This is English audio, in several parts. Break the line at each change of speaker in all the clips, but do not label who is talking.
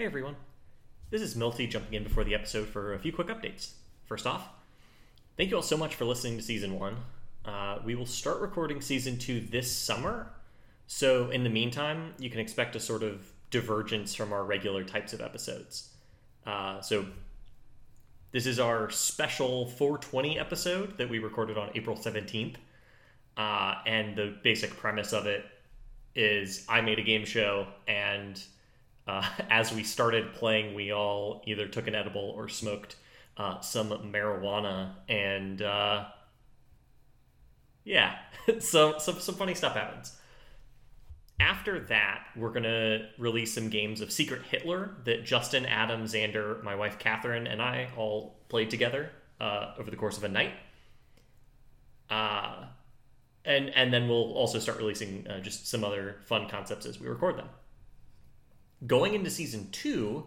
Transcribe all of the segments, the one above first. Hey everyone, this is Milty jumping in before the episode for a few quick updates. First off, thank you all so much for listening to season one. Uh, we will start recording season two this summer, so in the meantime, you can expect a sort of divergence from our regular types of episodes. Uh, so this is our special 420 episode that we recorded on April 17th, uh, and the basic premise of it is I made a game show and uh, as we started playing, we all either took an edible or smoked uh, some marijuana, and uh, yeah, some, some some funny stuff happens. After that, we're gonna release some games of Secret Hitler that Justin, Adam, Xander, my wife Catherine, and I all played together uh, over the course of a night. Uh, and and then we'll also start releasing uh, just some other fun concepts as we record them going into season two,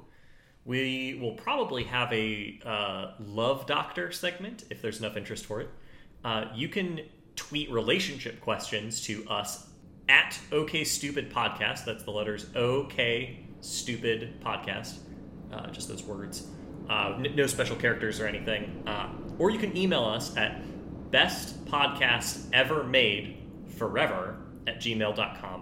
we will probably have a uh, love doctor segment if there's enough interest for it. Uh, you can tweet relationship questions to us at OK Stupid Podcast. That's the letters OK Stupid Podcast. Uh, just those words. Uh, n- no special characters or anything. Uh, or you can email us at best podcast ever made forever at gmail.com.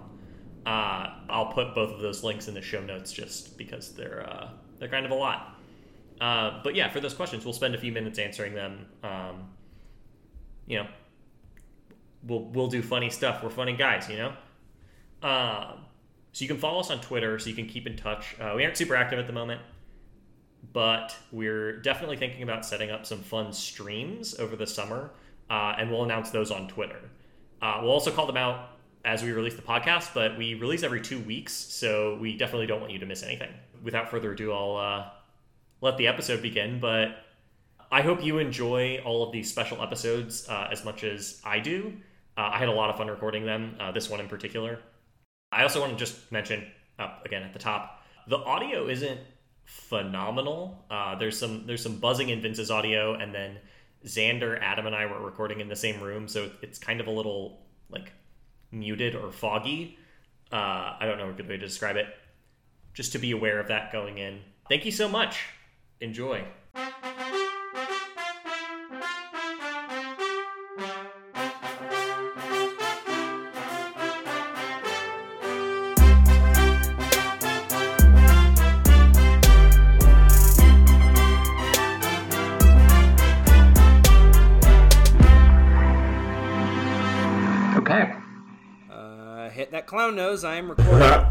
Uh, I'll put both of those links in the show notes just because they're uh, they're kind of a lot. Uh, but yeah, for those questions, we'll spend a few minutes answering them. Um, you know, we'll we'll do funny stuff. We're funny guys, you know. Um, so you can follow us on Twitter, so you can keep in touch. Uh, we aren't super active at the moment, but we're definitely thinking about setting up some fun streams over the summer, uh, and we'll announce those on Twitter. Uh, we'll also call them out as we release the podcast, but we release every two weeks, so we definitely don't want you to miss anything. Without further ado, I'll uh, let the episode begin, but I hope you enjoy all of these special episodes uh, as much as I do. Uh, I had a lot of fun recording them, uh, this one in particular. I also want to just mention up again at the top, the audio isn't phenomenal. Uh, there's some there's some buzzing in Vince's audio, and then Xander, Adam, and I were recording in the same room, so it's kind of a little like muted or foggy. Uh, I don't know a good way to describe it. Just to be aware of that going in. Thank you so much. Enjoy.
Okay.
Uh, hit that clown nose. I am recording.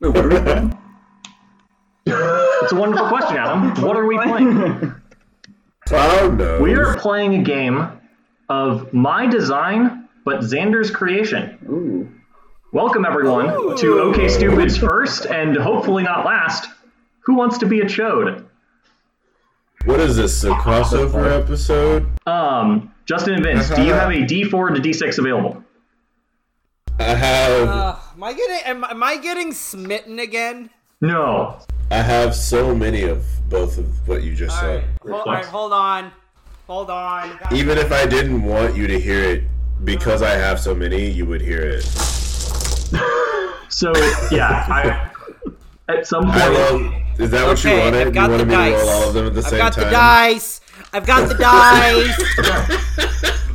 Wait, what are we doing?
It's a wonderful question, Adam. What are we playing?
Clown nose.
We are playing a game of my design, but Xander's creation. Welcome, everyone, to OK Stupid's first and hopefully not last. Who wants to be a chode?
What is this? A crossover episode?
Um, Justin and Vince, do you have a D4 to D6 available?
I have
am I getting? Am, am I getting smitten again?
No.
I have so many of both of what you just
All right.
said.
Hold, all right, hold on. Hold on.
Even if I didn't want you to hear it, because I have so many, you would hear it.
So yeah, I at some point
I love. Is that what you
Okay,
wanted?
I've got
you wanted
the
me to
dice.
roll all of them at the
I've
same
got
time?
the dice. I've got the dice.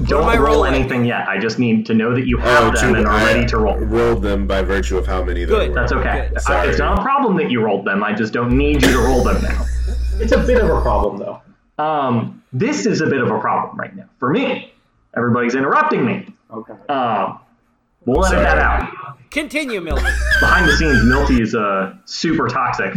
don't
am I
roll
rolling?
anything yet. I just need to know that you
Oh,
have them
two,
and are
I
ready to roll.
rolled them by virtue of how many there
Good.
were.
That's okay.
Good.
I-
Sorry.
it's not a problem that you rolled them. I just don't need you to roll them now.
It's a bit of a problem, though.
Um, this is a bit of a problem right now for me. Everybody's interrupting me.
Okay.
Um, we'll edit
Sorry.
that out.
Continue, Milton.
Behind the scenes, Milty is uh, super toxic.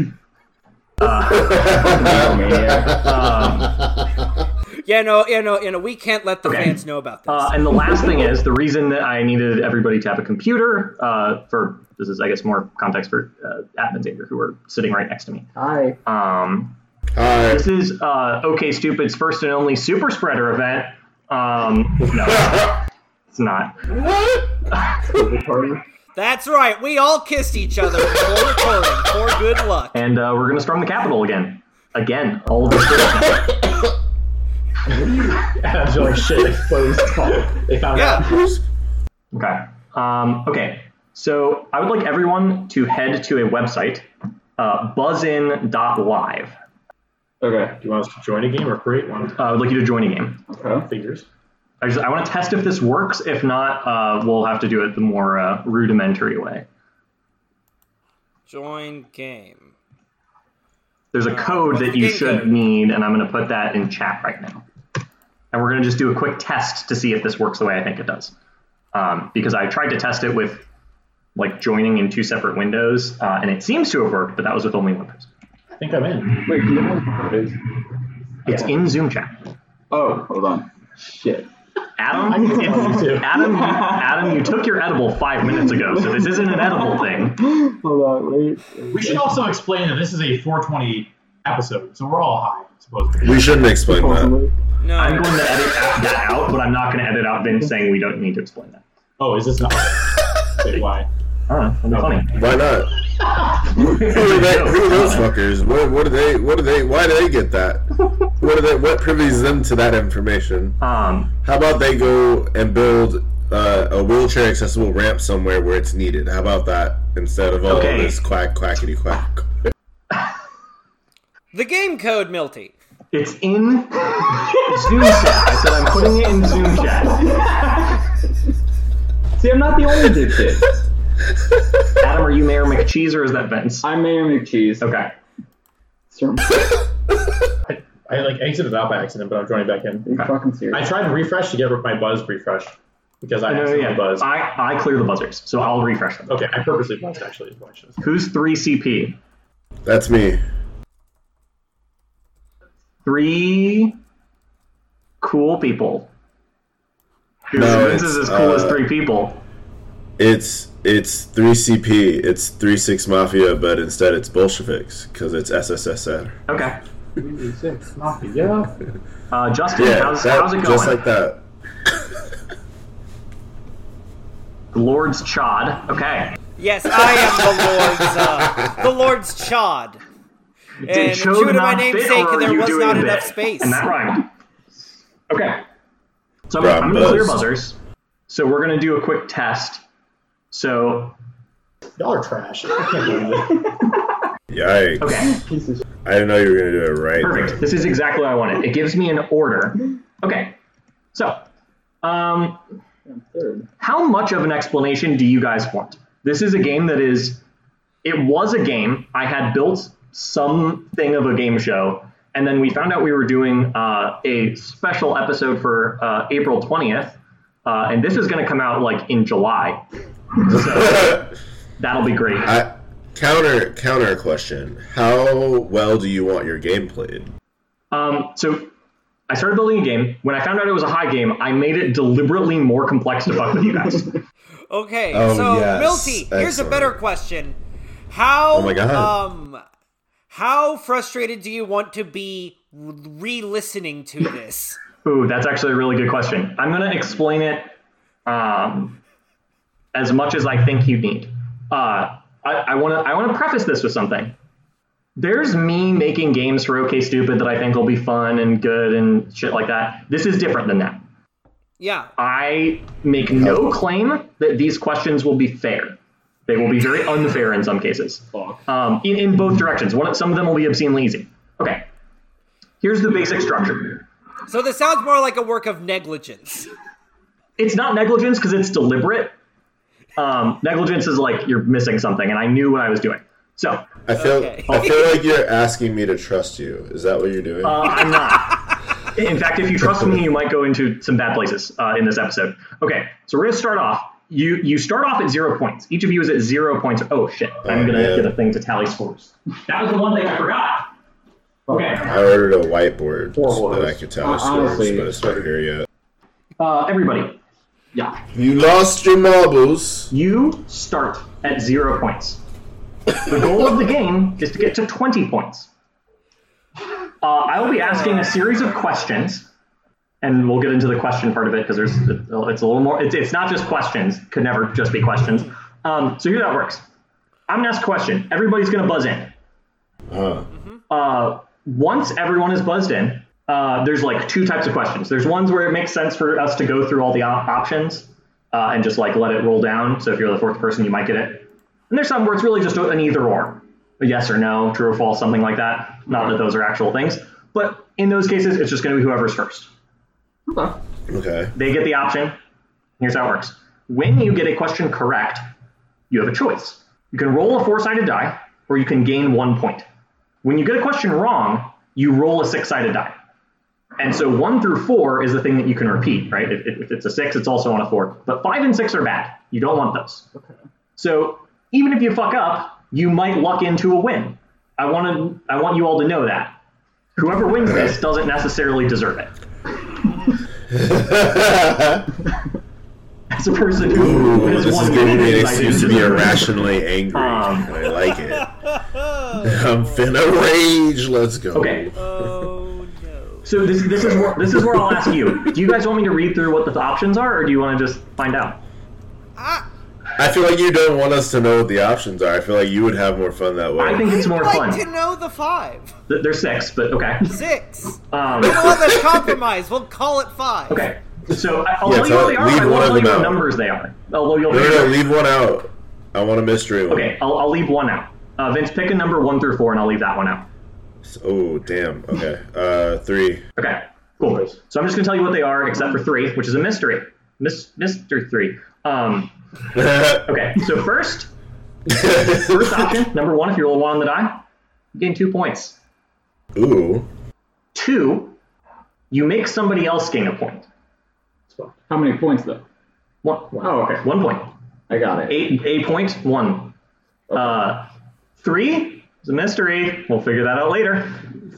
Yeah, no, yeah, no, you know, we can't let the
Okay.
fans know about this.
Uh, and the last thing is the reason that I needed everybody to have a computer uh, for this is I guess more context for uh, admins Xander who are sitting right next to me.
Hi.
Um,
Hi.
this is uh, OK Stupid's first and only super spreader event. Um, no, it's not.
COVID party.
That's right. We all kissed each other before recording for good luck.
And uh, we're gonna storm the Capitol again, again. All of this.
That's like shit exposed. They found
Yeah.
out.
Okay. Um, okay. So I would like everyone to head to a website, uh, buzzin.live.
Okay. Do you want us to join a game or create one?
Uh, I would like you to join a game.
Okay. Figures.
I, just, I want to test if this works. If not, uh, we'll have to do it the more uh, rudimentary way.
Join game.
There's a code
what's
that
the
you
game
should
code?
need, and I'm going to put that in chat right now. And we're going to just do a quick test to see if this works the way I think it does. Um, because I tried to test it with like joining in two separate windows, uh, and it seems to have worked, but that was with only one person.
I think I'm in.
Wait, do you know what it is?
It's in Zoom chat.
Oh, hold on. Shit.
Adam,
I can
it's-
see you too.
Adam, you, Adam, you took your edible five minutes ago, so this isn't an edible thing.
Hold on, wait.
We should also explain that this is a 420 episode, so we're all high, supposedly.
We shouldn't explain that.
Possibly.
No,
I'm going to edit that out, but I'm not going to edit out Vince saying we don't need to explain that.
Oh, is this not? Wait, why?
I don't know. That'd be funny.
Why not? who, are they, who are those fuckers? What, what do they? What do they? Why do they get that? What do they? What privies them to that information?
Um,
How about they go and build uh, a wheelchair accessible ramp somewhere where it's needed? How about that instead of all
Okay.
this quack quackity quack?
the game code, Milty.
It's in Zoom chat. I said I'm putting it in Zoom chat.
See, I'm not the only dipshit.
Adam, are you Mayor McCheese or is that Vince?
I'm Mayor McCheese.
Okay. Uh,
Sir,
I, I like exited out by accident, but I'm joining back in.
are you fucking
I
serious?
tried to refresh to get my buzz refreshed because I
No, no,
accidentally
yeah.
buzzed.
I, I clear the buzzers, so I'll refresh them.
okay, I purposely buzzed actually to watch this.
Who's 3CP?
That's me.
3 cool people. Because
No,
Vince is
it's,
as cool as
uh,
3 people.
It's it's three CP. It's three six mafia, but instead it's Bolsheviks because it's SSSR.
Okay.
Six, yeah.
Uh, Justin,
Yeah,
how's,
that-
how's it going?
just like that.
Lord's Chod. Okay.
Yes, I am the Lord's uh, the Lord's Chod. And
Chode
true to my
not fit,
namesake,
or are
there
you
was
doing
not
a
enough
bit?
space.
And that rhymed. Okay. So I'm,
Bruh,
I'm going to clear
buzz.
buzzers. So we're going to do a quick test. So,
Y'all are trash. I can't believe it.
Yikes!
okay.
I didn't know you were gonna do it right.
Perfect. This is exactly what I wanted. It gives me an order. Okay. So, um,
Third.
how much of an explanation do you guys want? This is a game that is. It was a game. I had built something of a game show, and then we found out we were doing uh, a special episode for uh, April 20th, uh, and this is going to come out like in July. That'll be great.
I, counter counter question: How well do you want your game played?
Um, so I started building a game. When I found out it was a high game, I made it deliberately more complex to fuck with you guys.
Okay,
Oh,
so
yes.
Milty, here's a
Excellent.
better question. How
Oh my God.
um how frustrated do you want to be re-listening to this?
Ooh, that's actually a really good question. I'm going to explain it um, as much as I think you need. Uh, I want to I want to preface this with something. There's me making games for OK Stupid that I think will be fun and good and shit like that. This is different than that.
yeah.
I make no claim that these questions will be fair. They will be very unfair in some cases. Um, in, in both directions. One, of- some of them will be obscenely easy. Okay. Here's the basic structure.
So this sounds more like a work of negligence.
It's not negligence because it's deliberate. Um, negligence is like you're missing something, and I knew what I was doing. So uh,
I feel
Okay.
I feel like you're asking me to trust you. Is that what you're doing?
I'm not. In fact, if you trust me, you might go into some bad places uh, in this episode. Okay, so we're gonna start off. You you start off at zero points. Each of you is at zero points. Oh shit! I'm
Oh,
gonna
yeah.
get a thing to tally scores. That was the one thing I forgot. Okay.
I ordered a whiteboard so
Horrible.
that I could tell
Uh,
the scores,
honestly,
but it's not here yet.
Uh, everybody, yeah,
You lost your marbles.
you start at zero points. The goal of the game is to get to 20 points. Uh, I will be asking a series of questions, and we'll get into the question part of it because there's it's a little more. It's, it's not just questions; could never just be questions. Um, so here's how it works. I'm gonna ask a question. Everybody's gonna buzz in.
Huh.
uh, once everyone is buzzed in, uh, there's like two types of questions. There's ones where it makes sense for us to go through all the op- options, uh, and just like let it roll down. So if you're the fourth person, you might get it. And there's some where it's really just an either or, a yes or no, true or false, something like that. Not that those are actual things, but in those cases, it's just going to be whoever's first.
Okay.
Okay.
They get the option. Here's how it works. When you get a question correct, you have a choice. You can roll a four sided die, or you can gain one point. When you get a question wrong, you roll a six sided die. And so one through four is the thing that you can repeat, right? If, if- if it's a six, it's also on a four. But five and six are bad. You don't want those. So even if you fuck up, you might luck into a win. I want to, I want you all to know that. Whoever wins this doesn't necessarily deserve it. As a person who
Ooh,
has
this
won
is giving me
games,
an
I
excuse to
do
be
deserve it.
irrationally angry.
Um.
I like it. I'm finna rage. Let's go.
Okay.
Oh no.
So this this is where this is where I'll ask you. Do you guys want me to read through what the options are, or do you want to just find out?
I feel like you don't want us to know what the options are. I feel like you would have more fun that way.
I think it's more
I'd
fun.
like to know the five.
Th- There's six, but okay.
Six.
Um,
Well, let's compromise. We'll call it five.
okay. So I- I'll
Yeah,
tell you what they
tell-
are.
leave
I
one
won't
of
tell you
them
what
out.
numbers they are. Although you'll
no,
figure it
no, no,
out.
leave one out. I want a mystery one.
Okay, I'll, I'll leave one out. Uh, Vince, pick a number one through four, and I'll leave that one out.
Oh, damn. Okay. Uh, three.
Okay, cool. So I'm just gonna tell you what they are, except for three, which is a mystery. Mis- Mister Three. Um, okay, so first, first option, number one. If you roll one on the die, you gain two points.
Ooh.
Two, you make somebody else gain a point.
How many points though?
One,
Oh, okay.
one point.
I got it.
Eight, a point, one. Uh, three is a mystery. We'll figure that out later.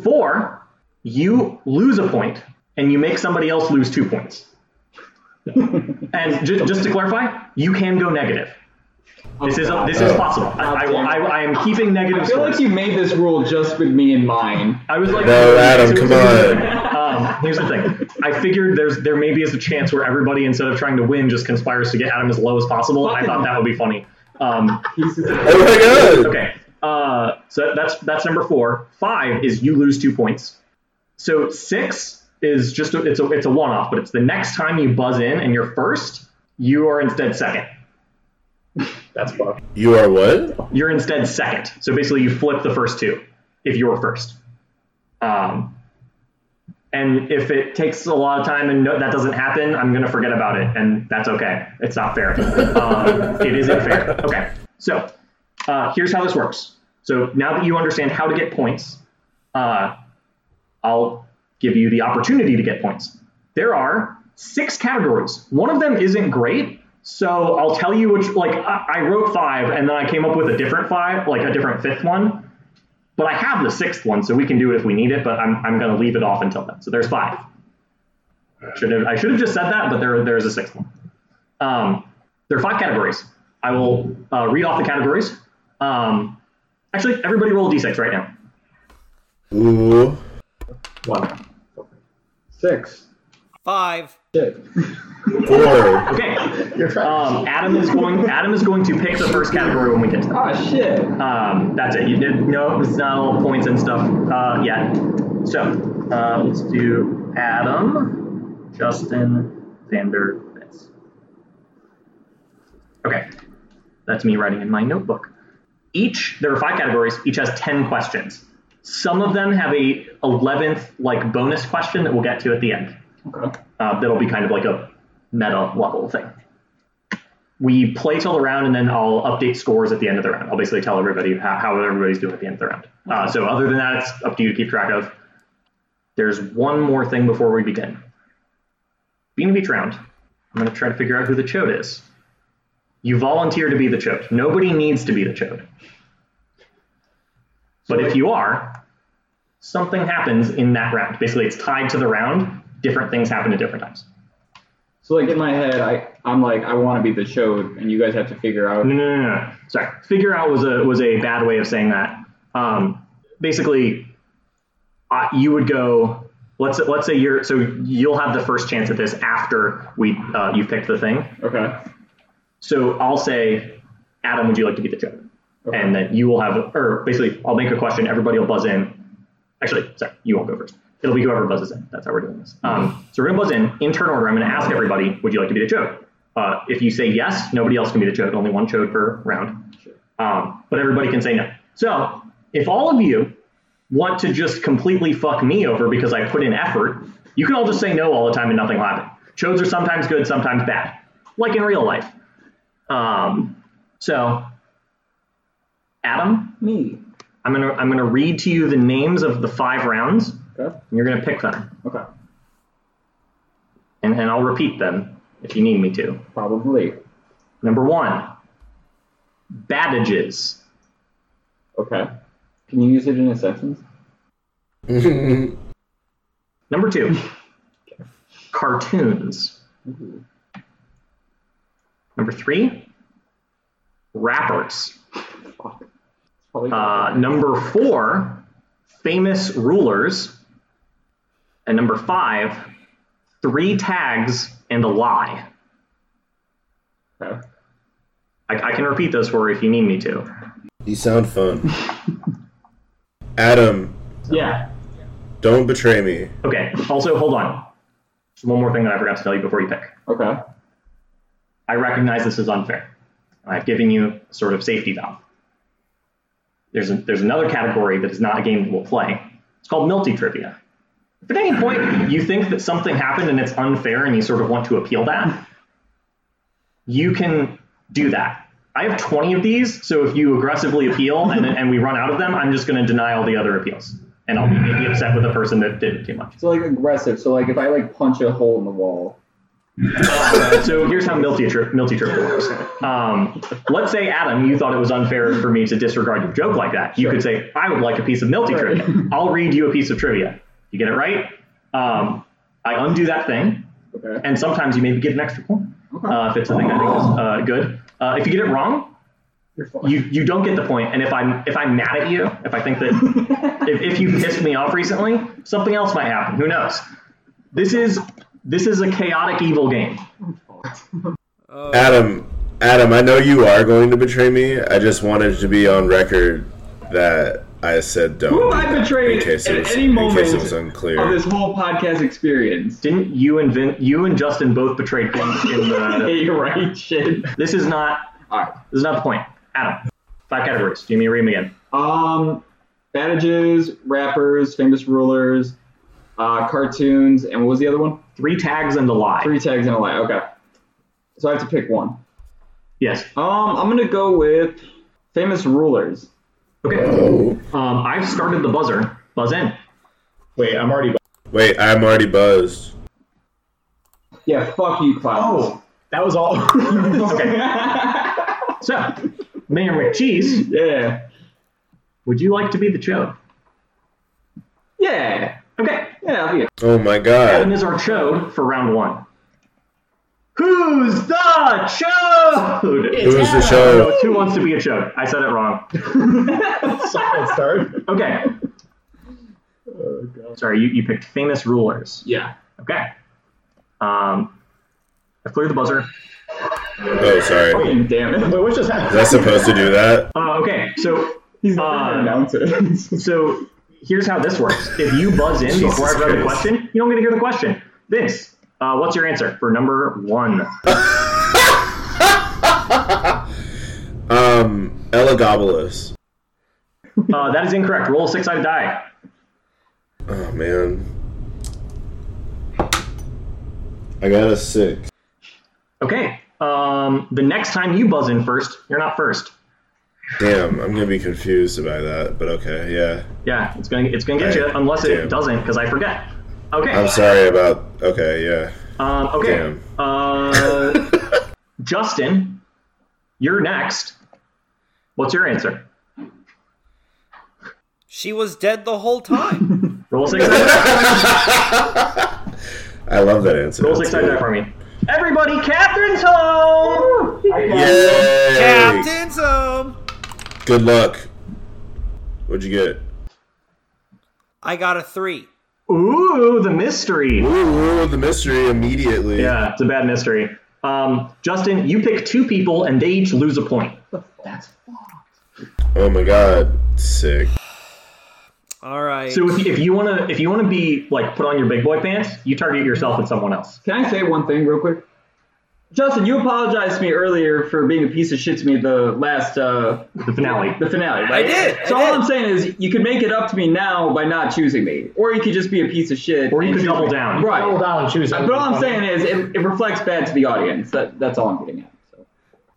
Four, you lose a point and you make somebody else lose two points. and ju- just to clarify, you can go negative. This is this is possible. I, I, I, I am keeping negative
Oh. I feel
scores.
like you made this rule just with me in mind.
I was like,
No, Adam, come on.
Um, here's the thing. I figured there's there maybe is a chance where everybody instead of trying to win just conspires to get Adam as low as possible. I thought that would be funny. Um,
Pieces of-
Oh my god.
okay, uh, so that's that's number four. Five is you lose two points. So six is just a, it's a it's a one off, but it's the next time you buzz in and you're first, you are instead second.
That's fucked.
You are what?
You're instead second. So basically, you flip the first two if you're first. Um, and if it takes a lot of time and no, that doesn't happen, I'm going to forget about it. And that's okay. It's not fair. um, it isn't fair. Okay. So uh, here's how this works. So now that you understand how to get points, uh, I'll give you the opportunity to get points. There are six categories. One of them isn't great, so I'll tell you which. Like I, I wrote five, and then I came up with a different five, like a different fifth one. But I have the sixth one, so we can do it if we need it. But I'm I'm gonna leave it off until then. So there's five. Should have I should have just said that, but there there's a sixth one. Um, there are five categories. I will uh, read off the categories. Um, actually, everybody roll a d6 right now.
Ooh.
One.
Six.
Five.
Shit.
Four.
Okay.
You're right.
Um, Adam is going. Adam is going to pick the first category when we get to that.
oh shit.
Um, that's it. You did no. It's not all points and stuff uh, yet. So uh, let's do Adam, Justin, Vander, Vince. Okay, that's me writing in my notebook. Each there are five categories. Each has ten questions. Some of them have a eleventh like bonus question that we'll get to at the end
Okay.
uh, that'll be kind of like a meta level thing. We play till the round, and then I'll update scores at the end of the round. I'll basically tell everybody how, how everybody's doing at the end of the round. Uh, so other than that, it's up to you to keep track of. There's one more thing before we begin. Being beach round, I'm going to try to figure out who the chode is. You volunteer to be the chode. Nobody needs to be the chode. But if you are, something happens in that round. Basically, it's tied to the round. Different things happen at different times.
So like in my head, I I'm like I want to be the chode, and you guys have to figure out.
No, no, no, no. Sorry. Figure out was a was a bad way of saying that. Um, basically, uh, you would go. Let's let's say you're so you'll have the first chance at this after we uh, you picked the thing.
Okay.
So I'll say, Adam, would you like to be the judge? And then you will have, or basically, I'll make a question. Everybody will buzz in. Actually, sorry, you won't go first. It'll be whoever buzzes in. That's how we're doing this. Um, so we're gonna buzz in in turn order. I'm gonna ask everybody, would you like to be the judge? Uh, if you say yes, nobody else can be the chode, only one chode per round. Um, but everybody can say no. So if all of you want to just completely fuck me over because I put in effort, you can all just say no all the time and nothing will happen. Chodes are sometimes good, sometimes bad, like in real life. Um, so, Adam,
Me.
I'm gonna I'm gonna read to you the names of the five rounds, and
Okay.
you're gonna pick them,
Okay.
and, and I'll repeat them if you need me to.
Probably.
Number one, bandages.
Okay. Can you use it in a sentence?
Number two, cartoons.
Ooh.
Number three, rappers.
Fuck. It's probably-
Uh, number four, famous rulers. And number five, three tags and a lie.
okay.
I, I can repeat those for you if you need me to.
You sound fun. Adam,
Yeah.
don't betray me.
Okay, also, hold on. Just one more thing that I forgot to tell you before you pick.
Okay.
I recognize this is unfair. and I've given you a sort of safety valve. There's, a, there's another category that is not a game that we'll play. It's called multi trivia. If at any point you think that something happened and it's unfair and you sort of want to appeal that, you can do that. I have 20 of these, so if you aggressively appeal and, and we run out of them, I'm just going to deny all the other appeals. And I'll be maybe upset with the person that did too much.
So like aggressive. So like if I like punch a hole in the wall.
so here's how multi multi trip works. Um, let's say Adam, you thought it was unfair for me to disregard your joke like that. You
Sure.
could say, "I would like a piece of multi trivia. I'll read you a piece of trivia. You get it right. Um, I undo that thing,
Okay.
and sometimes you maybe get an extra point uh, if it's a thing I think is uh, good. Uh, if you get it wrong,
You're fine.
you you don't get the point. And if I'm if I'm mad at you, if I think that if, if you pissed me off recently, something else might happen. Who knows? This is this is a chaotic evil game.
Adam, Adam, I know you are going to betray me. I just wanted to be on record that I said don't.
Who
do
am I
that,
betraying
In case it
at
was,
any
in case
moment
it was unclear.
Of Oh, this whole podcast experience.
Didn't you and Vin, you and Justin both betrayed Vince in the?
Hey, you're right. Shit.
this is not
All right.
this is not the point. Adam, five categories. Do you mean read them again?
Um, bandages, rappers, famous rulers, uh, cartoons, and what was the other one?
Three tags and a lie.
Three tags and a lie. Okay. So I have to pick one.
Yes.
Um, I'm gonna go with famous rulers.
Okay.
oh.
Um, I've started the buzzer. Buzz in.
Wait, I'm already.
Wait, I'm already buzzed.
Yeah, fuck you, Klaus.
Oh, that was all.
So, Mayor McCheese,
yeah.
would you like to be the chode?
Yeah.
Okay.
Yeah. I'll be-
Oh my
Adam
god.
is our chode for round one. Who's the chode?
Who was the
No,
show?
it's who wants to be a chode? I said it wrong.
Solid start.
Okay. Sorry, you, you picked famous rulers.
Yeah.
Okay. Um, I've cleared the buzzer.
Oh, sorry.
Fucking damn it.
Wait, what just happened?
Was I supposed to do that?
Uh, okay, so
He's not
Uh,
gonna announce it.
so here's how this works. If you buzz in before I've
Jesus
read the
Christ.
question, you don't get to hear the question. Vince, uh, what's your answer for number one?
Um, Elagabalus.
Uh, that is incorrect. Roll a six-sided die.
Oh man. I got a six.
Okay. Um, the next time you buzz in first, you're not first.
Damn, I'm gonna be confused about that, but okay, yeah.
Yeah, it's gonna it's gonna get you
Right.
unless it
Damn.
doesn't because I forget. Okay.
I'm sorry about okay, yeah.
Um, okay.
Damn.
Uh, Justin, you're next. What's your answer?
She was dead the whole time.
Roll six sided die.
I love that answer.
Roll six sided die for me. Everybody, Catherine's home!
Yay!
Captain's home.
Good luck. What'd you get?
I got a three.
Ooh, the mystery.
Ooh, ooh, the mystery immediately.
Yeah, it's a bad mystery. Um, Justin, you pick two people and they each lose a point.
Oh my god. Sick.
All right.
So if, if you wanna if you wanna be like put on your big boy pants, you target yourself and someone else.
Can I say one thing real quick? Justin, you apologized to me earlier for being a piece of shit to me the last uh,
The finale.
the finale, right?
I did, I
So all
did.
I'm saying is, you could make it up to me now by not choosing me, or you could just be a piece of shit.
Or you
and
could
choose
double
me.
down.
right?
Double down and choose.
But all I'm saying is, it, it reflects bad to the audience. That, that's all I'm getting at. So.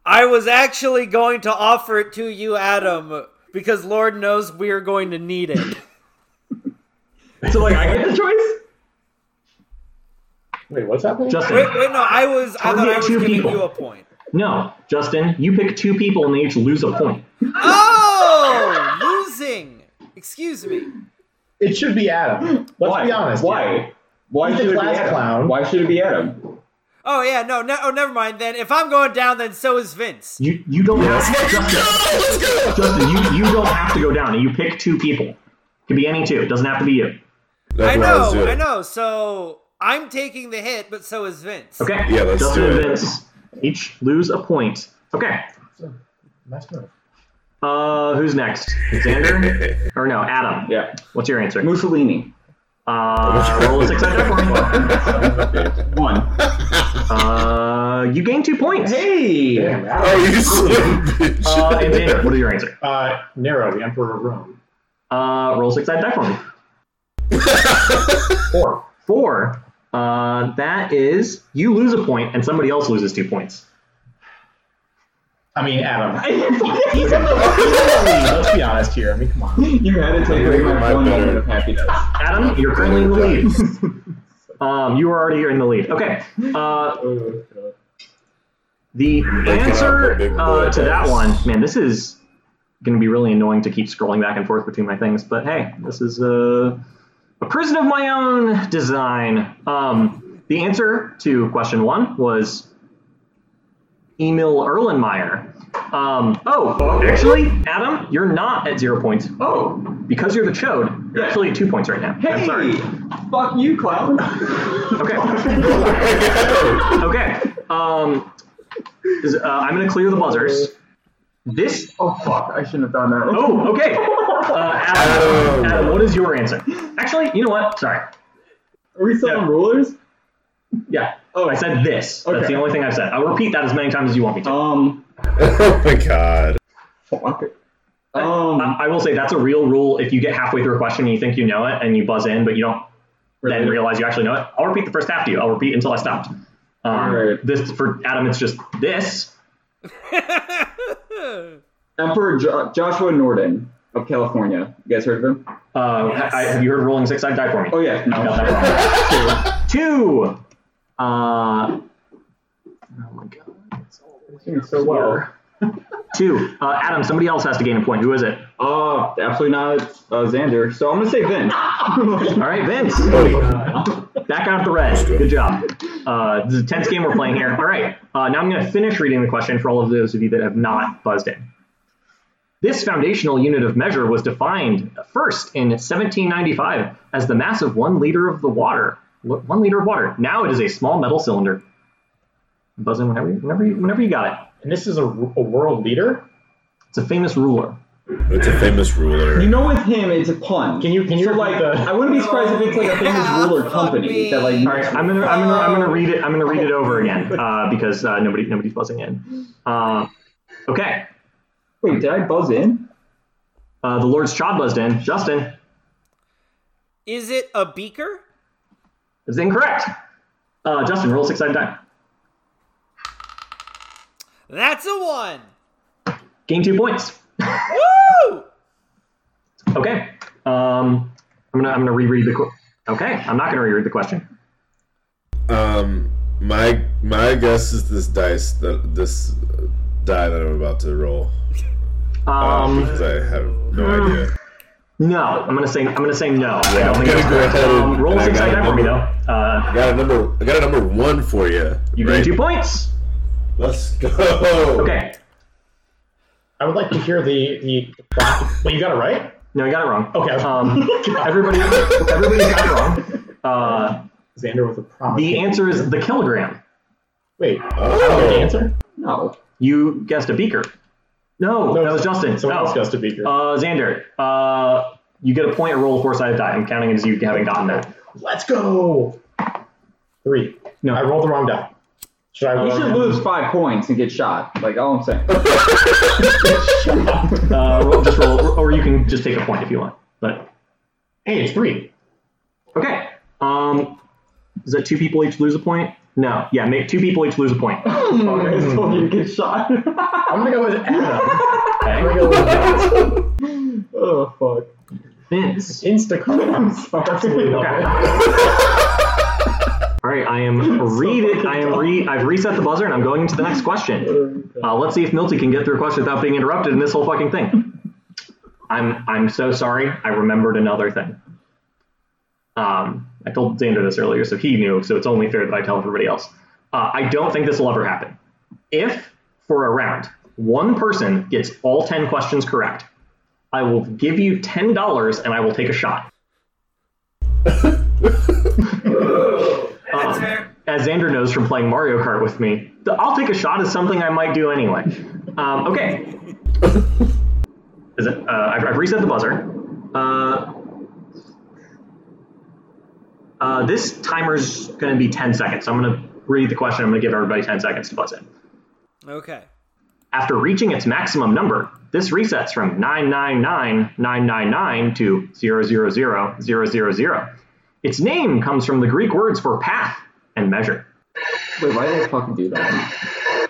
I was actually going to offer it to you, Adam, because Lord knows we're going to need it.
so like, I get the choice.
Wait, what's happening?
Justin,
Wait, wait, no, I was. I thought I
Target
was
two
giving
people.
you a point.
no, Justin, you pick two people and they each lose a point.
Oh, losing. Excuse me.
It should be Adam. Let's
Why?
be honest.
Why? Why
He's a
should it be
class
Adam?
clown.
Why should it be Adam?
Oh yeah, no, no. Oh, never mind. Then if I'm going down, then so is Vince.
You you don't have
Let's
Justin,
go! Let's go!
Justin, you, you don't have to go down. You pick two people. Could be any two. It doesn't have to be you.
That's
I
what was
know,
doing.
I know. So I'm taking the hit, but so is Vince.
Okay.
Yeah, let's
Justin
do
and
it.
Vince each lose a point. Okay.
Nice move.
Uh, who's next? Xander or no? Adam.
Yeah,
What's your answer?
Mussolini.
Uh, roll a six sided die for me.
One.
Uh, you gain two points.
Hey.
Damn, Adam.
Oh, you slim bitch.
Uh, and Xander, what is your answer?
Uh, Nero, the Emperor of Rome.
Uh, roll a six sided die for me.
Four.
Four. Uh, that is you lose a point and somebody else loses two points.
I mean, Adam. He's in the lead. Let's be honest here. I mean, come on.
You had to take
Yeah,
away
my
my one
better.
moment of happiness.
Adam, you're currently in the lead. um, you are already in the lead. Okay. Uh, the
up, big
answer
boy
uh, to that
dice.
one, man, this is going to be really annoying to keep scrolling back and forth between my things. But hey, this is a, a prison of my own design. Um, the answer to question one was Emil Erlenmeyer. Um, oh, actually, Adam, you're not at zero points. Oh, because you're the chode, you're actually at two points right now. I'm sorry.
Hey, fuck you, clown.
Okay. Okay. Um, is- uh, I'm going to clear the buzzers. This.
oh fuck! I shouldn't have done that.
Oh, okay. Uh, Adam,
Adam.
Adam, what is your answer? Actually, you know what? Sorry.
Are we still on rulers?
Yeah. Oh, I said this. That's
Okay.
the only thing I've said. I'll repeat that as many times as you want me to.
Um.
oh my god.
Fuck. Um.
I I will say that's a real rule. If you get halfway through a question and you think you know it and you buzz in, but you don't then realize you actually know it, I'll repeat the first half to you. I'll repeat until I stopped. Um,
Alright.
This for Adam, it's just this.
Emperor jo- Joshua Norden of California. You guys heard of him?
Uh, I, have you heard rolling six? I'd die for me.
Oh yeah. No.
Got that wrong. Two. Two. Uh, oh my god.
so well.
Two. Uh, Adam, somebody else has to gain a point. Who is it?
Oh, absolutely not uh, Xander. So I'm gonna say Vin.
All right, Vince. Back out of the red. Good job. Uh, this is a tense game we're playing here. All right. Uh, now I'm going to finish reading the question for all of those of you that have not buzzed in. This foundational unit of measure was defined first in 1795 as the mass of one liter of the water. Lo- One liter of water. Now it is a small metal cylinder. Buzz in whenever, you- whenever, you, whenever you got it.
And this is a, a world leader.
It's a famous ruler.
It's a famous ruler.
You know, with him, it's a pun.
Can you- can you
So, like,
repeat the-
I wouldn't be surprised if it's like a famous
Yeah,
ruler
fuck
company
me.
that like.
All right, I'm gonna I'm gonna I'm gonna read it. I'm gonna read it over again uh, because uh, nobody nobody's buzzing in. Uh, okay,
Wait, did I buzz in?
uh, the Lord's Chod buzzed in. Justin
Is it a beaker?
is incorrect. Uh, Justin, roll six sided die.
That's a one.
Gain two points.
Woo!
Okay, um, I'm gonna I'm gonna reread the. Qu- okay, I'm not gonna reread the question.
Um, my my guess is this dice that this die that I'm about to roll um,
Um, hmm.
because I have no idea.
no, I'm gonna say I'm gonna say no. I don't
I'm
think
gonna
it's
go
correct.
ahead
Um,
and-
roll
and I
six
got
sided
a
die for me though.
number.
Uh,
I got a number. I got a number one for you.
you gain
right?
two points.
Let's go.
Okay,
I would like to hear the the. the wait, you got it right.
no, you got it wrong.
Okay.
Um, everybody everybody got it wrong. Uh,
Xander with a promise.
The answer is the kilogram.
Wait.
Oh.
The answer?
No.
You guessed a beaker. No, that was Justin.
Someone
No.
else goes to Beaker.
Uh, Xander, uh, you get a point and roll a four-sided die. I'm counting it as you having gotten that.
Let's go. Three.
No.
I rolled the wrong die. Should I
You
roll
should
again?
lose five points and get shot. Like all I'm saying.
Uh, roll- just roll, or you can just take a point if you want. But
Hey, it's three.
okay, um, is that two people each lose a point? No, yeah, make two people each lose a point.
I just told you to get shot.
I'm gonna go with Adam. I'm
Okay,
gonna go with
oh fuck.
Vince.
Instacart.
I'm sorry.
All right, I am read. I am re. I've reset the buzzer, and I'm going into the next question. Uh, let's see if Milty can get through a question without being interrupted in this whole fucking thing. I'm I'm so sorry. I remembered another thing. Um, I told Xander this earlier, so he knew. So it's only fair that I tell everybody else. Uh, I don't think this will ever happen. If for a round one person gets all ten questions correct, I will give you ten dollars, and I will take a shot.
That's
Um,
fair.
as Xander knows from playing Mario Kart with me, the I'll take a shot is something I might do anyway. Um, okay. Is it, uh, I've, I've reset the buzzer. Uh, uh, this timer's going to be 10 seconds. So I'm going to read the question. I'm going to give everybody 10 seconds to buzz in.
Okay.
After reaching its maximum number, this resets from 999999 to 000000. Its name comes from the Greek words for path and measure.
Wait, why did I fucking do that?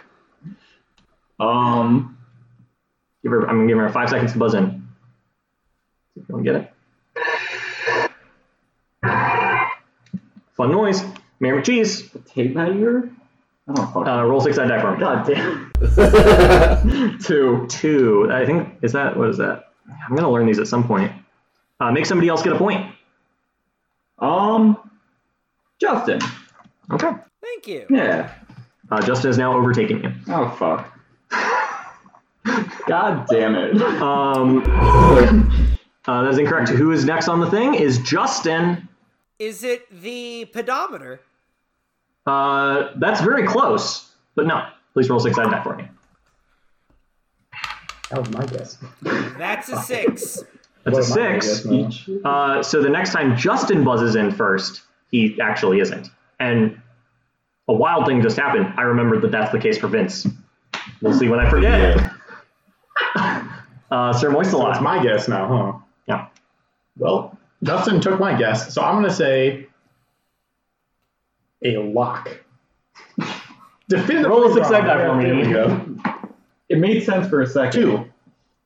Um.
Give her, I'm gonna give her five seconds to buzz in. See if you want to get it. Fun noise. Mary McCheese.
Tape measure? Oh fuck.
Uh, roll six side die for me.
God damn.
Two. Two. I think is that what is that? I'm gonna learn these at some point. Uh, make somebody else get a point.
Um. Justin.
Okay.
Thank you.
Yeah.
Uh, Justin is now overtaking you.
Oh fuck. God damn it.
Um, uh, that is incorrect. Who is next on the thing is Justin.
Is it the pedometer?
Uh, that's very close, but no. Please roll six side die for me.
That was my guess.
That's a six.
That's a
What am I gonna
six.
guess now?
Uh, so the next time Justin buzzes in first, he actually isn't. And a wild thing just happened. I remembered that that's the case for Vince. We'll see when I forget. Uh, Sir
That's
Moistelot.
my guess now, huh?
yeah.
Well, Dustin took my guess, so I'm gonna say a lock. Definitively
Roll a six
wrong.
side die for me.
There we go.
It made sense for a second.
Two.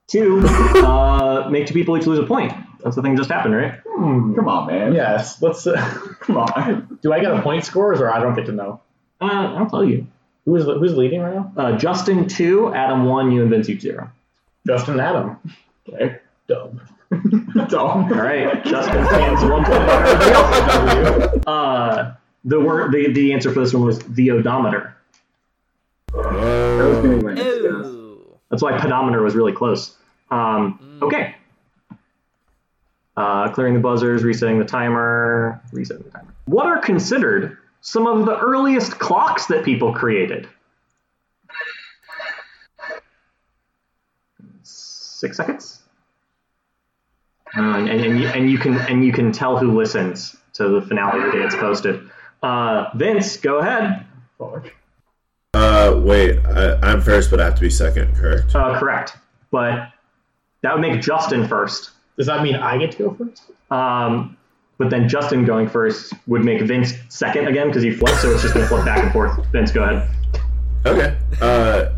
Two, uh, make two people each lose a point. That's the thing just happened, right?
Come on, man.
Yes. Let's. Uh,
Come on.
do I get a point scores, or I don't get to know?
Uh, I'll tell you.
Who is who's leading right now?
Uh, Justin, two. Adam, one. You and Vince, each zero.
Justin and Adam.
Okay.
Dub.
Dumb.
All right. Justin stands one point. better than everybody else. Uh, the, word, the, the answer for this one was the odometer.
That was
Oh,
gonna win.
Ooh.
That's why pedometer was really close. Um, Okay. Uh, clearing the buzzers, resetting the timer, resetting the timer. What are considered some of the earliest clocks that people created? Six seconds. Uh, and, and, and, you, and you can and you can tell who listens to the finale the day it's posted. Uh, Vince, go ahead.
uh, wait, I, I'm first, but I have to be second, correct?
Uh, correct, but that would make Justin first.
Does that mean I get to go first?
Um, but then Justin going first would make Vince second again because he flipped, so it's just going to flip back and forth. Vince, go ahead.
Okay. Uh,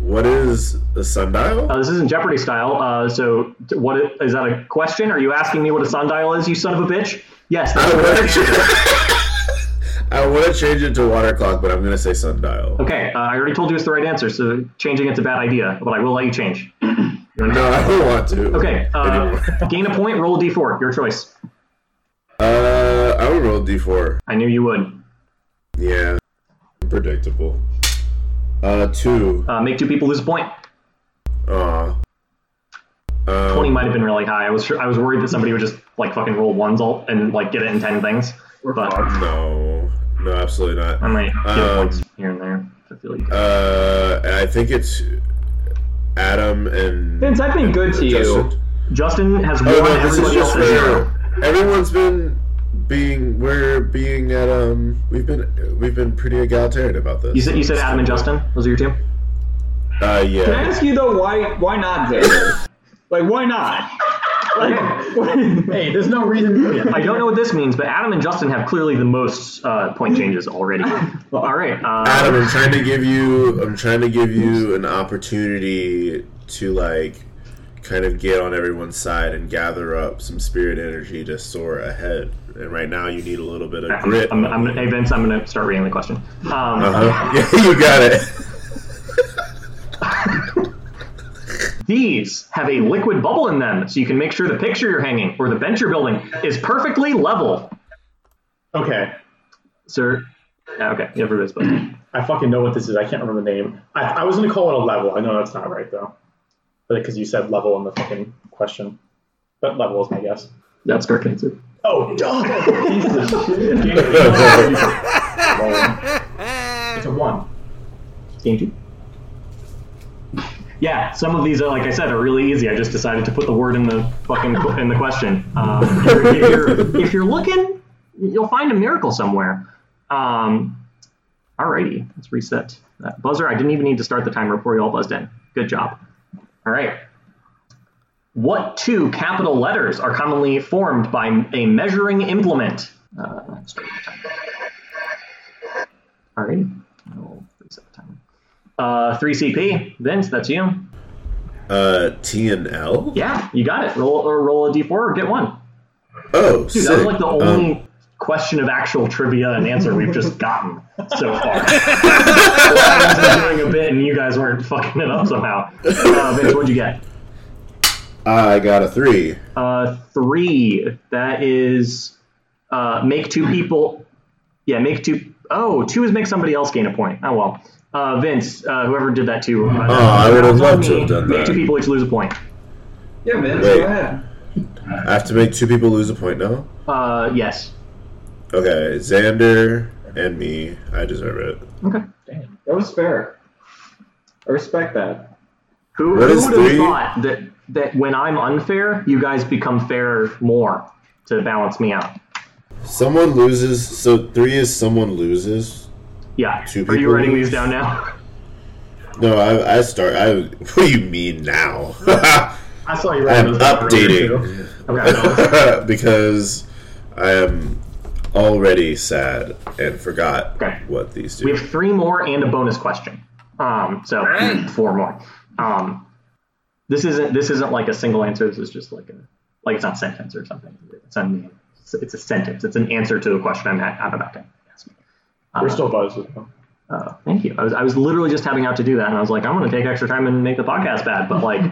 what is the sundial?
Uh, this isn't Jeopardy style. Uh, so, t- what i- is that a question? Are you asking me what a sundial is, you son of a bitch? Yes. That's
I
correct.
want to. I want to change it to water clock, but I'm gonna say sundial.
Okay. Uh, I already told you it's the right answer, so changing it's a bad idea, but I will let you change.
No, I don't want to.
Okay. Uh,
Anymore.
gain a point, roll a d4. Your choice.
Uh, I would roll d4.
I knew you would.
Yeah. Predictable. Uh, two.
Uh, make two people lose a point.
Aw. Um, Uh,
20 might have been really high. I was I was worried that somebody would just like fucking roll ones all and like get it in 10 things. But
No, no, absolutely
I
not.
might give
Um,
points here and there. I feel like
Uh, I think it's Adam and.
Vince, I've been good to you.
Justin.
Justin has
Oh,
won.
no, this is
everybody
just
else is zero.
fair. Everyone's been being we're being at um we've been we've been pretty egalitarian about this.
You said you said Adam and Justin. Those are your two.
Uh,
Can I
yeah.
ask you though why why not Xander? like why not? Like
Hey, there's no reason to do it.
I don't know what this means, but Adam and Justin have clearly the most uh, point changes already. All right. Uh,
Adam, I'm trying to give you I'm trying to give you an opportunity to like kind of get on everyone's side and gather up some spirit energy to soar ahead. And right now you need a little bit of grit.
I'm, I'm, hey Vince, I'm going to start reading the question. Um,
Uh-huh. Yeah, you got it.
These have a liquid bubble in them, so you can make sure the picture you're hanging or the bench you're building is perfectly level.
Okay.
Sir, yeah, okay, everybody's building.
I fucking know what this is. I can't remember the name. I, I was gonna call it a level. I know that's not right though, but because you said level in the fucking question, but level is my guess.
That's correct answer.
Oh, dog! Jesus shit! Game- Roll. It's a one.
Game two. Yeah, some of these are, like I said, are really easy. I just decided to put the word in the fucking qu- in the question. Um, if, you're, if you're- if you're looking, you'll find a miracle somewhere. Um, alrighty, let's reset that buzzer. I didn't even need to start the timer before you all buzzed in. Good job. All right. What two capital letters are commonly formed by a measuring implement? Uh, let's start with the timer. all right. I'll reset the timer. Uh, 3CP, Vince, that's you.
Uh T and L?
Yeah, you got it. Roll or roll a d4 or get one.
Oh,
Dude,
sick.
that was like the
Um,
only question of actual trivia and answer we've just gotten so far. I was doing a bit, and you guys weren't fucking it up somehow. Uh, Vince, what'd you get?
I got a three.
Uh, three. That is uh, make two people. Yeah, make two oh, two is make somebody else gain a point. Oh well. Uh, Vince, uh, whoever did that to. Uh,
Oh, I would have loved to have done
make two
that.
people each lose a point.
yeah, man,
Wait.
go ahead.
I have to make two people lose a point now.
Uh, yes.
Okay, Xander and me. I deserve it.
That was fair. I respect that.
Who,
What
who
is
would have
three?
thought that that when I'm unfair, you guys become fair more to balance me out?
Someone loses. So three is someone loses.
Yeah.
Two
Are you
people
writing
lose?
these down now?
No, I, I start. I. What do you mean now?
I saw you.
I'm
writing those down earlier, too.
updating
Okay.
because I am already sad and forgot
Okay.
what these do.
we have three more and a bonus question. Um, so
right.
four more. Um, this isn't this isn't like a single answer. This is just like a like it's not sentence or something. It's a it's, it's a sentence. It's an answer to the question I'm, ha- I'm about to ask.
We're still buzzed. with them.
Uh, thank you. I was I was literally just having out to do that, and I was like, I'm going to take extra time and make the podcast bad, but like.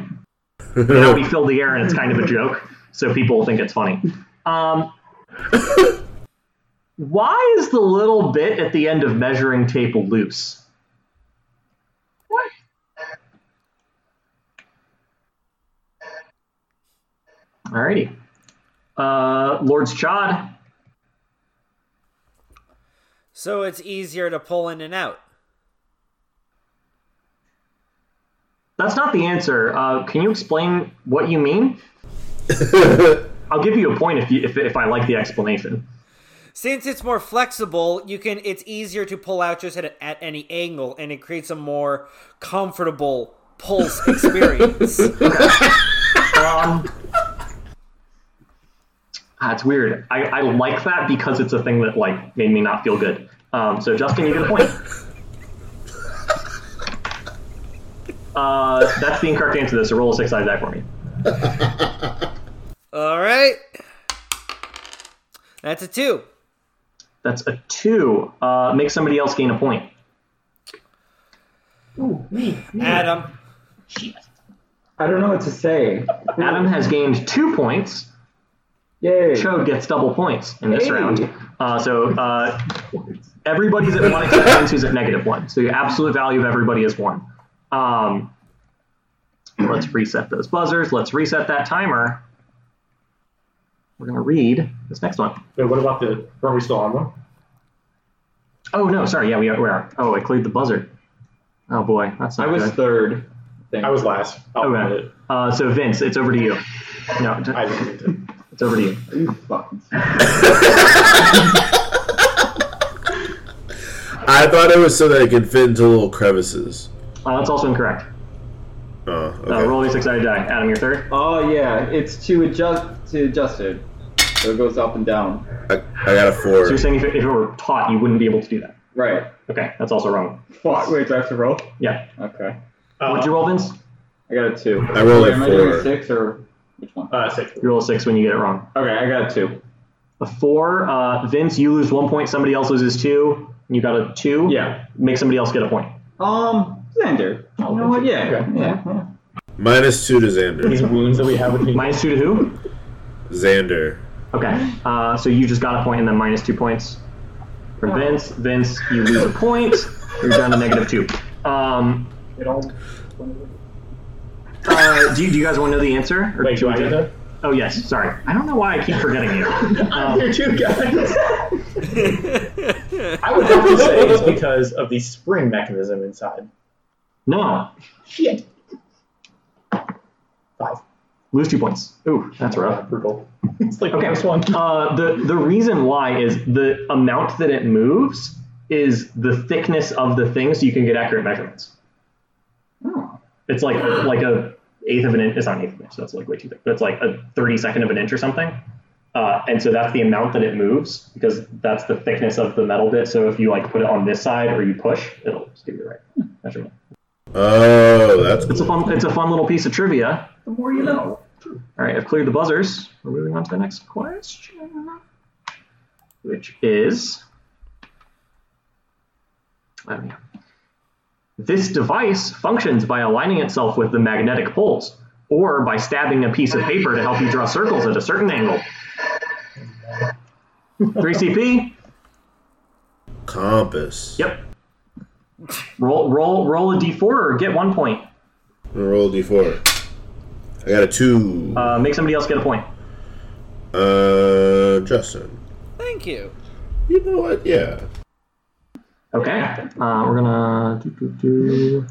now we fill the air and it's kind of a joke, so people will think it's funny. Um, why is the little bit at the end of measuring tape loose? What? Alrighty. Uh, Lords Chod.
So it's easier to pull in and out.
That's not the answer. Uh, can you explain what you mean? I'll give you a point if, you, if, if I like the explanation.
Since it's more flexible, you can it's easier to pull out just at, a, at any angle and it creates a more comfortable pulse experience.
Um, ah, it's weird. I, I like that because it's a thing that like made me not feel good. Um, so Justin, you get a point. Uh, that's the incorrect answer to this. So roll a six-sided die for me.
All right. That's a 2.
That's a two. Uh, make somebody else gain a point.
Adam.
I don't know what to say.
Adam has gained two points.
Yay.
Chode gets double points in this
Hey.
round. Uh, so uh, everybody's at one except Vince, who's at negative one. So your absolute value of everybody is one. Um, let's reset those buzzers. Let's reset that timer. We're going to read this next one.
Wait, what about the? Are we still on one?
Oh, no, sorry. Yeah, we are. We are. Oh, I cleared the buzzer. Oh, boy. That's
I
not
was
good.
third.
I was last. I'll admit
okay.
it.
Uh, so, Vince, it's over to you. No,
I didn't mean to.
it's
It's over to you. Are you fucking serious?
I thought it was so that it could fit into little crevices.
Uh, that's also incorrect.
Oh,
Uh,
okay.
Roll a six-sided die. Adam, your third.
Oh yeah, it's to adjust to adjusted. So it goes up and down.
I, I got a four.
So you're saying if it, if it were taught, you wouldn't be able to do that.
Right.
Okay, that's also wrong.
Fuck. Wait, do I have to roll?
Yeah.
Okay.
What'd
Uh,
you roll, Vince?
I got a two.
I rolled
Wait,
a
am I doing
four.
six or which one?
Uh, six.
You roll a six when you get it wrong.
Okay, I got a two.
A four. Uh, Vince, you lose one point. Somebody else loses two. You got a two.
Yeah.
Make somebody else get a point.
Um, Xander. you know what? Yeah,
Okay.
yeah, yeah.
Minus two to Xander.
These wounds that we have with me.
Minus two to who?
Xander.
Okay. Uh, so you just got a point and then minus two points for Vince. Vince, you lose a point. You're down to negative two. Um, uh, do, you, do you guys want to know the answer? Or
Wait,
do
do
we
I
do-
get that?
Oh, yes. Sorry. I don't know why I keep forgetting you. Um,
Here too, guys.
I
I would have to say it's because of the spring mechanism inside.
no.
Shit. Five.
Lose two points. Ooh, that's rough.
Uh, brutal. It's like
Okay.
the first one.
Uh, the the reason why is the amount that it moves is the thickness of the thing, so you can get accurate measurements. It's like like a eighth of an inch. It's not an eighth of an inch. That's like way too thick. But it's like a thirty second of an inch or something. Uh, and so that's the amount that it moves because that's the thickness of the metal bit. So if you like put it on this side or you push, it'll just give you the right measurement.
Oh, that's
It's a
cool.
fun it's a fun little piece of trivia.
The more you know.
All right, I've cleared the buzzers. We're moving on to the next question, which is. I don't know. This device functions by aligning itself with the magnetic poles, or by stabbing a piece of paper to help you draw circles at a certain angle. 3CP?
Compass.
Yep. Roll, roll, roll a d4 or get one point.
I'm gonna roll a d4. I got a two.
Uh, make somebody else get a point.
Uh, Justin.
Thank you.
You know what? Yeah.
Okay. Uh, we're gonna do, do, do.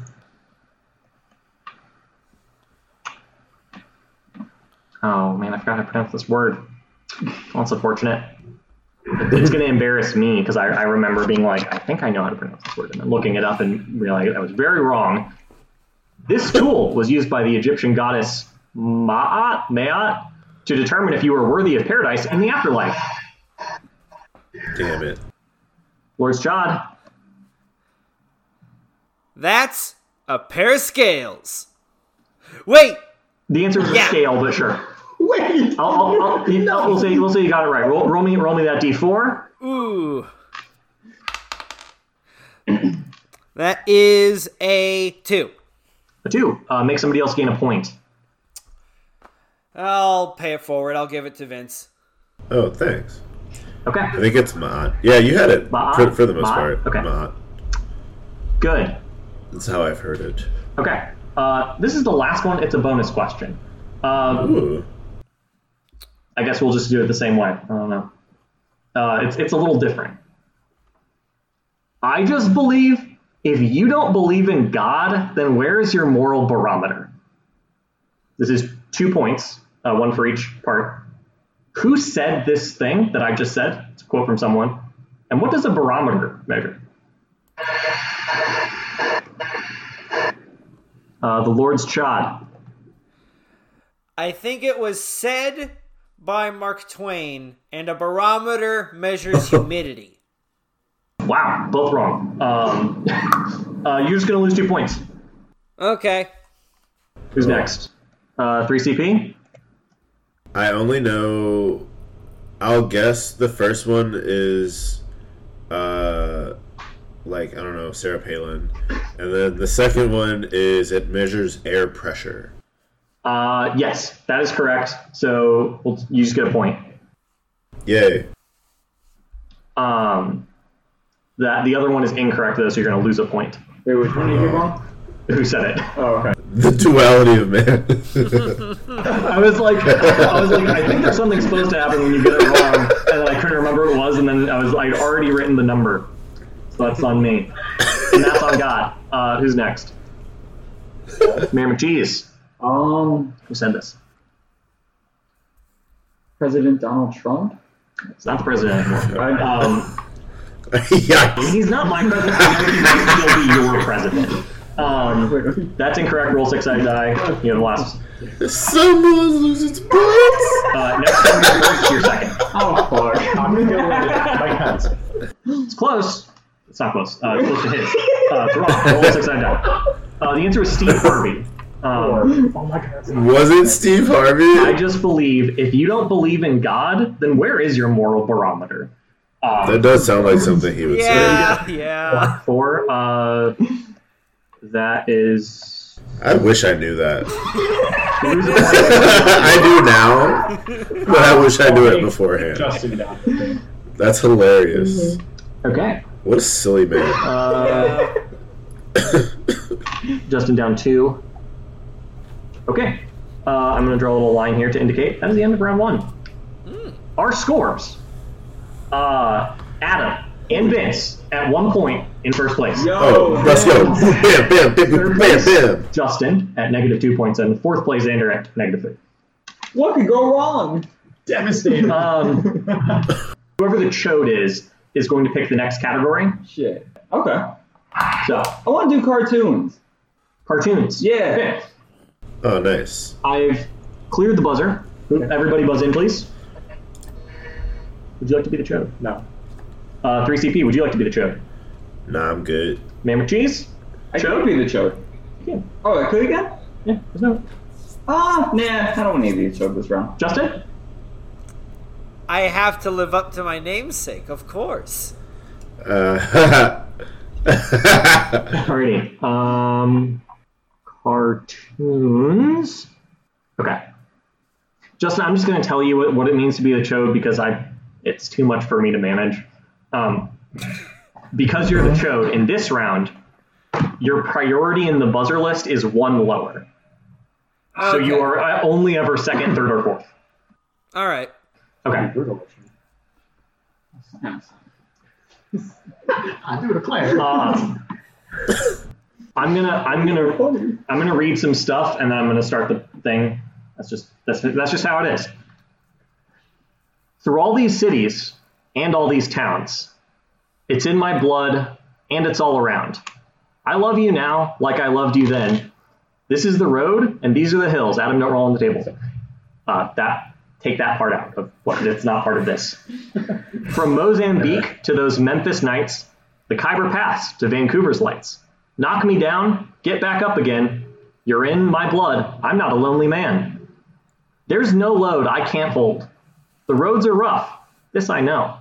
Oh man, I forgot how to pronounce this word. That's unfortunate. It's gonna embarrass me because I, I remember being like, I think I know how to pronounce this word, and then looking it up and realizing I was very wrong. This tool was used by the Egyptian goddess Maat, Maat to determine if you were worthy of paradise in the afterlife.
Damn it.
Lord Chad,
That's a pair of scales. Wait,
the answer is a
Yeah.
scale, but sure.
Wait.
I'll, I'll, I'll, you know, we'll say we'll say you got it right. Roll, roll me roll me that d4.
ooh. That is a two.
A two. Uh, make somebody else gain a point.
I'll pay it forward. I'll give it to Vince.
Oh, thanks.
Okay.
I think it's Maat. Yeah, you had it
Maat?
for, for the most
Maat?
part.
Okay.
Maat.
Good.
That's how I've heard it.
Okay. Uh, this is the last one. It's a bonus question. Um,
Ooh.
I guess we'll just do it the same way. I don't know. Uh, it's it's a little different. I just believe if you don't believe in God, then where is your moral barometer? This is two points, uh, one for each part. Who said this thing that I just said? It's a quote from someone. And what does a barometer measure? Uh, the Lord's Chod.
I think it was said by Mark Twain, and a barometer measures humidity.
Wow, both wrong. Um, uh, you're just going to lose two points.
Okay.
Who's
Oh.
next? Uh, 3CP?
I only know. I'll guess the first one is, uh, like I don't know Sarah Palin, and then the second one is it measures air pressure.
Uh, yes, that is correct. So we'll, you just get a point.
Yay!
Um, that the other one is incorrect though, so you're going to lose a point.
Wait, which one did you wrong?
Who said it?
Oh, okay.
The duality of man.
I was like, I was like, I think there's something supposed to happen when you get it wrong, and then I couldn't remember what it was, and then I was I'd already written the number, so that's on me, and that's on God. Uh, who's next? Mayor McGee's.
Um,
Who said this?
President Donald Trump?
It's not the president anymore.
I,
Um,
yeah.
he's not my president. but He might still be your president. Um, that's incorrect. Roll six eyes die. You have lost.
The sunrise loses points.
Uh, next time you're first, you're second.
oh, fuck.
Mike Pence.
It's close. It's not close. Uh, it's close to his. Uh, it's wrong. Roll six eyed die. Uh, the answer is Steve Harvey. Um,
Oh my god.
Was it Steve Harvey?
I just believe if you don't believe in God, then where is your moral barometer? Um,
that does sound like something he would
Yeah, yeah.
for uh, that is
say. I wish I knew that.
Loser.
I do now, but I wish I knew it beforehand.
Justin down.
That's hilarious.
okay.
What a silly man.
Uh, Justin down two. Okay. Uh, I'm going to draw a little line here to indicate that is the end of round one. Our scores uh, Adam and Vince at one point in first place.
Yo,
Oh, let's go. Bam, bam, bam, bam, bam, bam.
Justin at negative two points, and fourth place Xander at negative three.
What could go wrong?
Devastated.
Um, whoever the chode is is going to pick the next category.
Shit. Okay. I
So,
want to do cartoons.
cartoons.
Yeah.
Oh, nice.
I've cleared the buzzer. Everybody buzz in, please. Would you like to be the chode?
no.
Uh, 3CP, would you like to be the chode?
Nah, I'm good.
Mammoth Cheese?
I could be the choke.
Yeah.
Oh, I could again?
Yeah, there's no.
Ah, nah, I don't want to be the choke this round.
Justin?
I have to live up to my namesake, of course.
Uh,
Alrighty. Um, cartoons. Okay. Justin, I'm just going to tell you what, what it means to be the chode because I it's too much for me to manage. Um, because you're the chode in this round, your priority in the buzzer list is one lower. So you
Okay.
are uh, only ever second, third, or fourth.
All right.
Okay.
Brutal.
I do declare.
Uh,
Um, I'm gonna I'm gonna I'm gonna read some stuff and then I'm gonna start the thing. That's just that's that's just how it is. Through all these cities and all these towns, it's in my blood and it's all around. I love you now like I loved you then. This is the road and these are the hills. Adam, don't roll on the table. Uh, that take that part out of what it's not part of this. From Mozambique to those Memphis nights, the Khyber Pass to Vancouver's lights. Knock me down, get back up again. You're in my blood, I'm not a lonely man. There's no load I can't hold. The roads are rough, this I know.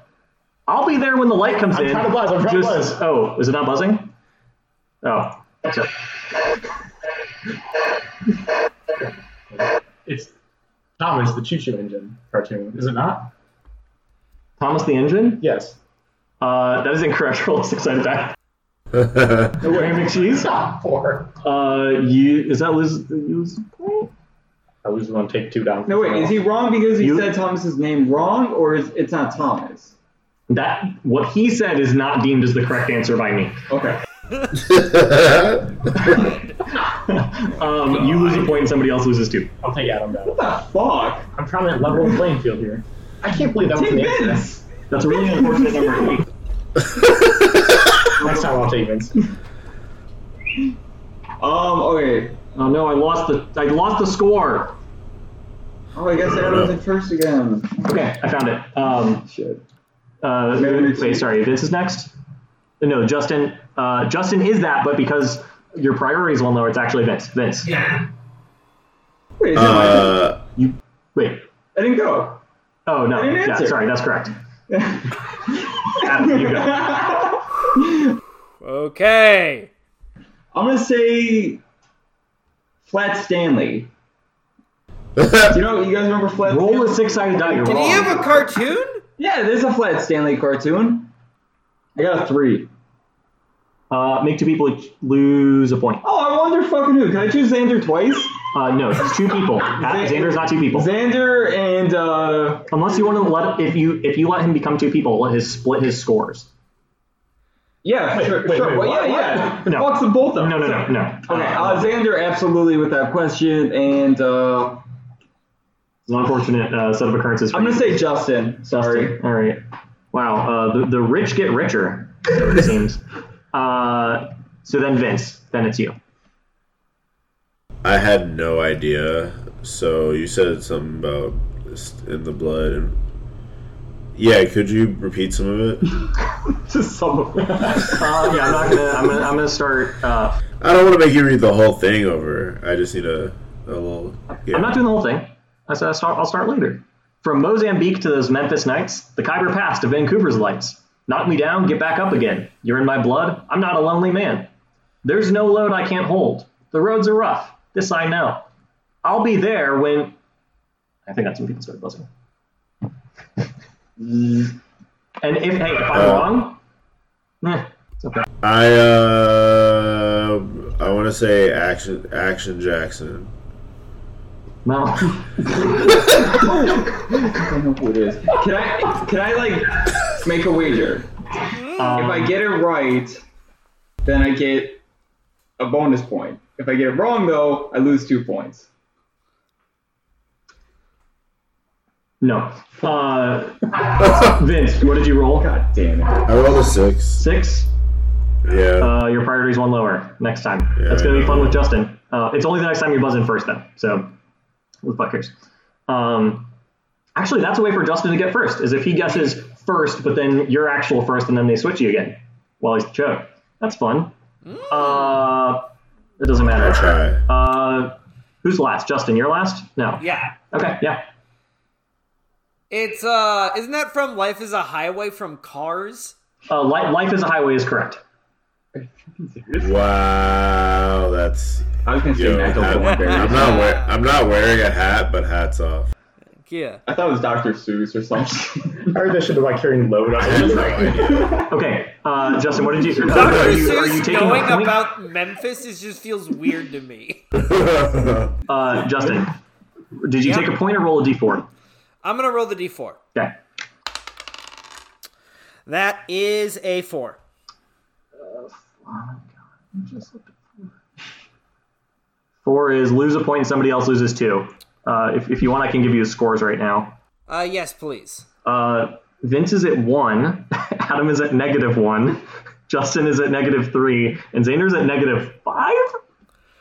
I'll be there when the light comes in.
trying to buzz, I'm trying to
Just-
buzz.
Oh, is it not buzzing? Oh. that's it.
It's Thomas the Choo Choo Engine cartoon, is it not?
Thomas the Engine?
Yes.
Uh, that is incorrect. Roll a six sided die.
oh,
Graham McCheese?
Stop four.
Uh, you, is that Liz? Liz
I lose one, take two down.
No, wait, is he wrong because he
You-
said Thomas's name wrong, or is it's not Thomas?
that what he said is not deemed as the correct answer by me.
Okay.
Um, you lose a point and somebody else loses two.
I'll take Adam down.
What the fuck?
I'm trying to level the playing field here. I can't believe that was an answer.
Vince!
That's a really unfortunate number. Eight.
Next time I'll take Vince.
Um, okay.
Oh no, I lost the I lost the score.
Oh, I guess Adam's in first again.
Okay, I found it. Um,
Shit.
uh, wait, sorry, Vince is next. No, Justin. Uh, Justin is that, but because your priority is one lower, it's actually Vince. Vince.
Wait, is that my turn?
uh,
Wait.
I didn't go.
Oh no.
didn't
Yeah,
answer.
sorry, that's correct. Adam, you go.
Okay.
I'm gonna say Flat Stanley. Do you know you guys remember Flat
Roll a
Stanley?
six-sided die. You're
Did
wrong.
he have a cartoon?
Yeah, there's a Flat Stanley cartoon. I got a three.
uh, make two people each lose a point.
Oh, I wonder fucking who. Can I choose Xander twice?
Uh, no, it's two people. Adam, Xander's not two people.
Xander and uh
Unless you want to let if you if you let him become two people, let his split his scores.
yeah, sure,
wait,
sure.
wait,
well,
what?
yeah, yeah.
No.
Fuck them both up.
No, no, no, no.
Okay, uh, Xander absolutely without question, and uh
It's an unfortunate uh, set of occurrences. for
I'm gonna
you.
say Justin. Sorry.
All right. Wow. Uh, the, the rich get richer, it seems. Uh, so then Vince, then it's you.
I had no idea. So you said something about this in the blood and yeah, could you repeat some of it?
Just some of them.
Uh, yeah, I'm not gonna. I'm gonna. I'm gonna start. Uh,
I don't want to make you read the whole thing over. I just need a, a little. Yeah.
I'm not doing the whole thing. I said I'll start, I'll start later. From Mozambique to those Memphis nights, the Khyber Pass to Vancouver's lights. Knock me down, get back up again. You're in my blood. I'm not a lonely man. There's no load I can't hold. The roads are rough. This I know. I'll be there when. I think that's when people start buzzing. and if hey, if I'm
Uh.
wrong, eh, it's okay.
I uh, I want to say action, action Jackson.
Well,
I don't know who it is. Can I? Can I like make a wager? If
Um,
I get it right, then I get a bonus point. If I get it wrong, though, I lose two points.
no. Uh, Vince, what did you roll?
God damn it.
I rolled a six.
Six.
Yeah.
Uh, your priority's one lower next time. That's gonna be fun with Justin. Uh, it's only the next time you buzz in first, though. So, who the fuck cares? Um, actually, that's a way for Justin to get first. Is if he guesses first, but then your actual first, and then they switch you again while he's choked. That's fun.
Mm.
Uh, it doesn't
I'll
matter.
try.
Uh, who's last? Justin, you're last. No.
Yeah.
Okay. Yeah.
It's uh isn't that from Life is a Highway from Cars?
Uh, life, life is a highway is correct.
Wow, that's
I was gonna say
yo.
Michael
Hat,
Thornberry.
I'm not wearing I'm not wearing a hat, but hats off.
Yeah.
I thought it was Dr. Seuss or something.
I heard they should be like carrying load on
I had
it.
no idea.
Okay. Uh, Justin, what did you?
Dr.
Are you, are you
Seuss
taking a
knowing
point?
about Memphis is just feels weird to me.
Uh, Justin, did you
Yeah.
take a point or roll a d4?
I'm gonna roll the D4.
Okay.
That is a four.
Four is lose a point and somebody else loses two. Uh, if, if you want, I can give you his scores right now.
Uh yes, please.
Uh, Vince is at one, Adam is at negative one, Justin is at negative three, and Xander's at negative five?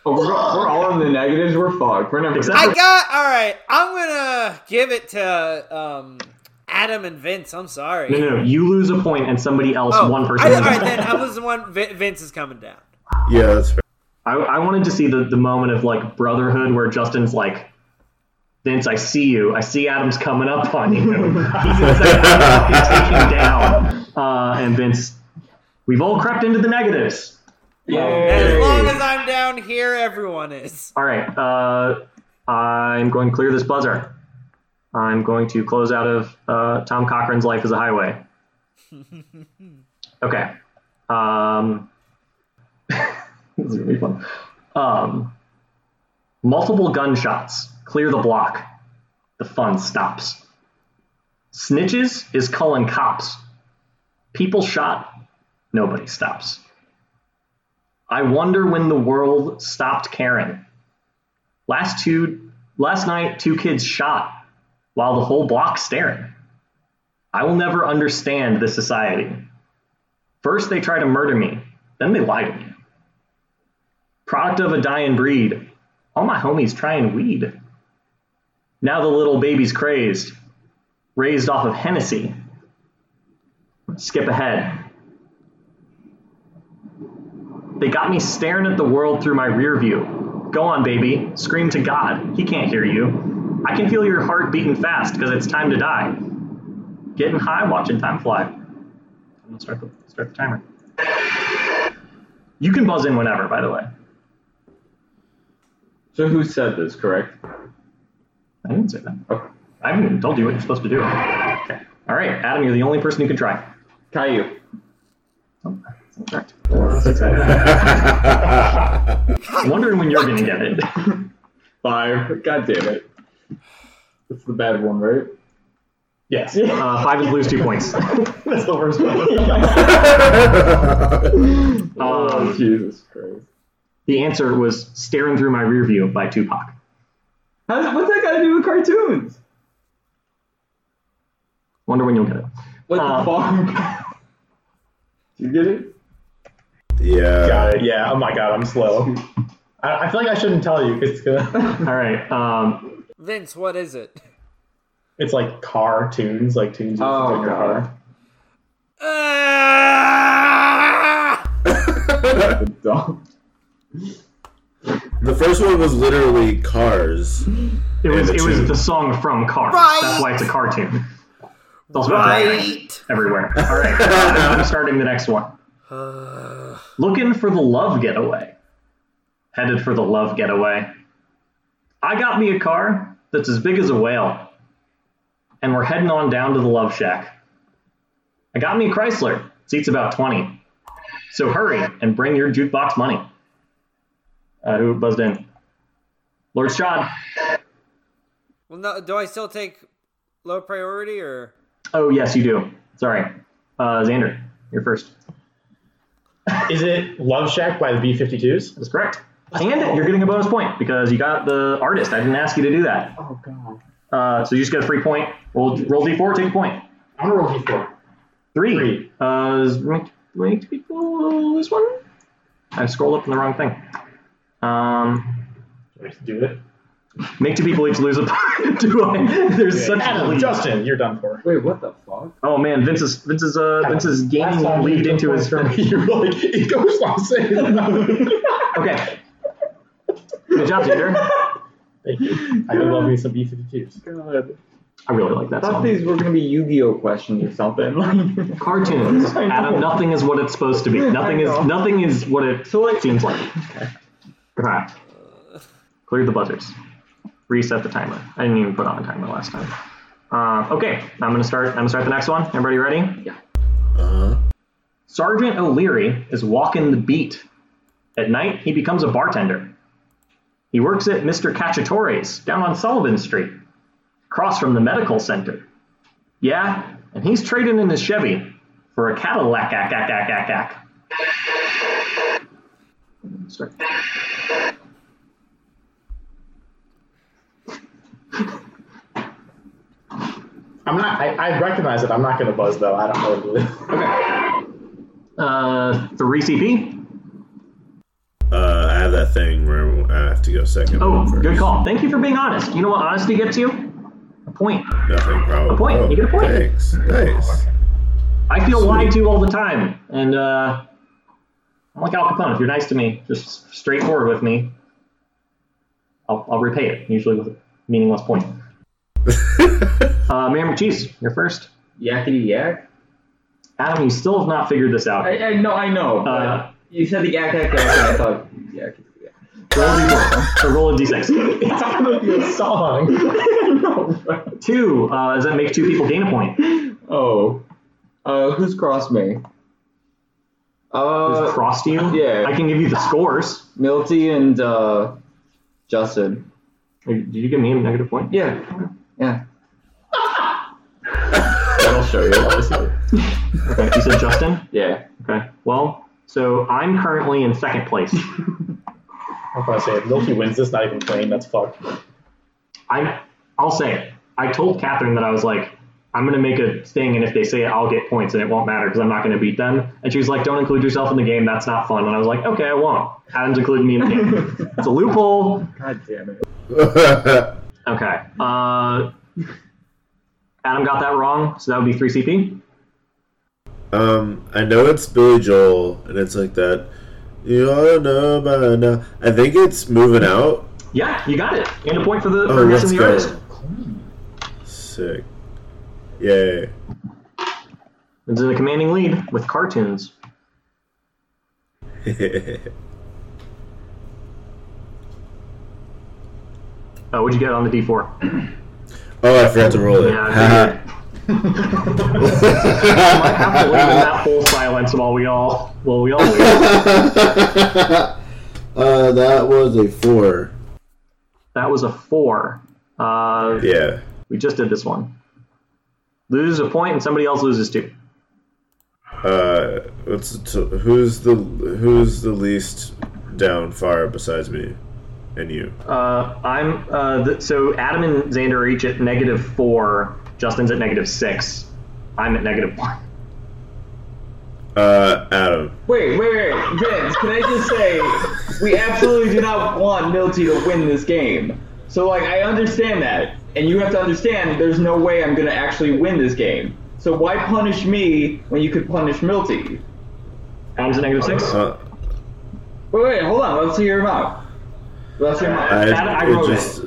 Oh, we're, we're all in the negatives. We're fucked. We're never.
Exactly.
I got all right. I'm gonna give it to um Adam and Vince. I'm sorry.
No, no, no, you lose a point and somebody else,
Oh,
one
I,
person.
all
loses.
right, then I was the one. Vin- Vince is coming down.
yeah, that's fair.
I, I wanted to see the, the moment of like brotherhood where Justin's like, Vince, I see you. I see Adam's coming up on you. He's inside Adam. He's taking you down. Uh, and Vince, we've all crept into the negatives.
As
Yay.
long as I'm down here, everyone is.
All right. Uh, I'm going to clear this buzzer. I'm going to close out of uh, Tom Cochran's Life is a Highway. okay. Um, this is going to be fun. Um, multiple gunshots. Clear the block. The fun stops. Snitches is calling cops. People shot. Nobody stops. I wonder when the world stopped caring. Last two last night two kids shot while the whole block staring. I will never understand this society. First they try to murder me, then they lie to me. Product of a dying breed. All my homies trying weed. Now the little baby's crazed, raised off of Hennessy. Skip ahead. They got me staring at the world through my rear view. Go on, baby. Scream to God. He can't hear you. I can feel your heart beating fast because it's time to die. Getting high, watching time fly. I'm gonna start the, start the timer. You can buzz in whenever, by the way.
So who said this? Correct. Oh,
I didn't say that.
Okay.
I haven't even told you what you're supposed to do. Okay. All right, Adam, you're the only person who can try.
Caillou.
Oh, that's not correct. That's exciting. I'm wondering when you're gonna get it.
Five. God damn it. That's the bad one, right?
Yes.
Uh, five is lose two points.
That's the worst one.
Um,
Oh, Jesus Christ.
The answer was "Staring Through My Rear View" by Tupac.
How's, what's that got to do with cartoons.
Wonder when you'll get it.
What
Um,
the fuck? Uh, you get it?
Yeah.
Got it. Yeah. Oh my god, I'm slow. I, I feel like I shouldn't tell you. 'cause It's gonna.
All right. Um,
Vince, what is it?
It's like cartoons, like tunes you
Oh,
listen to in your
God.
car.
Ah!
Dumb.
The first one was literally cars.
it was
the
it was
two.
the song from Cars.
Right.
That's why it's a cartoon. It's also about driving
Right.
everywhere. All right. uh, I'm starting the next one. Looking for the love getaway. Headed for the love getaway. I got me a car that's as big as a whale. And we're heading on down to the love shack. I got me a Chrysler. Seats about 20. So hurry and bring your jukebox money. Uh, who buzzed in? Lord Strahd.
Well, no, do I still take low priority or?
Oh, yes, you do. Sorry. Uh, Xander, you're first.
Is it Love Shack by the B52s?
That's correct. And you're getting a bonus point because you got the artist. I didn't ask you to do that.
Oh god.
Uh, so you just get a free point. Roll, roll d4, take a point.
I'm gonna roll d4.
Three.
Three.
Uh, is make, make people this one? I scrolled up in the wrong thing. Um,
Do I have to do it?
make two people each lose a point. do I? There's such a
Adam,
lead.
Justin, you're done for.
Wait, what the fuck?
Oh man, Vince is Vince is uh Vince is gaining lead into his.
You're like it goes Los Angeles.
Okay. Good job, Xander.
Thank you. I would love me some B52s.
God.
I really like that
I thought
song.
these were gonna be Yu-Gi-Oh questions or something. Like,
Cartoons,
I know.
Adam. Nothing is what it's supposed to be. Nothing
know.
is nothing is what it
So, like-
seems like. All right. Clear the buzzers. Reset the timer. I didn't even put on the timer last time. Uh, okay, I'm gonna start. I'm gonna start the next one. Everybody ready? Yeah.
Uh-huh.
Sergeant O'Leary is walking the beat. At night, he becomes a bartender. He works at Mr. Cacciatore's down on Sullivan Street, across from the medical center. Yeah, and he's trading in his Chevy for a Cadillac. Ack, ack, ack, ack, ack. Sorry.
I'm not. I, I recognize it. I'm not gonna buzz though. I don't know what it is.
Uh, three CP.
Uh, I have that thing where I have to go second.
Oh,
first.
good call. Thank you for being honest. You know what honesty gets you? A point.
Nothing, probably.
A point.
Oh,
You get a point.
Thanks. Nice.
I feel lied to all the time, and uh, I'm like Al Capone. If you're nice to me, just straightforward with me, I'll, I'll repay it. Usually with a meaningless point. uh, Mayor McCheese, you're first.
yakety yak.
Adam, you still have not figured this out.
I, I know, I know. but
Uh,
you said the yak yak yak. and I thought yakety yak.
Roll a d4. So roll a d6.
It's not gonna be a song.
no, right.
Two. Uh, does that make two people gain a point?
Oh, uh, who's crossed me?
Who's
Uh,
crossed you?
yeah.
I can give you the scores.
Milty and uh, Justin.
Did you give me a negative point?
Yeah, yeah. I'll show you. Obviously.
Okay. You said Justin.
Yeah.
Okay. Well, so I'm currently in second place.
I'm gonna say if Milky wins this, not even playing. That's fucked.
I I'll say it. I told Catherine that I was like, I'm gonna make a thing, and if they say it, I'll get points, and it won't matter because I'm not gonna beat them. And she was like, Don't include yourself in the game. That's not fun. And I was like, Okay, I won't. Adam's included me in the game. it's a loophole.
God damn it.
Okay. Uh, Adam got that wrong, so that would be three CP.
um, I know it's Billy Joel, and it's like that. You all know by now. I think it's moving out.
Yeah, you got it. And a point for the
Oh,
for guessing
let's
the
go.
artist.
Sick. Yay.
It's in a commanding lead with cartoons. Oh, what'd you get on the D4?
oh, I forgot to roll it.
Yeah, I I have to leave in that whole silence while we all while we all wait.
uh, that was a four.
That was a four. Uh,
Yeah.
We just did this one. Lose a point and somebody else loses two.
Uh, what's the t- who's the who's the least down far besides me? and you.
Uh, I'm uh, th- so Adam and Xander are each at negative four. Justin's at negative six. I'm at negative one.
Uh, Adam.
Wait, wait, wait, Vince. Can I just say we absolutely do not want Milty to win this game. So like, I understand that, and you have to understand there's no way I'm gonna actually win this game. So why punish me when you could punish Milty?
Adam's at negative six.
Uh,
Wait, wait, hold on. Let's hear him out. Let's hear him out.
I,
Adam, I
it
wrote
just,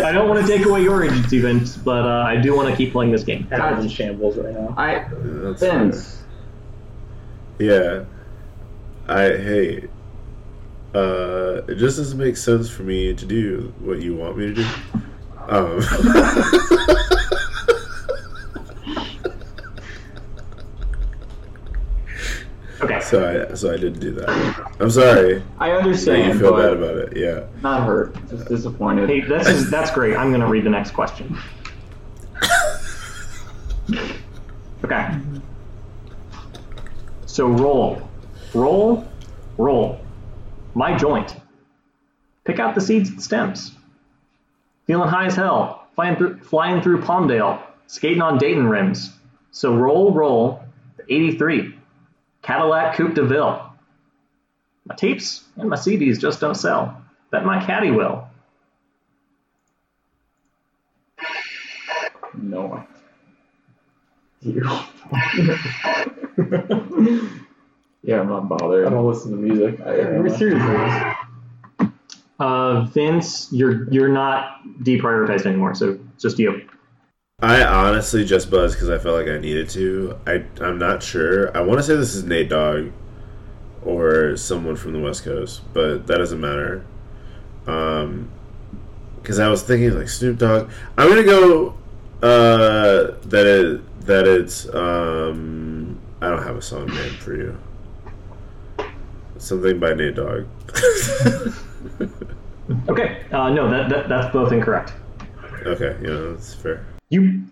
I don't want to take away your agency, Vince, but uh, I do want to keep playing this game.
Adam's in shambles right now.
I,
that's fine.
Vince.
Yeah. I hey. Uh, it just doesn't make sense for me to do what you want me to do. Um.
Okay.
so I so I didn't do that. I'm sorry
I
that
understand.
you feel
but
bad about it. Yeah.
Not hurt. Just disappointed.
Hey, that's that's great. I'm gonna read the next question. Okay. So roll, roll, roll. My joint. Pick out the seeds and stems. Feeling high as hell. Flying through, flying through Palmdale. Skating on Dayton rims. So roll, roll. 83. Cadillac Coupe de Ville. My tapes and my CDs just don't sell. Bet my caddy will.
No. yeah, I'm not bothered.
I don't listen to music.
Seriously.
Uh, Vince, you're you're not deprioritized anymore, so just you.
I honestly just buzzed because I felt like I needed to. I I'm not sure. I want to say this is Nate Dogg or someone from the West Coast, but that doesn't matter. Um, because I was thinking like Snoop Dogg. I'm gonna go. Uh, that it that it's um. I don't have a song name for you. Something by Nate Dogg.
Okay. Uh, no, that, that that's both incorrect.
okay, you know that's fair.
You.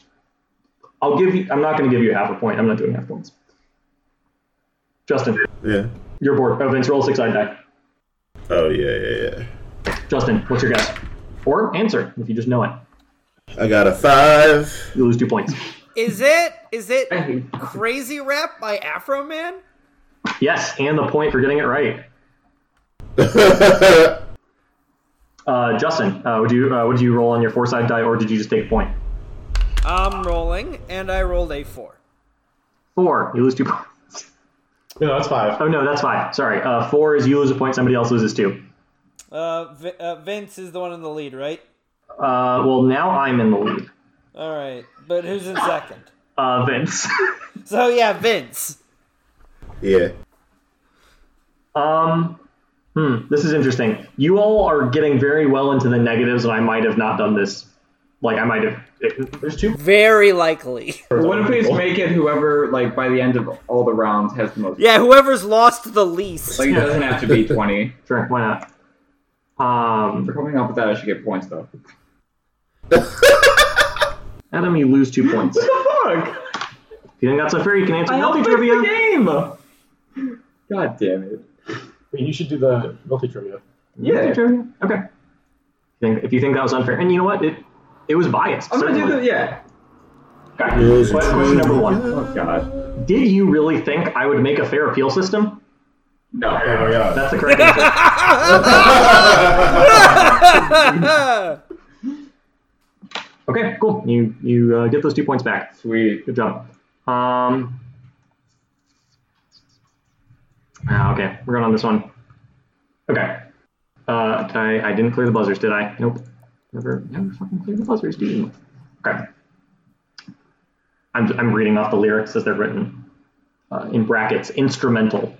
I'll give you. I'm not going to give you half a point. I'm not doing half points. Justin,
Yeah.
you're bored. Oh, Vince, roll six side die.
Oh yeah yeah yeah.
Justin, what's your guess? Or answer if you just know it.
I got a five.
You lose two points.
Is it is it Crazy Rap by Afro Man?
Yes, and the point for getting it right. Uh, Justin, uh, would you uh, would you roll on your four side die, or did you just take a point?
I'm rolling, and I rolled a four.
Four. You lose two points.
No, that's five.
Oh no, that's five. Sorry. Uh, four is you lose a point. Somebody else loses two.
Uh, v- uh, Vince is the one in the lead, right?
Uh, well, now I'm in the lead.
All right, but who's in second?
Uh, Vince.
So yeah, Vince.
yeah.
um, hmm, this is interesting. You all are getting very well into the negatives, and I might have not done this. Like, I might have.
There's two.
Very likely.
What if we just make it whoever, like, by the end of all the rounds has the most?
Yeah, whoever's lost the least.
Like, it doesn't have to be 20.
Sure, why not?
For
Um,
coming up with that, I should get points, though.
Adam, you lose two points. if
Fuck!
you think that's unfair, you can answer
I'll
multi
fix
trivia.
the game! God damn it.
Wait, you should do the multi trivia.
Multi
Yeah.
trivia. Okay. If you think- If you think that was unfair, and you know what, it it was biased.
I'm gonna do the.
certainly.
Yeah.
Okay. Question number one.
Oh, God.
Did you really think I would make a fair appeal system?
No.
my god.
That's the correct answer.
Uh,
Okay, cool. You you uh, get those two points back.
Sweet.
Good job. Um. ah, okay, we're going on this one. Okay. Uh, did I I didn't clear the buzzers, did I? Nope. Never never fucking clear the buzzers, do you? Okay. I'm I'm reading off the lyrics as they're written. Uh, in brackets, instrumental.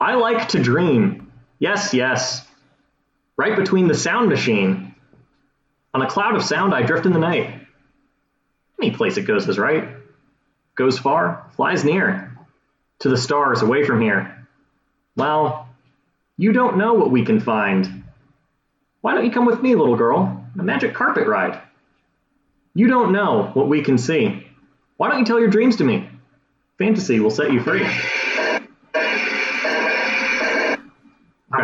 I like to dream. Yes, yes. Right between the sound machine. On a cloud of sound, I drift in the night. Any place it goes is right. Goes far, flies near. To the stars, away from here. Well, you don't know what we can find. Why don't you come with me, little girl? A magic carpet ride. You don't know what we can see. Why don't you tell your dreams to me? Fantasy will set you free.
I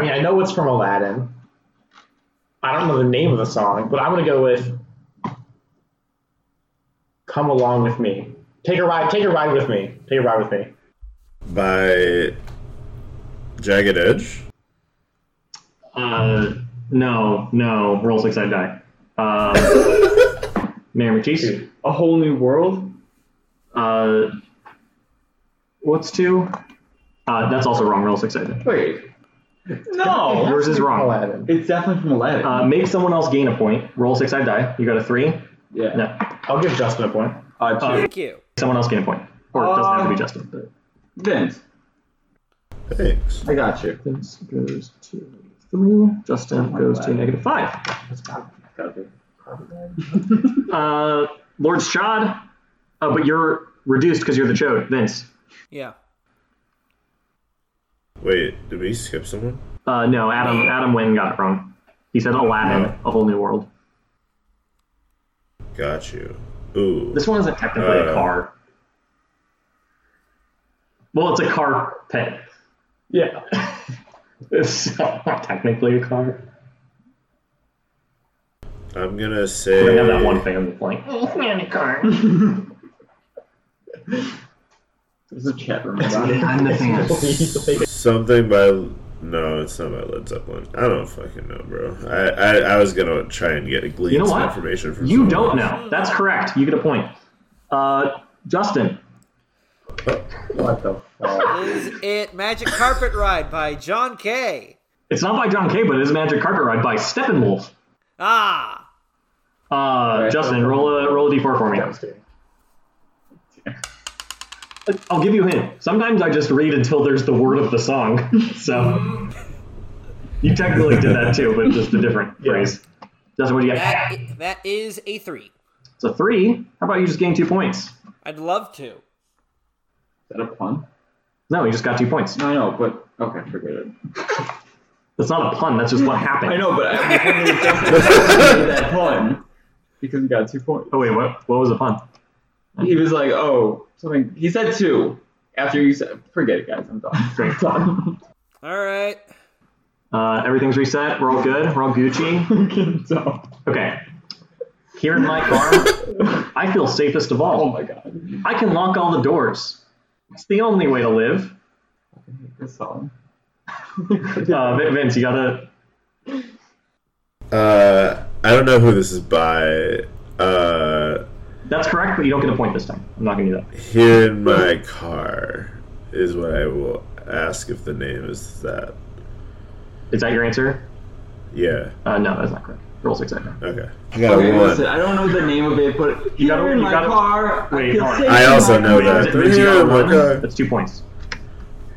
mean, I know it's from Aladdin. I don't know the name of the song, but I'm gonna go with "Come Along with Me." Take a ride. Take a ride with me. Take a ride with me.
by Jagged Edge.
Uh, no, no. Roll six, I die. Uh, Mayor McCheese.
A whole new world.
Uh, what's two? Uh, that's also wrong. Roll six, I die.
Wait. No,
Yours is wrong.
Aladdin.
it's definitely from Aladdin.
Uh, make someone else gain a point. Roll six, I die. You got a three.
yeah.
No,
I'll give Justin a point.
Uh, two.
uh,
Thank you.
someone else gain a point, or it doesn't have to be
Uh,
Justin. But
Vince,
Thanks.
I got you.
Vince goes to three. Justin goes to negative five. Uh, Lord Strahd. Uh, but you're reduced because you're the chode, Vince.
Yeah.
Wait, did we skip someone?
Uh, no, Adam. Adam Wynn got it wrong. He said Aladdin, a whole new world.
Got you. Ooh.
This one isn't technically a
Uh.
car. Well, it's a carpet.
Yeah.
It's not technically a car.
I'm gonna say.
They have that one thing on the flank.
This is a chat room.
I'm the fan.
Something by. No, it's not by Led Zeppelin. I don't fucking know, bro. I, I, I was gonna try and get a glean
You know
some
what?
information from
You
someone
don't
else.
know. That's correct. You get a point. Uh, Justin.
What the fuck?
Is it Magic Carpet Ride by John Kay?
It's not by John Kay, but it is Magic Carpet Ride by Steppenwolf.
Ah.
Uh, Justin, roll a roll a d4 for me.
I was kidding.
I'll give you a hint. Sometimes I just read until there's the word of the song. So you technically did that too, but just a different phrase. Justin, what do you get?
That i- that is a three.
It's a three. How about you just gain two points?
I'd love to.
Is that a pun?
No, you just got two points.
No, no, but okay, forget it.
That's not a pun. That's just what happened.
I know, but uh, I can't really jump that pun because he got two points.
Oh wait, what? What was a pun?
He was like, "Oh, something." He said two after you said, "Forget it, guys. I'm done."
Great.
All right.
Uh, everything's reset. We're all good. We're all Gucci.
so, oh
Okay. Here in my car, I feel safest of
oh
all.
my god,
I can lock all the doors. It's the only way to live.
this song.
Uh, Vin- Vince, you gotta.
Uh, I don't know who this is by. Uh,
That's correct, but you don't get a point this time. I'm not gonna do that.
here in my car is what I will ask if the name is that.
Is that your answer?
Yeah.
Uh, no, that's not correct. Roll six I know.
Okay. I got
Okay,
a one.
listen, I don't know the name of it, but
You
you
gotta-
got in
you
my
gotta-
car.
wait,
I, feel
hold on.
safe
I
in
also
my
know
car.
that.
Vince, you got a
Yeah,
one.
okay.
That's two points.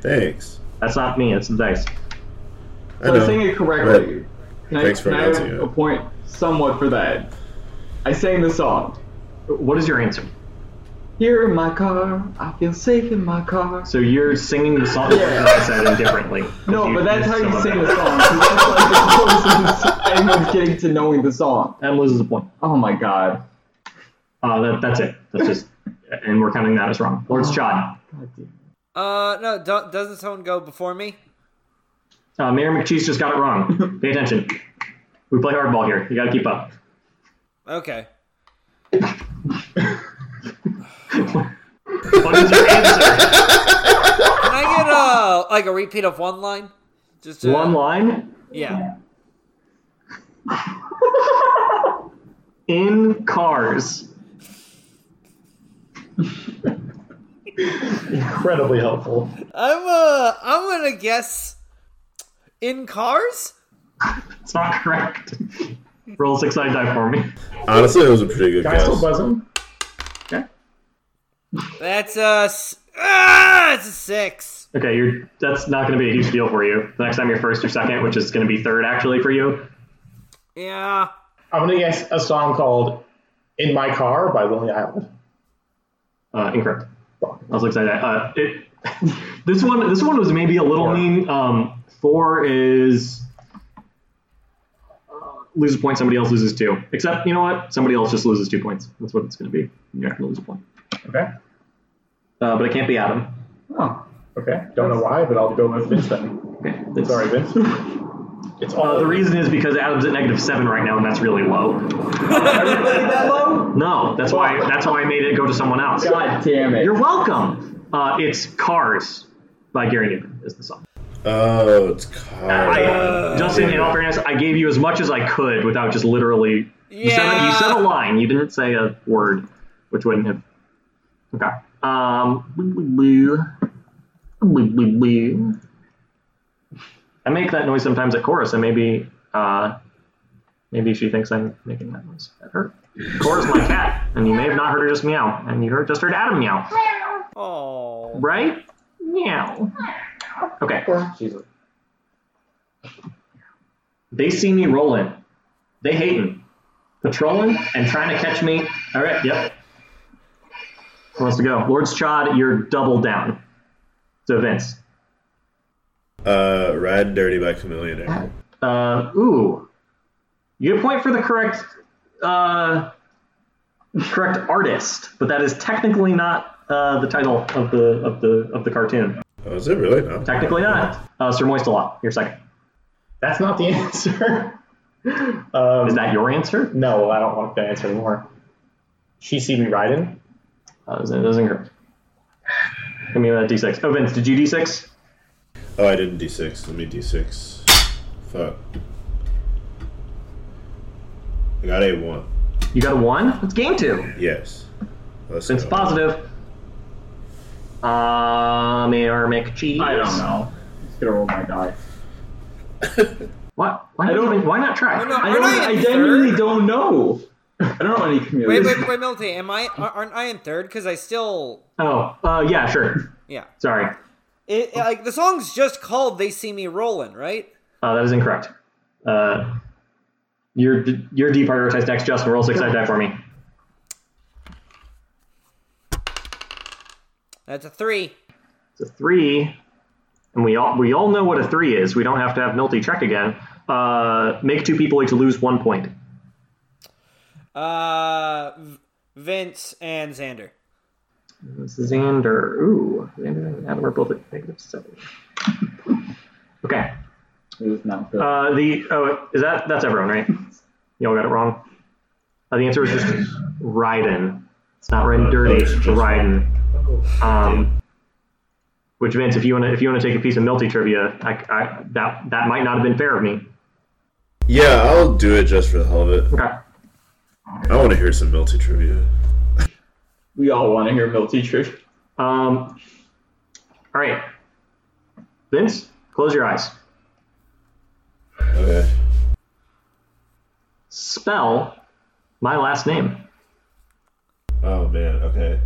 Thanks.
That's not me. That's the dice.
I
So I
know.
sang it correctly. Can I,
uh, Thanks for
can I
announcing
have
it.
a point somewhat for that? I sang the song.
What is your answer?
Here in my car, I feel safe in my car.
So you're singing the song that I said indifferently.
No, but that's how you sing
it.
the song. 'cause That's like the closest anyone's getting to knowing the song.
That loses a point.
Oh my god.
Uh, that, that's it. That's just, and we're counting that as wrong. Lord
Oh.
Strahd.
God damn. it.
Uh, no, don't, doesn't someone go before me?
Uh, Mayor McCheese just got it wrong. Pay attention. We play hardball here. You gotta keep up.
Okay.
What is your answer?
Can I get a like a repeat of one line? Just to,
One line.
Yeah.
In cars.
Incredibly helpful.
I'm uh I'm gonna guess in cars.
It's not correct. Roll six side die for me.
Honestly, it was a pretty good
Can I still
guess.
buzz him?
That's a s- ah, it's a six.
Okay, you're that's not going to be a huge deal for you. The next time you're first or second, which is going to be third actually for you.
Yeah.
I'm gonna guess a song called "In My Car" by Lonely Island.
Uh, incorrect. I was excited. Uh, it, this one this one was maybe a little mean. Um, four is uh, lose a point. Somebody else loses two. Except you know what? Somebody else just loses two points. That's what it's going to be. You're not going to lose a point.
Okay.
Uh, but it can't be Adam.
Oh.
Okay. Don't know why, but I'll go with Vince then.
Okay.
Sorry, Vince. It's all
Uh, the reason is because Adam's at negative seven right now, and that's really low.
Really that low?
No, that's why that's why I made it go to someone else.
God damn it.
You're welcome. Uh, it's Cars by Gary Newman is the song.
Oh, it's Kyle.
I, Justin, in all fairness, I gave you as much as I could without just literally. You, said, a- you said a line. You didn't say a word, which wouldn't have. Okay. Um. wee, wee, wee. Wee, wee, wee. I make that noise sometimes at chorus, and maybe, uh, maybe she thinks I'm making that noise at her. Cora's my cat, and you may have not heard her just meow, and you heard just heard Adam meow,
Oh,
right? Meow. Okay.
Jesus.
They see me rolling. They hating. Patrolling and trying to catch me. All right, yep. Who wants to go? Lord's Chod, you're double down. So Vince.
Uh, Ride Dirty by Chameleon Air.
Uh, ooh. You get a point for the correct uh, correct artist, but that is technically not uh, the title of the of the of the cartoon.
Oh, is it really? No.
Technically not. Uh, Sir Moistalaw, you're second.
That's not the answer. um,
Is that your answer?
No, I don't want the answer anymore. She see me riding.
Uh, that doesn't correct. Give me that D6. Oh, Vince, did you D6?
Oh, I didn't D6. Let me D6. Fuck. I got A1.
You got a one? It's game two.
Yes. Let's
It's
go.
positive. Uh, Mayor McCheese.
I don't know. Just gonna roll my die.
What? Why, not
don't-
even, why not try?
no,
I
Aren't
don't.
I
I
in
genuinely don't know. I don't know any
wait,
chameleons.
wait, wait, Milty, am I? ar- Aren't I in third? Because I still,
Oh, uh, yeah, sure.
yeah.
Sorry.
It, like the song's just called "They See Me Rolling," right?
Uh, that is incorrect. Uh, you're, you're deprioritized next. Justin, roll six side die for me.
That's a three.
It's a three, and we all we all know what a three is. We don't have to have Milty check again. Uh, make two people each lose one point.
Uh, V- Vince and Xander.
Xander. Ooh, Xander and Adam are both at negative seven. Okay.
It was not good.
Uh, the oh, is that that's everyone, right? Y'all got it wrong. Uh, the answer is just Raiden. It's not Raiden Dirty. It's Raiden. Um, which Vince, if you want to if you want to take a piece of Milty trivia, I, I, that that might not have been fair of me.
Yeah, I'll do it just for the hell of it.
Okay.
I want to hear some Milty trivia.
we all want to hear Milty Trish.
Um, all right. Vince, close your eyes.
Okay.
Spell my last name.
Oh man, okay.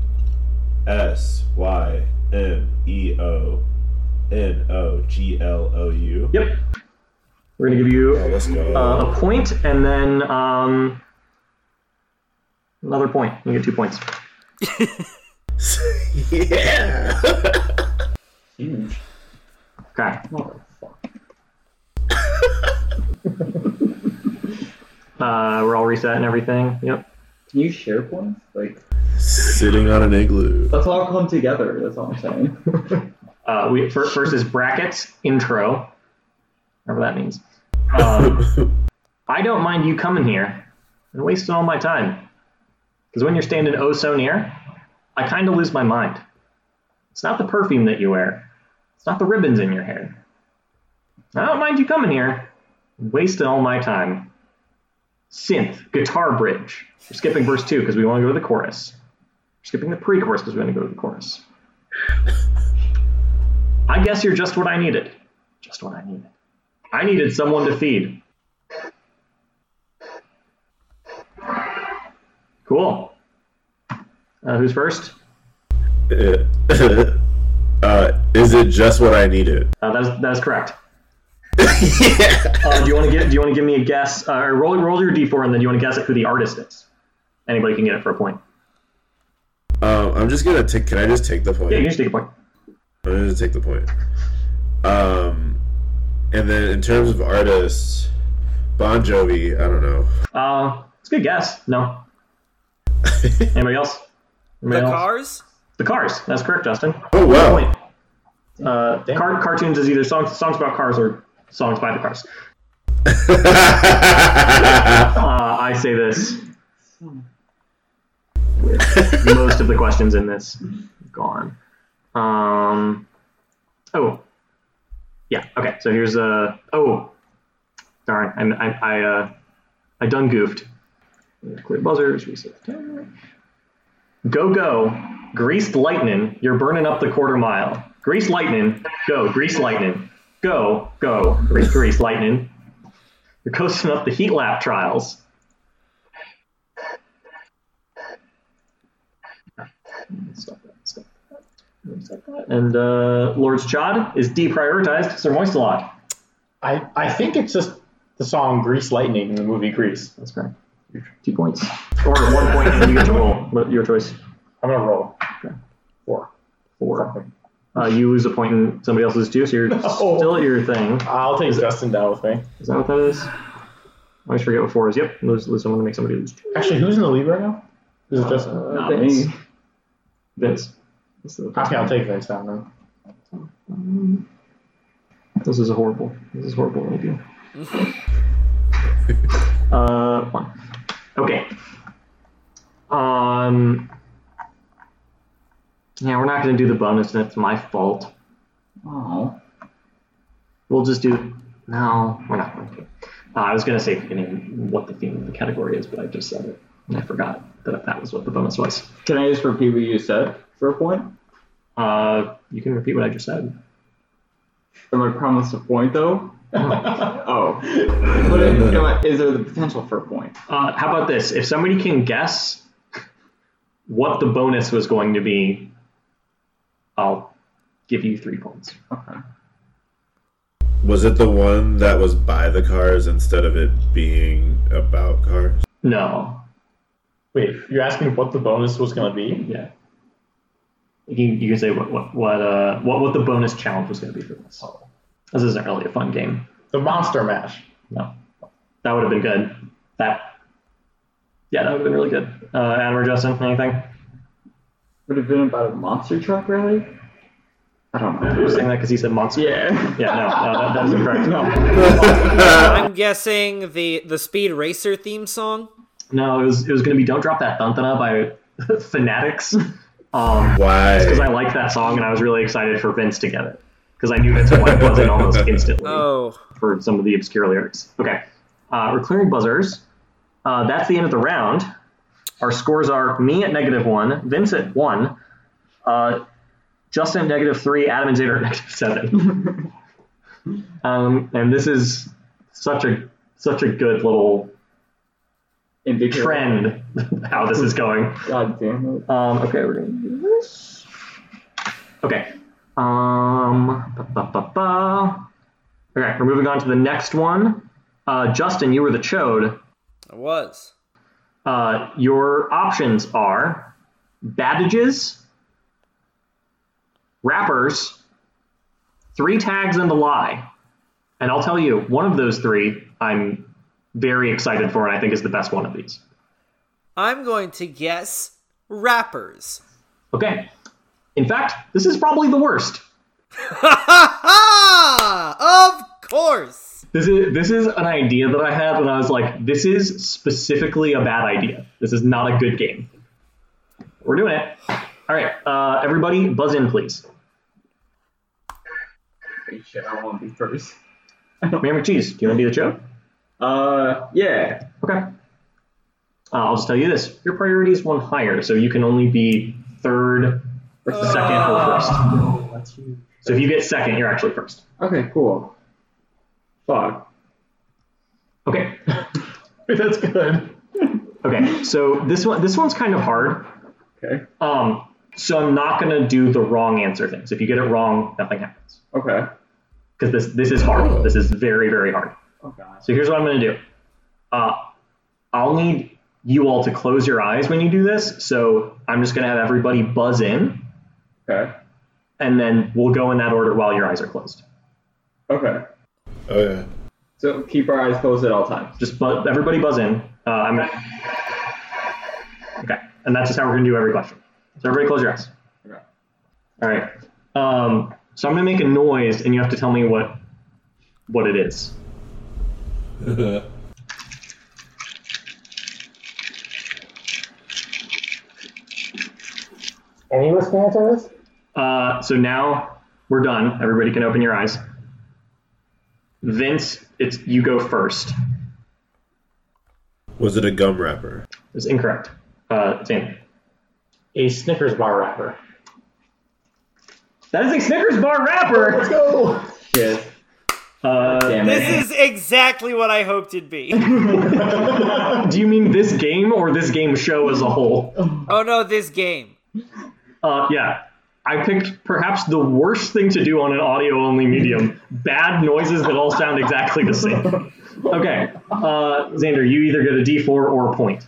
S Y M E O N O G L O U.
Yep. We're gonna give you
Oh, let's go.
uh, a point and then um, another point. You get two points.
yeah.
Huge.
Okay. uh, we're all reset and everything. Yep.
Can you share points? Like,
Sitting on an igloo.
let's all come together. That's all I'm saying.
Uh, we fir- first is brackets intro. Whatever that means. Um, I don't mind you coming here and wasting all my time because when you're standing oh so near, I kind of lose my mind. It's not the perfume that you wear. It's not the ribbons in your hair. I don't mind you coming here, and wasting all my time. Synth, guitar bridge. We're skipping verse two because we want to go to the chorus. We're skipping the pre-chorus because we want to go to the chorus. I guess you're just what I needed. Just what I needed. I needed someone to feed. Cool. Uh, who's first?
uh, is it just what I needed?
Uh, that is that is correct.
yeah.
Uh, do you want to give Do you want to give me a guess? Uh, or roll roll your d4, and then you want to guess at who the artist is. Anybody can get it for a point.
Um, I'm just gonna take. Can I just take the point?
Yeah, you can just take a point.
I'm gonna take the point. Um, and then in terms of artists, Bon Jovi. I don't know.
Uh, it's a good guess. No. Anybody else?
The
Anybody else?
Cars.
The cars. That's correct, Justin.
Oh wow.
Point. Uh, car- cartoons is either songs songs about cars or songs by the cars. Uh, I say this. With most of the questions in this gone. Um, oh, yeah. Okay. So here's a. Oh, darn. I'm, I I uh, I done goofed. Clear buzzers. Reset timer. Go go. Greased lightning. You're burning up the quarter mile. Grease lightning. Go. Grease lightning. Go. Go. Grease grease lightning. You're coasting up the heat lap trials. Stop that, stop that, stop that. And uh, Lord's Chod is deprioritized Sir Moistelot.
I, I think it's just the song Grease Lightning in the movie Grease.
That's correct. Two points. Or one point, and you get to roll. What- Your choice.
I'm going to roll. Four.
Four. Uh, you lose a point in somebody else's too, so you're still at your thing.
I'll take Justin down with me.
Is that what that is? I always forget what four is. Yep, lose, lose someone to make somebody lose two.
Actually, who's in the lead right now? Is it Justin?
Not me. Vince. That's the-
Okay, I'll take Vince down now.
This is a horrible. This is horrible idea. uh, one. Okay. Um. Yeah, we're not going to do the bonus. That's my fault.
Oh.
We'll just do. No, we're not going to. Uh, I was going to say we can name what the theme of the category is, but I just said it, and I forgot that that was what the bonus was.
Can I just repeat what you said for a point?
Uh, you can repeat what I just said.
Am I promised a point though? oh. But am I, is there the potential for a point?
Uh, how about this? If somebody can guess what the bonus was going to be, I'll give you three points.
Okay.
was it the one that was by the cars instead of it being about cars?
No.
Wait, you're asking what the bonus was going to be?
Yeah. You can, you can say what what what uh what, what the bonus challenge was going to be for this. This isn't really a fun game.
The Monster Mash.
No. That would have been good. That. Yeah, that would have been really good. Uh, Adam or Justin, anything?
Would it have been about a monster truck rally? I don't
I was
know.
saying that because he said monster.
Yeah.
Yeah, no, no that, that isn't correct.
No.
I'm guessing the the Speed Racer theme song.
No, it was it was going to be "Don't Drop That Thuntana" by Fanatics. Um, because I
Why?
liked that song and I was really excited for Vince to get it because I knew Vince would like buzz it almost instantly
Oh,
for some of the obscure lyrics. Okay, uh, we're clearing buzzers. Uh, that's the end of the round. Our scores are me at negative one, Vince at one, uh, Justin at negative three, Adam and Xavier at negative seven. um, and this is such a such a good little
Indicative.
trend how this is going.
God damn it.
Um, okay, we're gonna do this. Okay. Um, ba, ba, ba, ba. Okay, we're moving on to the next one. Uh, Justin, you were the chode.
I was.
Uh, your options are bandages, wrappers, three tags, and a lie. And I'll tell you, one of those three I'm very excited for, and I think is the best one of these.
I'm going to guess rappers.
Okay. In fact, this is probably the worst.
Ha ha! Of course.
This is this is an idea that I had, and I was like, this is specifically a bad idea. This is not a good game. We're doing it. All right, uh, everybody, buzz in, please.
Holy Shit, I want to be first.
Mayor Cheese, do you want to be the show?
Uh, yeah.
Okay. Uh, I'll just tell you this: your priority is one higher, so you can only be third, or second, or first. So if you get second, you're actually first.
Okay, cool. Fuck.
Okay.
That's good.
Okay. So this one, this one's kind of hard.
Okay.
Um, so I'm not gonna do the wrong answer things. If you get it wrong, nothing happens.
Okay.
because this this is hard. This is very very hard.
Oh god.
So here's what I'm going to do. Uh, I'll need you all to close your eyes when you do this. So I'm just going to have everybody buzz in,
Okay.
and then we'll go in that order while your eyes are closed.
Okay.
Okay.
So keep our eyes closed at all times.
Just bu- everybody buzz in. Uh, I'm gonna... Okay, and that's just how we're going to do every question. So everybody close your eyes.
Okay.
All right. Um, So I'm gonna make a noise, and you have to tell me what what it is.
Any listening to this?
Uh, so now we're done. Everybody can open your eyes. Vince, it's you go first.
Was it a gum wrapper?
It's incorrect. Uh, it's Andy.
A Snickers bar wrapper.
That is a Snickers bar wrapper.
go.
Yes.
Uh,
Damn
This
it.
is exactly what I hoped it'd be.
do you mean this game or this game show as a whole?
Oh no, this game.
Uh, yeah. I picked perhaps the worst thing to do on an audio only medium bad noises that all sound exactly the same. Okay, uh, Xander, you either get a d4 or a point.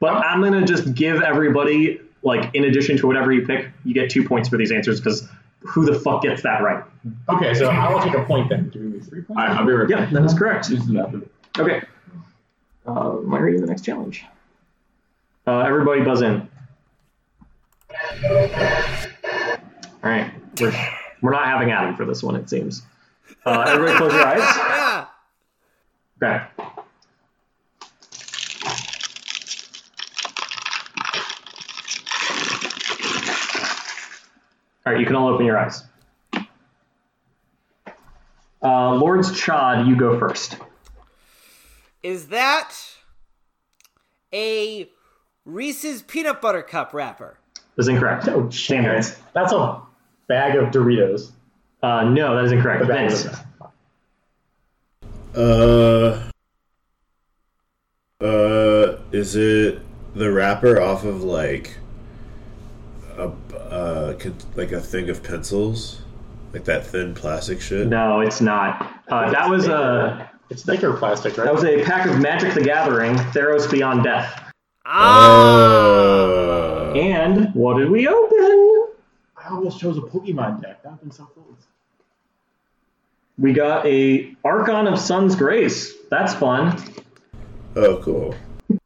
But I'm going to just give everybody, like, in addition to whatever you pick, you get two points for these answers because who the fuck gets that right?
Okay, so I will take a point then. Do we lose three points?
Alright, I'll be right
Yeah, that is correct.
This is nothing.
Okay. Uh, why are you the next challenge? Uh, everybody buzz in. All right. We're, we're not having Adam for this one, it seems. Uh, everybody close your eyes.
Yeah.
Okay. All right, you can all open your eyes. Uh, Lords Chod, you go first.
Is that a Reese's peanut butter cup wrapper?
That's incorrect.
Oh,
Damn
shit.
it.
That's a bag of Doritos.
Uh, no, that is incorrect.
The bag
Vince.
of-
Uh, uh, is it the wrapper off of like a uh, con- like a thing of pencils, like that thin plastic shit?
No, it's not. Uh, that was a
It's thicker plastic, right?
that was a pack of Magic the Gathering, Theros Beyond Death.
Ah.
Uh,
And what did we open?
I almost chose a Pokemon deck. That would have been so close.
We got a Archon of Sun's Grace. That's fun.
oh, cool.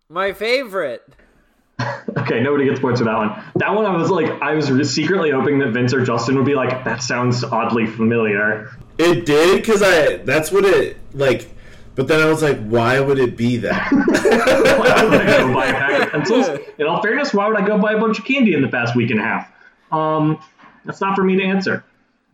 My favorite.
Okay, nobody gets points for that one. That one, I was like, I was re- secretly hoping that Vince or Justin would be like, that sounds oddly familiar.
It did because I. That's what it like. But then I was like, why would it be that?
Why would I go buy a pack of pencils? In all fairness, why would I go buy a bunch of candy in the past week and a half? Um, that's not for me to answer.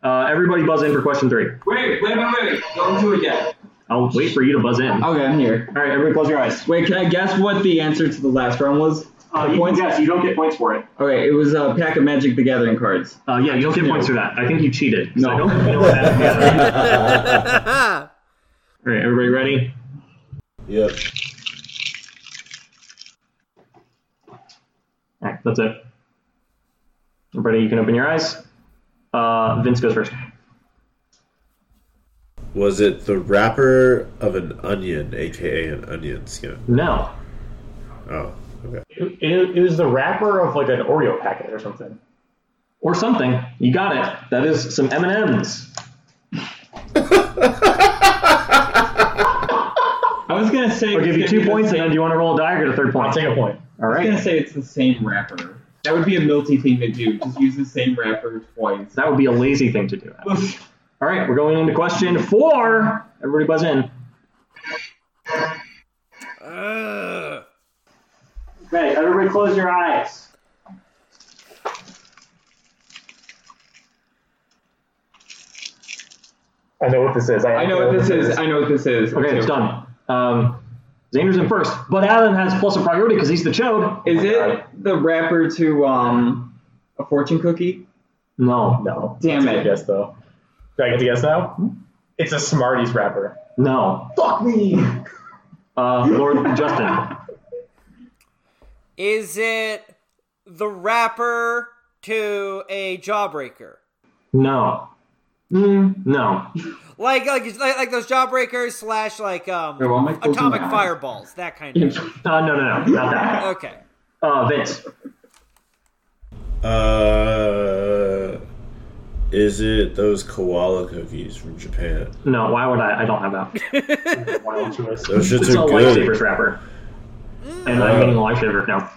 Uh, everybody buzz in for question three.
Wait, wait, wait, wait. Don't do it yet.
I'll wait for you to buzz in. All
Okay, I'm here.
right, everybody close your eyes.
Wait, can I guess what the answer to the last round was?
Uh,
The
you,
points?
yes, you don't get points for it.
Okay, it was a pack of Magic the Gathering cards.
Uh, yeah, you don't get points for that. I think you cheated. 'cause I
No.
don't know what that is.
Ah.
All right, everybody ready?
yep.
All right, that's it. Everybody, you can open your eyes. Uh, Vince goes first.
Was it the wrapper of an onion, aka an onion skin?
No.
Oh, okay.
It, it, it was the wrapper of like an Oreo packet or something.
Or something. You got it. That is some M&Ms.
I was gonna say.
I'll give you two points, and then do you want to roll a die or get a third
I'll
point?
take a point.
All
I was gonna
right.
say it's the same wrapper. That would be a multi thing to do. Just use the same wrapper twice.
That would be a lazy thing to do. All right, we're going into question four. Everybody buzz in.
Uh.
Ugh.
Okay, everybody close your eyes.
I know what this is.
I know what this is. I know what this is.
Okay, it's done. Um, Xander's in first, but Adam has plus a priority because he's the chode.
Is it the wrapper to um a fortune cookie?
No,
No.
Damn
That's a
it.
good guess though. Do I get to guess now? It's a Smarties wrapper.
no.
Hmm? Fuck me.
Uh, Lord Justin.
Is it the wrapper to a jawbreaker?
No. Mm, no.
Like like like, like those jawbreakers slash like um
Oh, am I closing
atomic
my eyes?
fireballs that kind of.
Uh, no, no, no. Not that.
Okay.
Uh, Vince.
Uh, is it those koala cookies from Japan?
No, why would I? I don't have that.
Wild choice.
Those shits
It's a
are good.
lifesavers wrapper. And I'm getting a lifesaver now.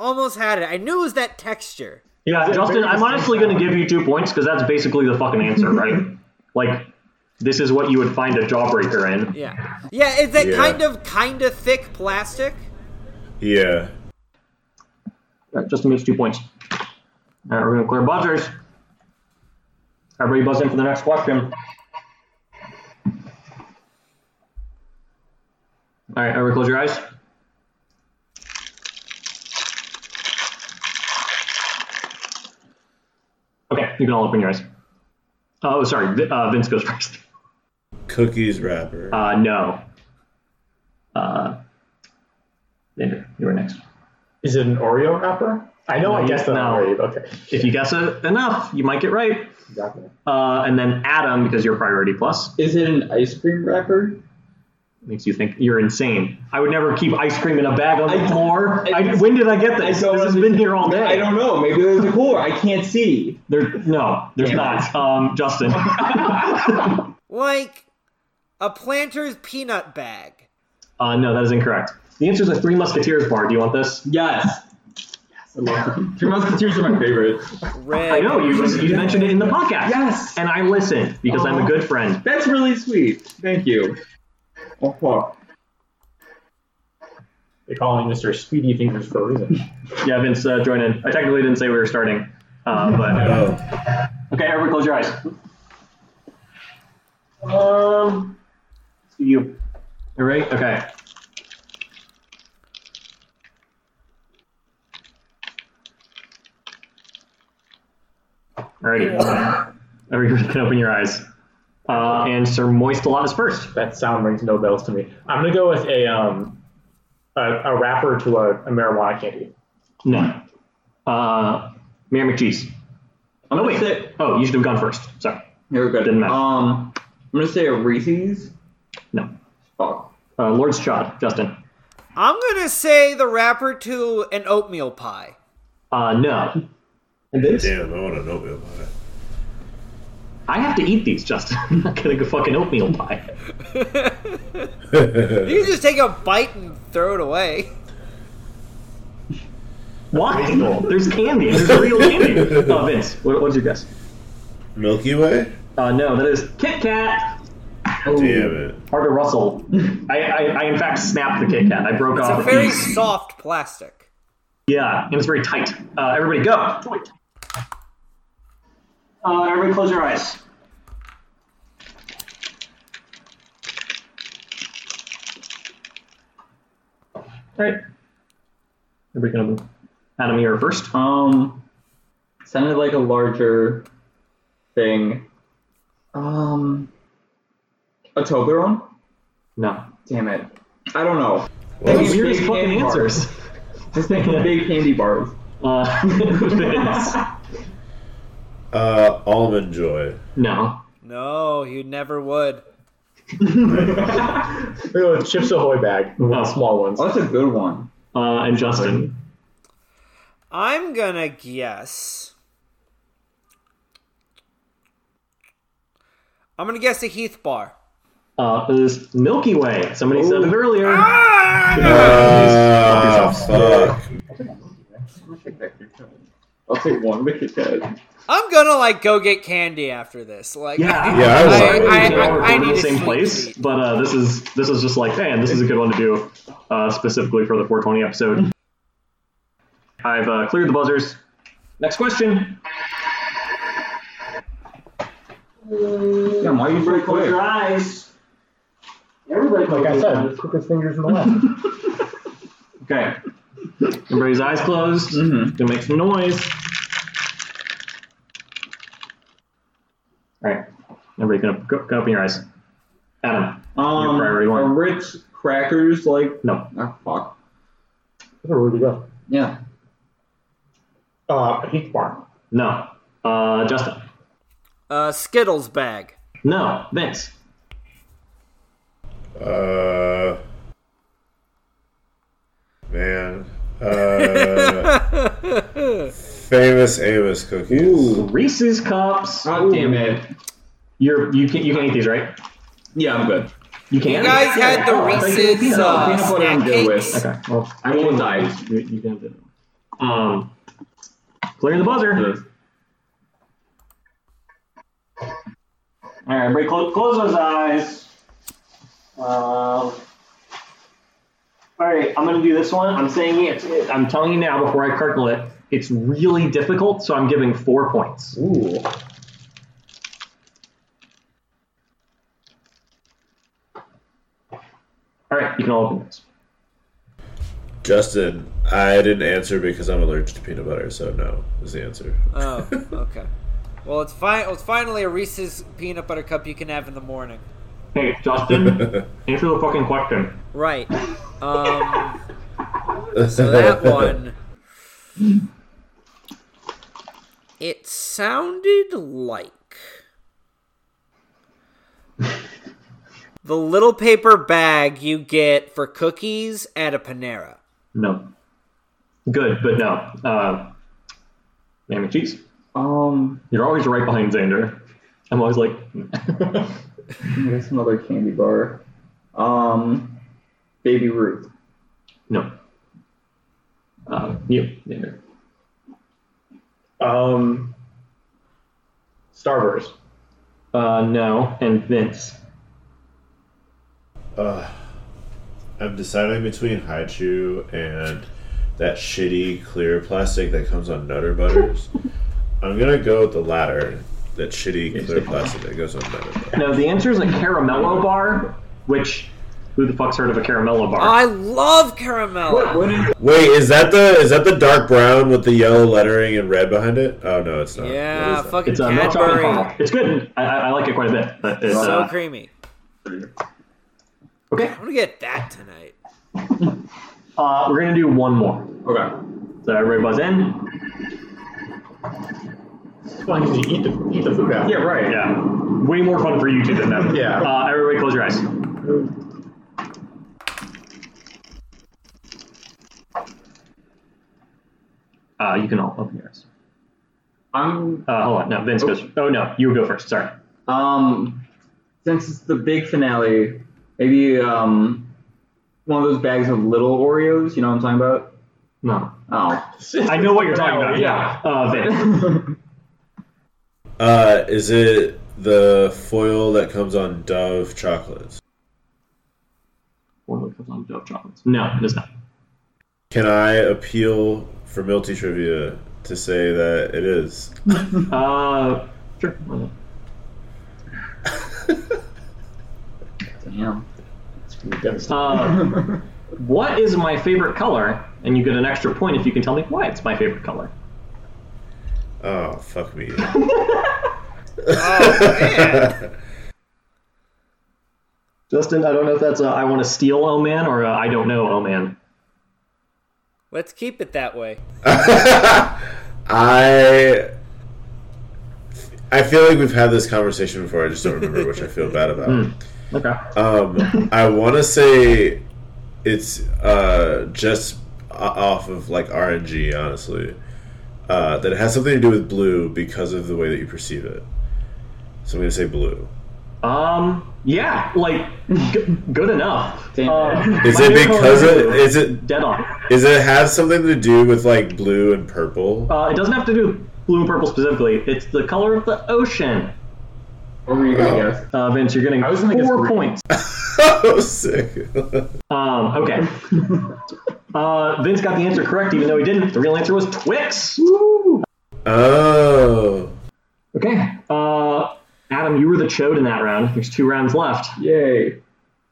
Almost had it. I knew it was that texture.
Yeah, Justin, I'm honestly going to give you two points because that's basically the fucking answer, right? like, this is what you would find a jawbreaker in.
Yeah, yeah. It's that
Yeah.
kind of kind of thick plastic.
Yeah.
All right, Justin makes two points. All right, we're going to clear buzzers. Everybody buzz in for the next question. All right, everybody close your eyes. Okay, you can all open your eyes. Oh, sorry, Vi- uh, Vince goes first.
Cookies wrapper.
Uh, no. Uh, Andrew, you were next.
Is it an Oreo wrapper? I know I
No,
guessed that
no.
already. but Okay.
If you guess it enough, you might get right.
Exactly.
Uh, and then Adam, because you're priority plus,
Is it an ice cream wrapper?
makes you think you're insane. I would never keep ice cream in a bag on the
I-
floor.
I-
I, when did I get
I
this?
don't
this has
understand.
been here all day.
I don't know. Maybe there's a cooler. I can't see.
There, no, there's not. Um, Justin. uh,
like a planter's peanut bag.
Uh, no, that is incorrect. The answer is a Three Musketeers bar. Do you want this?
Yes. I love them. Three Musketeers are my favorite.
Red.
I know you, you mentioned it in the podcast.
Yes. Oh.
And I listened because I'm a good friend.
That's really sweet. Thank you. Oh, fuck.
They call me Mr. Speedy Fingers for a reason.
Yeah, Vince, uh, join in. I technically didn't say we were starting, uh, but
oh.
okay. Everybody, close your eyes.
um,
You. All right. Okay. Alrighty. Everybody can open your eyes. Uh, and Sir Moist a lot is first.
that sound rings no bells to me. I'm gonna go with a um, a, a wrapper to a, a marijuana candy.
No. Uh, Mayor McCheese.
I'm
No,
gonna
wait.
say-
Oh, you should have gone first. Sorry.
Here we go.
Didn't matter.
Um, I'm gonna say a Reese's.
No.
Fuck.
Uh, Lord's Chod, Justin.
I'm gonna say the wrapper to an oatmeal pie.
Uh, no.
And this?
Damn, I want an oatmeal pie.
I have to eat these, Justin. I'm not going to go fucking oatmeal pie.
You just take a bite and throw it away.
Why? There's candy. There's real candy. Oh, Vince, what, what's your guess?
Milky Way?
Uh, no, that is Kit Kat. Oh.
Damn it.
Parker Russell. I, I, I, in fact, snapped the Kit Kat. I broke off
It's
a
a very
piece.
soft plastic.
Yeah, and it's very tight. Uh, everybody go. Uh, everybody close your eyes. All right. Everybody can open. Adam, you're first.
Um, sounded like a larger thing. Um, a Toblerone?
No.
Damn it. I don't know.
Well,
These
Weirdest
big
fucking
candy
answers.
Just thinking big candy bars.
Uh, Vince.
uh, Almond Joy.
No.
No, you never would.
I'm gonna go with Chips Ahoy bag,
Wow.
small ones.
Oh, that's a good one.
Uh, and Justin.
I'm gonna guess. I'm gonna guess a Heath bar.
Uh, is Milky Way. Somebody said it earlier.
Ah, fuck.
I'll take that Kit Kat. I'll take one of the Kit Kats.
I'm gonna like go get candy after this. Like,
Yeah.
Yeah, I
I,
was
I-
like,
I-
I,
I
in
need
the
a
same
sweet
place,
treat.
but uh, this is this is just like, man, this is a good one to do, uh, specifically for the 420 episode. I've uh, cleared the buzzers. Next question.
Damn, why are you so quick?
eyes.
Like I said, quickest fingers in the left.
Okay. Everybody's eyes closed. Gonna make some noise. All right. Everybody, can op- go, go open your eyes. Adam.
Um,
priority one.
a Ritz crackers, like,
No.
ah, fuck.
Where would we go?
Yeah.
Uh, a heat bar.
No. Uh, Justin.
Uh, Skittles bag.
No. Vince.
Uh, man. Uh, famous Amos cookies.
Reese's cups.
Oh,
God damn it.
You're you can you can eat these right?
Yeah, I'm good.
You can.
You guys had the Reese's uh,
Peanut butter I'm
snack
good
cakes.
with.
Okay. Well,
I will die.
You, you can do. it. Um. Clear the buzzer.
All right, everybody, close, close those eyes. Um,
All right, I'm gonna do this one. I'm saying it. I'm telling you now before I curdle it. It's really difficult, so I'm giving four points.
Ooh.
All right, you can all open this.
Justin, I didn't answer because I'm allergic to peanut butter, so no is the answer.
Oh, okay. Well, it's fine. It's finally a Reese's peanut butter cup you can have in the morning.
Hey, Justin, answer the fucking question.
Right. Um, so that one. It sounded like the little paper bag you get for cookies at a Panera.
No. Good, but no. Uh, damn it, cheese.
Um,
You're always right behind Xander. I'm always like,
I guess another candy bar. Um, Baby Ruth.
no. Uh, you, Xander.
Um, Starburst.
Uh, no, and Vince.
I'm deciding between Haichu and that shitty clear plastic that comes on Nutter Butters. I'm gonna go with the latter, that shitty clear plastic that goes on Nutter Butters.
No, the answer is a caramello bar, which who the fuck's heard of a caramello bar?
I love caramel.
What is
Wait, is that the is that the dark brown with the yellow lettering and red behind it? Oh no, it's not. What
Yeah,
is that?
fucking
it's uh, a milk chocolate caramel.
Cadbury.
It's good. I, I, I like it quite a bit. But it's,
So
uh,
creamy.
okay,
I'm gonna get that tonight.
uh, we're gonna do one more.
okay?
So everybody buzz in.
Well, 'cause you eat the, eat the food after.
Yeah, right.
Yeah, way more fun for you two than that.
Yeah.
Uh, everybody, close your eyes. Uh, you can all open your eyes.
I'm
Uh, hold on. No, Vince goes. Oh no, you go first. Sorry.
um, since it's the big finale, maybe um, one of those bags of little Oreos. You know what I'm talking Oh,
No.
about?
I know what you're talking about. Yeah. Uh, Vince.
Oh,
Uh, is it the foil that comes on Dove chocolates?
One that comes on Dove chocolates. No, it is not.
Can I appeal for Milty Trivia to say that it is?
Uh, sure. why not?
damn.
Uh, what is my favorite color? And you get an extra point if you can tell me why it's my favorite color.
Oh fuck me.
Oh,
Justin, I don't know if that's a I want to steal O man or I I don't know O man.
Let's keep it that way.
I I feel like we've had this conversation before. I just don't remember, which I feel bad about.
Okay.
Um, I want to say it's uh, just o- off of like RNG, honestly. Uh, that it has something to do with blue because of the way that you perceive it. So I'm gonna say blue.
Um, yeah, like g- good enough.
Damn.
Um,
Is
my
it
favorite color
because it
blue.
is it
dead on?
Is it have something to do with like blue and purple?
Uh, it doesn't have to do with blue and purple specifically. It's the color of the ocean.
What were you gonna guess?
Uh, Vince, you're getting
was gonna guess
four
green.
points.
oh, sick.
Um, okay. uh, Vince got the answer correct, even though he didn't. The real answer was Twix.
oh,
Okay. Uh, Adam, you were the chode in that round. There's two rounds left.
Yay!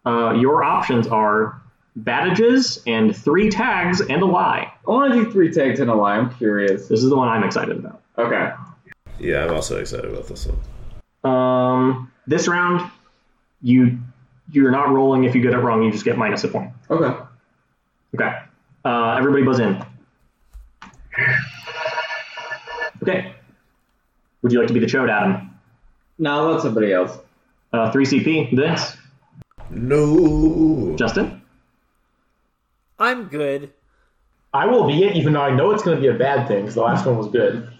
Uh, your options are bandages and three tags and a lie.
I want to do three tags in a lie. I'm curious.
This is the one I'm excited about.
Okay.
yeah. I'm also excited about this one.
Um, this round, you you're not rolling. If you get it wrong, you just get minus a point.
Okay.
Okay. Uh, everybody buzz in. Okay. Would you like to be the chode, Adam?
Now let somebody else.
Uh, 3CP, Vince,
No.
Justin.
I'm good.
I will be it, even though I know it's going to be a bad thing, because the last one was good.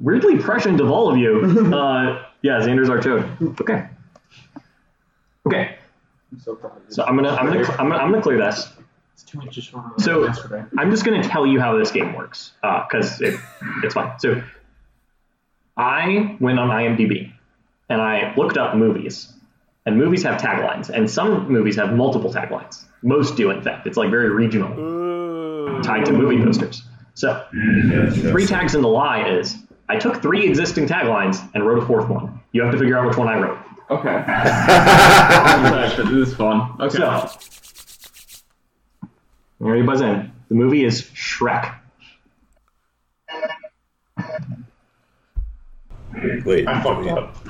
Weirdly prescient of all of you. Uh, yeah, Xander's our chode. Okay. Okay.
I'm so proud.
So I'm gonna I'm gonna I'm gonna, I'm gonna clear this.
It's two inches shorter than
So-
yesterday.
I'm just going to tell you how this game works because it, it's fun. So I went on IMDb and I looked up movies, and movies have taglines, and some movies have multiple taglines. Most do, in fact. It's like very regional,
Ooh.
tied to movie posters. So three tags in the lie is I took three existing taglines and wrote a fourth one. You have to figure out which one I wrote.
Okay. this is fun. Okay.
So everybody buzz in. The movie is Shrek.
Wait.
I fucked up.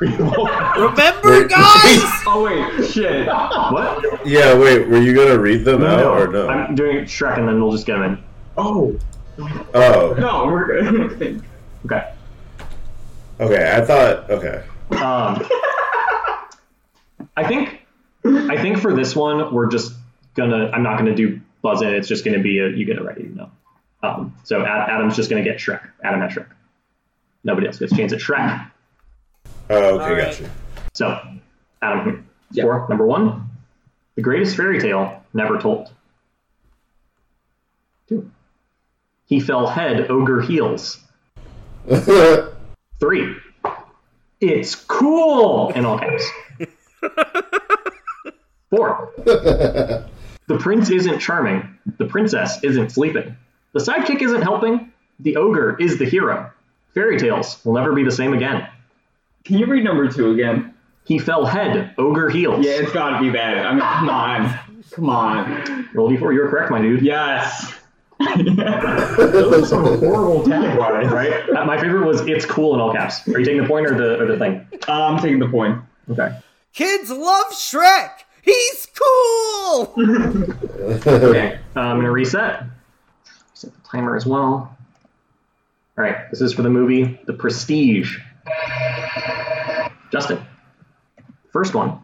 Remember, guys.
Oh wait, shit.
What?
Yeah, wait. Were you gonna read them out Oh, or no?
Oh, I'm doing Shrek and then we'll just get them in.
Oh,
oh,
No, we're good.
Okay.
okay. I thought. Okay.
Um, I think I think for this one we're just gonna I'm not gonna do buzz in. It's just gonna be a, you get it right, you know. Um, so Ad, Adam's just gonna get Shrek. Adam at Shrek. Nobody else gets a chance at Shrek.
Oh, okay.
All right.
Gotcha.
So Adam here.
Yeah.
Score number one: the greatest fairy tale never told. Two. He fell head ogre heels. Three. It's cool in all caps. Four. The prince isn't charming. The princess isn't sleeping. The sidekick isn't helping. The ogre is the hero. Fairy tales will never be the same again.
Can you read number two again?
He fell head, ogre heels.
Yeah, it's gotta be that. I mean, come on. Come on.
Roll d4, you're correct, my dude.
Yes.
those are horrible taglines, right?
Uh, my favorite was it's cool in all caps. Are you taking the point or the or the thing?
I'm taking the point.
Okay.
Kids love Shrek. He's cool.
Okay.
Uh, I'm gonna reset. Set the timer as well. All right. This is for the movie The Prestige. Justin. First one.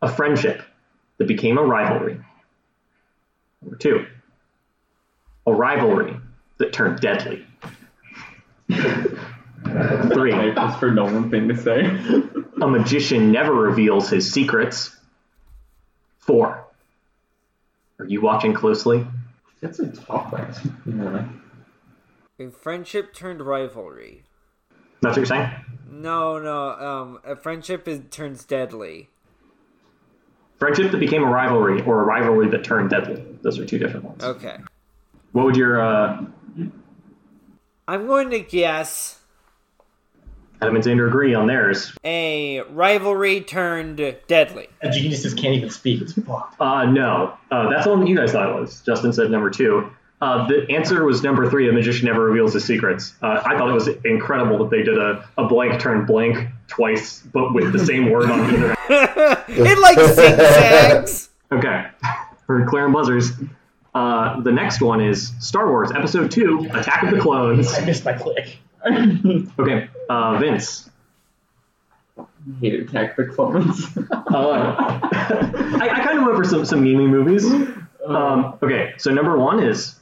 A friendship that became a rivalry. Number two. A rivalry that turned deadly. Three.
That's for Nolan thing to say.
A magician never reveals his secrets. Four. Are you watching closely?
That's a tough one.
A friendship turned rivalry.
That's what you're saying?
No, no. Um, a friendship is, turns deadly.
Friendship that became a rivalry or a rivalry that turned deadly. Those are two different ones.
Okay.
What would your uh,
I'm going to guess
Adam and Xander agree on theirs?
a rivalry turned deadly.
The geniuses can't even speak. It's fucked.
Uh, no. Uh, that's the one that you guys thought it was. Justin said number two. Uh, the answer was number three. A magician never reveals his secrets. Uh, I thought it was incredible that they did a, a blank turn blank twice, but with the same word on either
it like zigzags.
Okay. For Claire and Buzzers. Uh, the next one is Star Wars Episode 2 Attack of the Clones.
I missed my click.
Okay, uh, Vince.
I hate Attack the Clones.
Uh, I, I kind of went for some, some meme movies. Um, okay, so number one is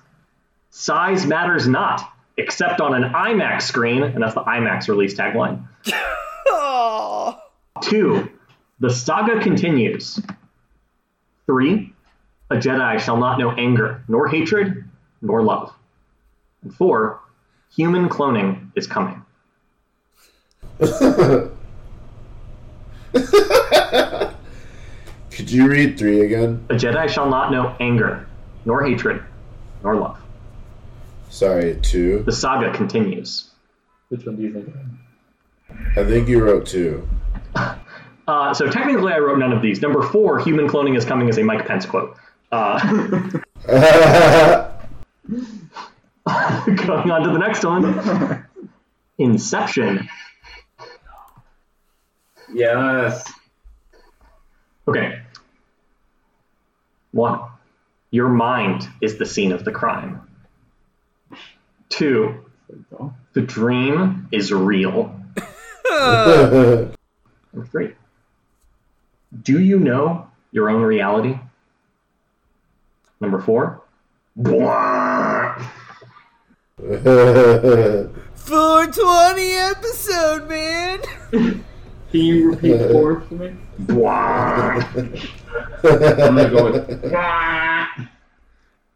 Size Matters Not, except on an IMAX screen, and that's the IMAX release tagline.
Aw.
Two, The Saga Continues. Three, A Jedi Shall Not Know Anger, nor Hatred, nor Love. And four, Human Cloning is Coming.
Could you read three again?
A Jedi shall not know anger, nor hatred, nor love.
Sorry, two.
The saga continues.
Which one do you think?
I think you wrote two.
Uh, so technically, I wrote none of these. Number four, human cloning is coming, is a Mike Pence quote. Uh, going on to the next one Inception.
yes.
Okay. One, your mind is the scene of the crime. Two, the dream is real. Number three, do you know your own reality? Number four, Blah.
That's
420 episode, man.
Can you repeat four for me? I'm gonna go with.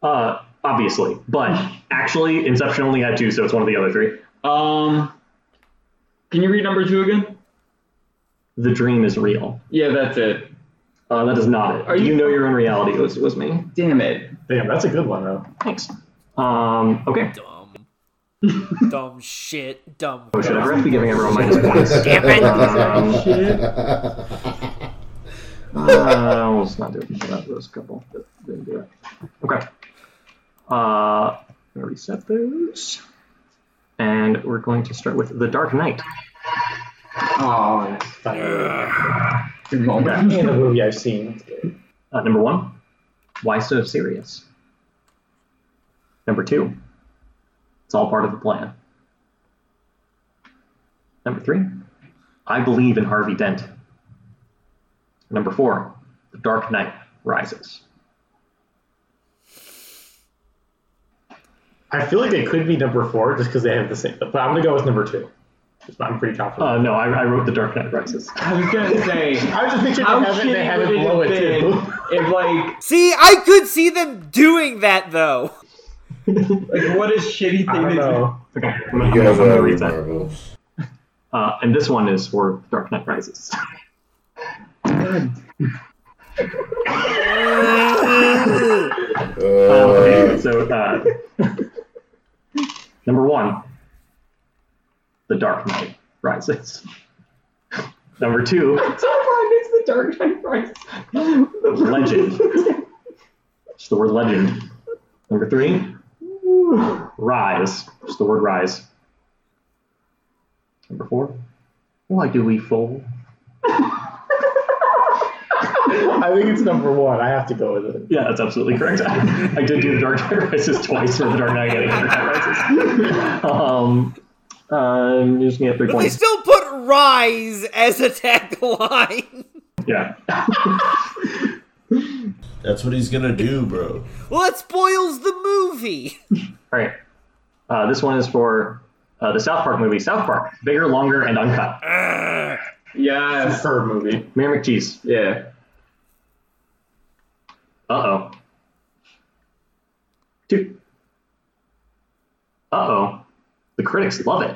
Uh, obviously, but actually, Inception only had two, so it's one of the other three.
Um, can you read number two again?
The dream is real.
Yeah, that's it.
Uh, that is not it.
Are
Do you
you-
know your own reality? Was was me?
Damn it.
Damn, that's a good one though.
Thanks. Um, okay.
Dumb. dumb shit. Dumb.
Oh, should I have to be giving everyone minus points?
Damn it.
Um, uh, let's not do it. That was a couple. that Didn't do it. Okay. Uh, I'm gonna reset those, and we're going to start with the Dark Knight.
Oh, that's good moment.
In the movie I've seen.
Uh, number one, why so serious? Number two, it's all part of the plan. Number three, I believe in Harvey Dent. Number four, The Dark Knight Rises.
I feel like it could be number four just because they have the same. But I'm gonna go with number two. Just- I'm pretty confident.
Uh, no, I, I wrote The Dark Knight Rises.
I was gonna say,
I was just thinking
how
they have it,
shitty
they have it
would it
blow
have
it
been
too.
if like,
See, I could see them doing that though.
like what a shitty
I don't
thing to do.
know.
Okay, I'm, gonna-
You
I'm
guys
gonna
are
read that.
Marvel.
Uh, and this one is for Dark Knight Rises. Oh,
Uh,
so, uh, number one, The Dark Knight Rises. number two,
It's the Dark Knight Rises.
Legend. Just the word legend. Number three, rise. Just the word rise. Number four, why do we fall?
I think it's number one. I have to go with it.
Yeah, that's absolutely correct. I, did do the Dark Knight Rises twice for the Dark Knight and the Dark Knight Rises. Um, uh, I'm just gonna get three
But they
points.
still put "rise" as a tagline.
Yeah.
that's what he's gonna do, bro.
Well, that spoils the movie.
All right. Uh, this one is for uh, the South Park movie, South Park, bigger, longer, and uncut.
Yes.
Her movie.
Mayor McCheese.
Yeah.
Uh oh. Two. Uh oh. The critics love it.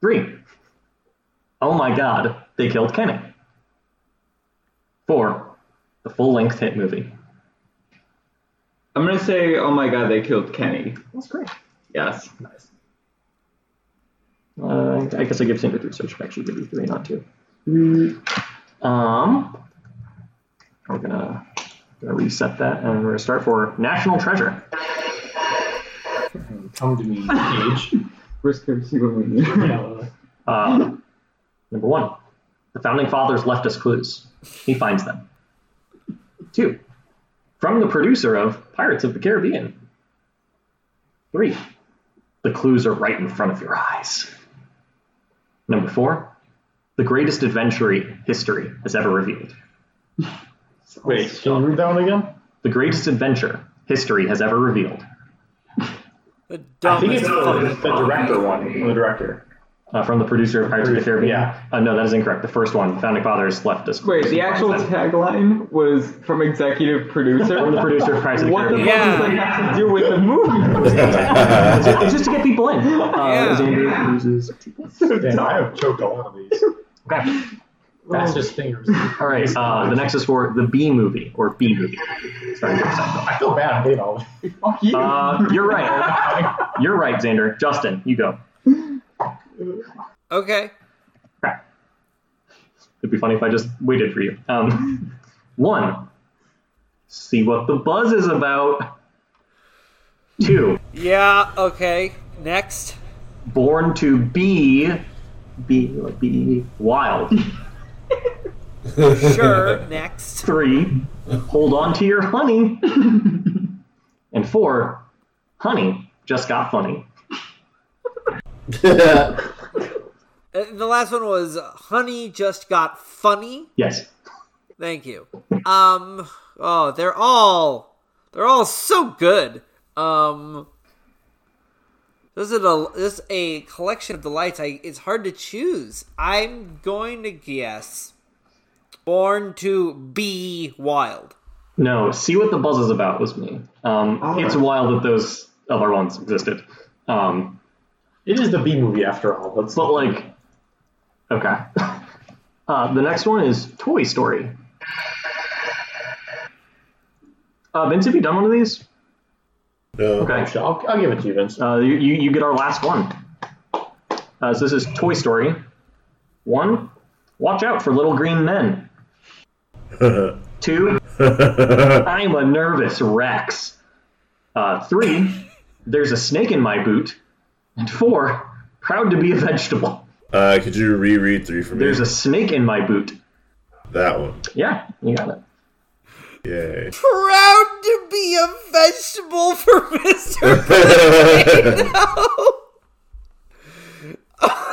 Three. Oh my god, they killed Kenny. Four. The full length hit movie.
I'm gonna say, oh my god, they killed Kenny.
That's great.
Yes.
Uh, I guess I give Sandra three, so I should actually give you three, not two. Mm. Um, we're gonna, gonna reset that, and we're gonna start for National Treasure.
Come to me, Cage.
Risk of see what we need.
Uh, number one, the founding fathers left us clues. He finds them. Two, from the producer of Pirates of the Caribbean. Three, the clues are right in front of your eyes. Number four, the greatest adventure history has ever revealed.
Wait, can you read that one again?
The greatest adventure history has ever revealed.
The
I think it's
dumbest fucking
the, the director one. From the director.
Uh, from the producer of Pirates of the Caribbean.
Yeah.
Uh, no, that is incorrect. The first one, Founding Fathers left us.
Wait,
clues.
the actual tagline was from executive producer.
From the producer of Pirates of the
what the
Caribbean.
fuck does that have to do with the movie?
It's just to get people in. Uh,
Yeah.
Xander loses.
Damn, I have choked a lot of these.
Okay.
Fastest fingers.
All right. Uh, the next is for the B movie or B movie. Sorry, Jack Seinfeld.
I feel bad. I hate all of these.
Fuck you.
Uh, you're right. You're right, Xander. Justin, you go.
Okay.
Crap. It'd be funny if I just waited for you. Um, one. See what the buzz is about. Two.
Yeah. Okay. Next.
Born to be. Be like be wild.
Sure. next.
Three, hold on to your honey. and four, honey just got funny.
Uh, the last one was "Honey just got funny."
Yes.
Thank you. Um. Oh, they're all they're all so good. Um. This is a this is a collection of delights. I it's hard to choose. I'm going to guess. Born to be wild.
No, see what the buzz is about was me. Um, It's wild that those other ones existed. Um,
It is the B movie after all. Let's
but like, okay. Uh, the next one is Toy Story. Uh, Vince, have you done one of these?
No.
Okay.
Actually, I'll, I'll give it to you, Vince.
Uh, you, you you get our last one. Uh, so this is Toy Story. One, watch out for little green men. Two, I'm a nervous Rex. Uh, three, there's a snake in my boot. And four, proud to be a vegetable.
Uh, could you reread three for me?
There's a snake in my boot.
that one.
Yeah, you got it.
Yay.
Proud to be a vegetable for Mr. No.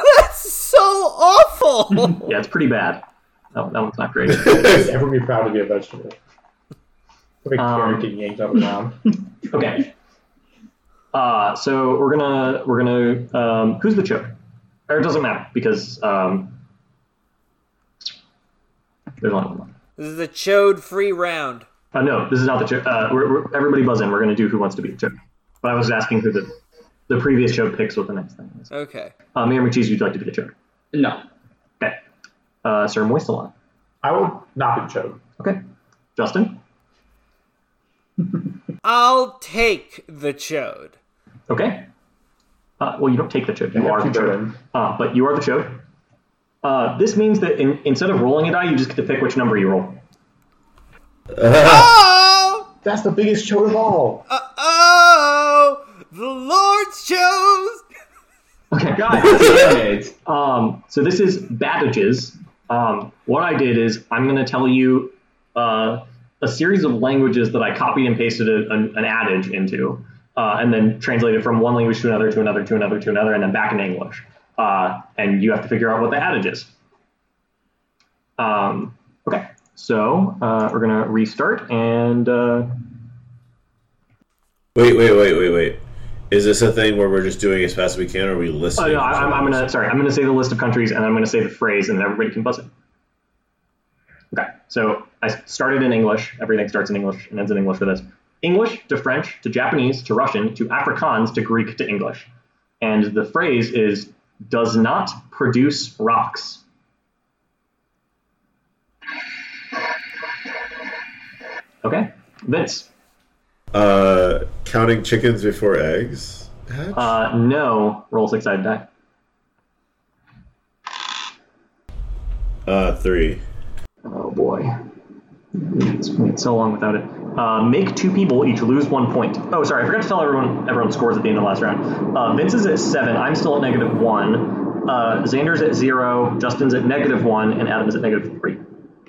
That's so awful.
Yeah, it's pretty bad. Oh, that one's not great.
I'd ever be proud to be a vegetable. Like a
Um,
carrot getting yanked out of the ground.
Okay. Uh, so we're gonna we're gonna um, who's the choke? Or it doesn't matter because um, there's only one. left.
this is a chode free round.
Uh, no, this is not the choke. Uh, we're, we're, everybody buzz in. We're gonna do who wants to be the choke. But I was asking who the the previous choke picks was the next thing. is.
Okay.
Uh, Mayor McCheese, would you like to be the choke?
No.
Okay. Uh, Sir Moistelon.
I will not be chosen.
Okay. Justin.
I'll take the chode.
Okay. Uh, well, you don't take the choke. You
I
are
have
the
to
choke.
go in.
Uh, but you are the choke. Uh, this means that in, instead of rolling a die, you just get to pick which number you roll.
Oh,
That's the biggest choke of all.
uh, oh, the Lord's chose.
God damn it.
Um, so this is Babbage's. Um, what I did is I'm going to tell you uh, a series of languages that I copied and pasted a, an, an adage into, uh, and then translated from one language to another, to another, to another, to another, and then back in English. Uh, and you have to figure out what the adage is. Um, okay, so uh, we're going to restart and. Uh,
Wait, wait, wait, wait, wait. Is this a thing where we're just doing as fast as we can, or are we
Oh
listening?
no, I, I'm, I'm gonna sorry. I'm gonna say the list of countries, and I'm gonna say the phrase, and then everybody can buzz it. Okay, so I started in English. Everything starts in English and ends in English for this. English to French to Japanese to Russian to Afrikaans to Greek to English, and the phrase is "does not produce rocks." Okay, Vince.
Uh, counting chickens before eggs. Hatch?
Uh, no, roll six-sided die.
Uh, three.
Oh boy. It's been so long without it. Uh, make two people each lose one point. Oh, sorry, I forgot to tell everyone everyone scores at the end of the last round. Uh, Vince is at seven. I'm still at negative one. Uh, Xander's at zero. Justin's at negative one, and Adam is at negative three.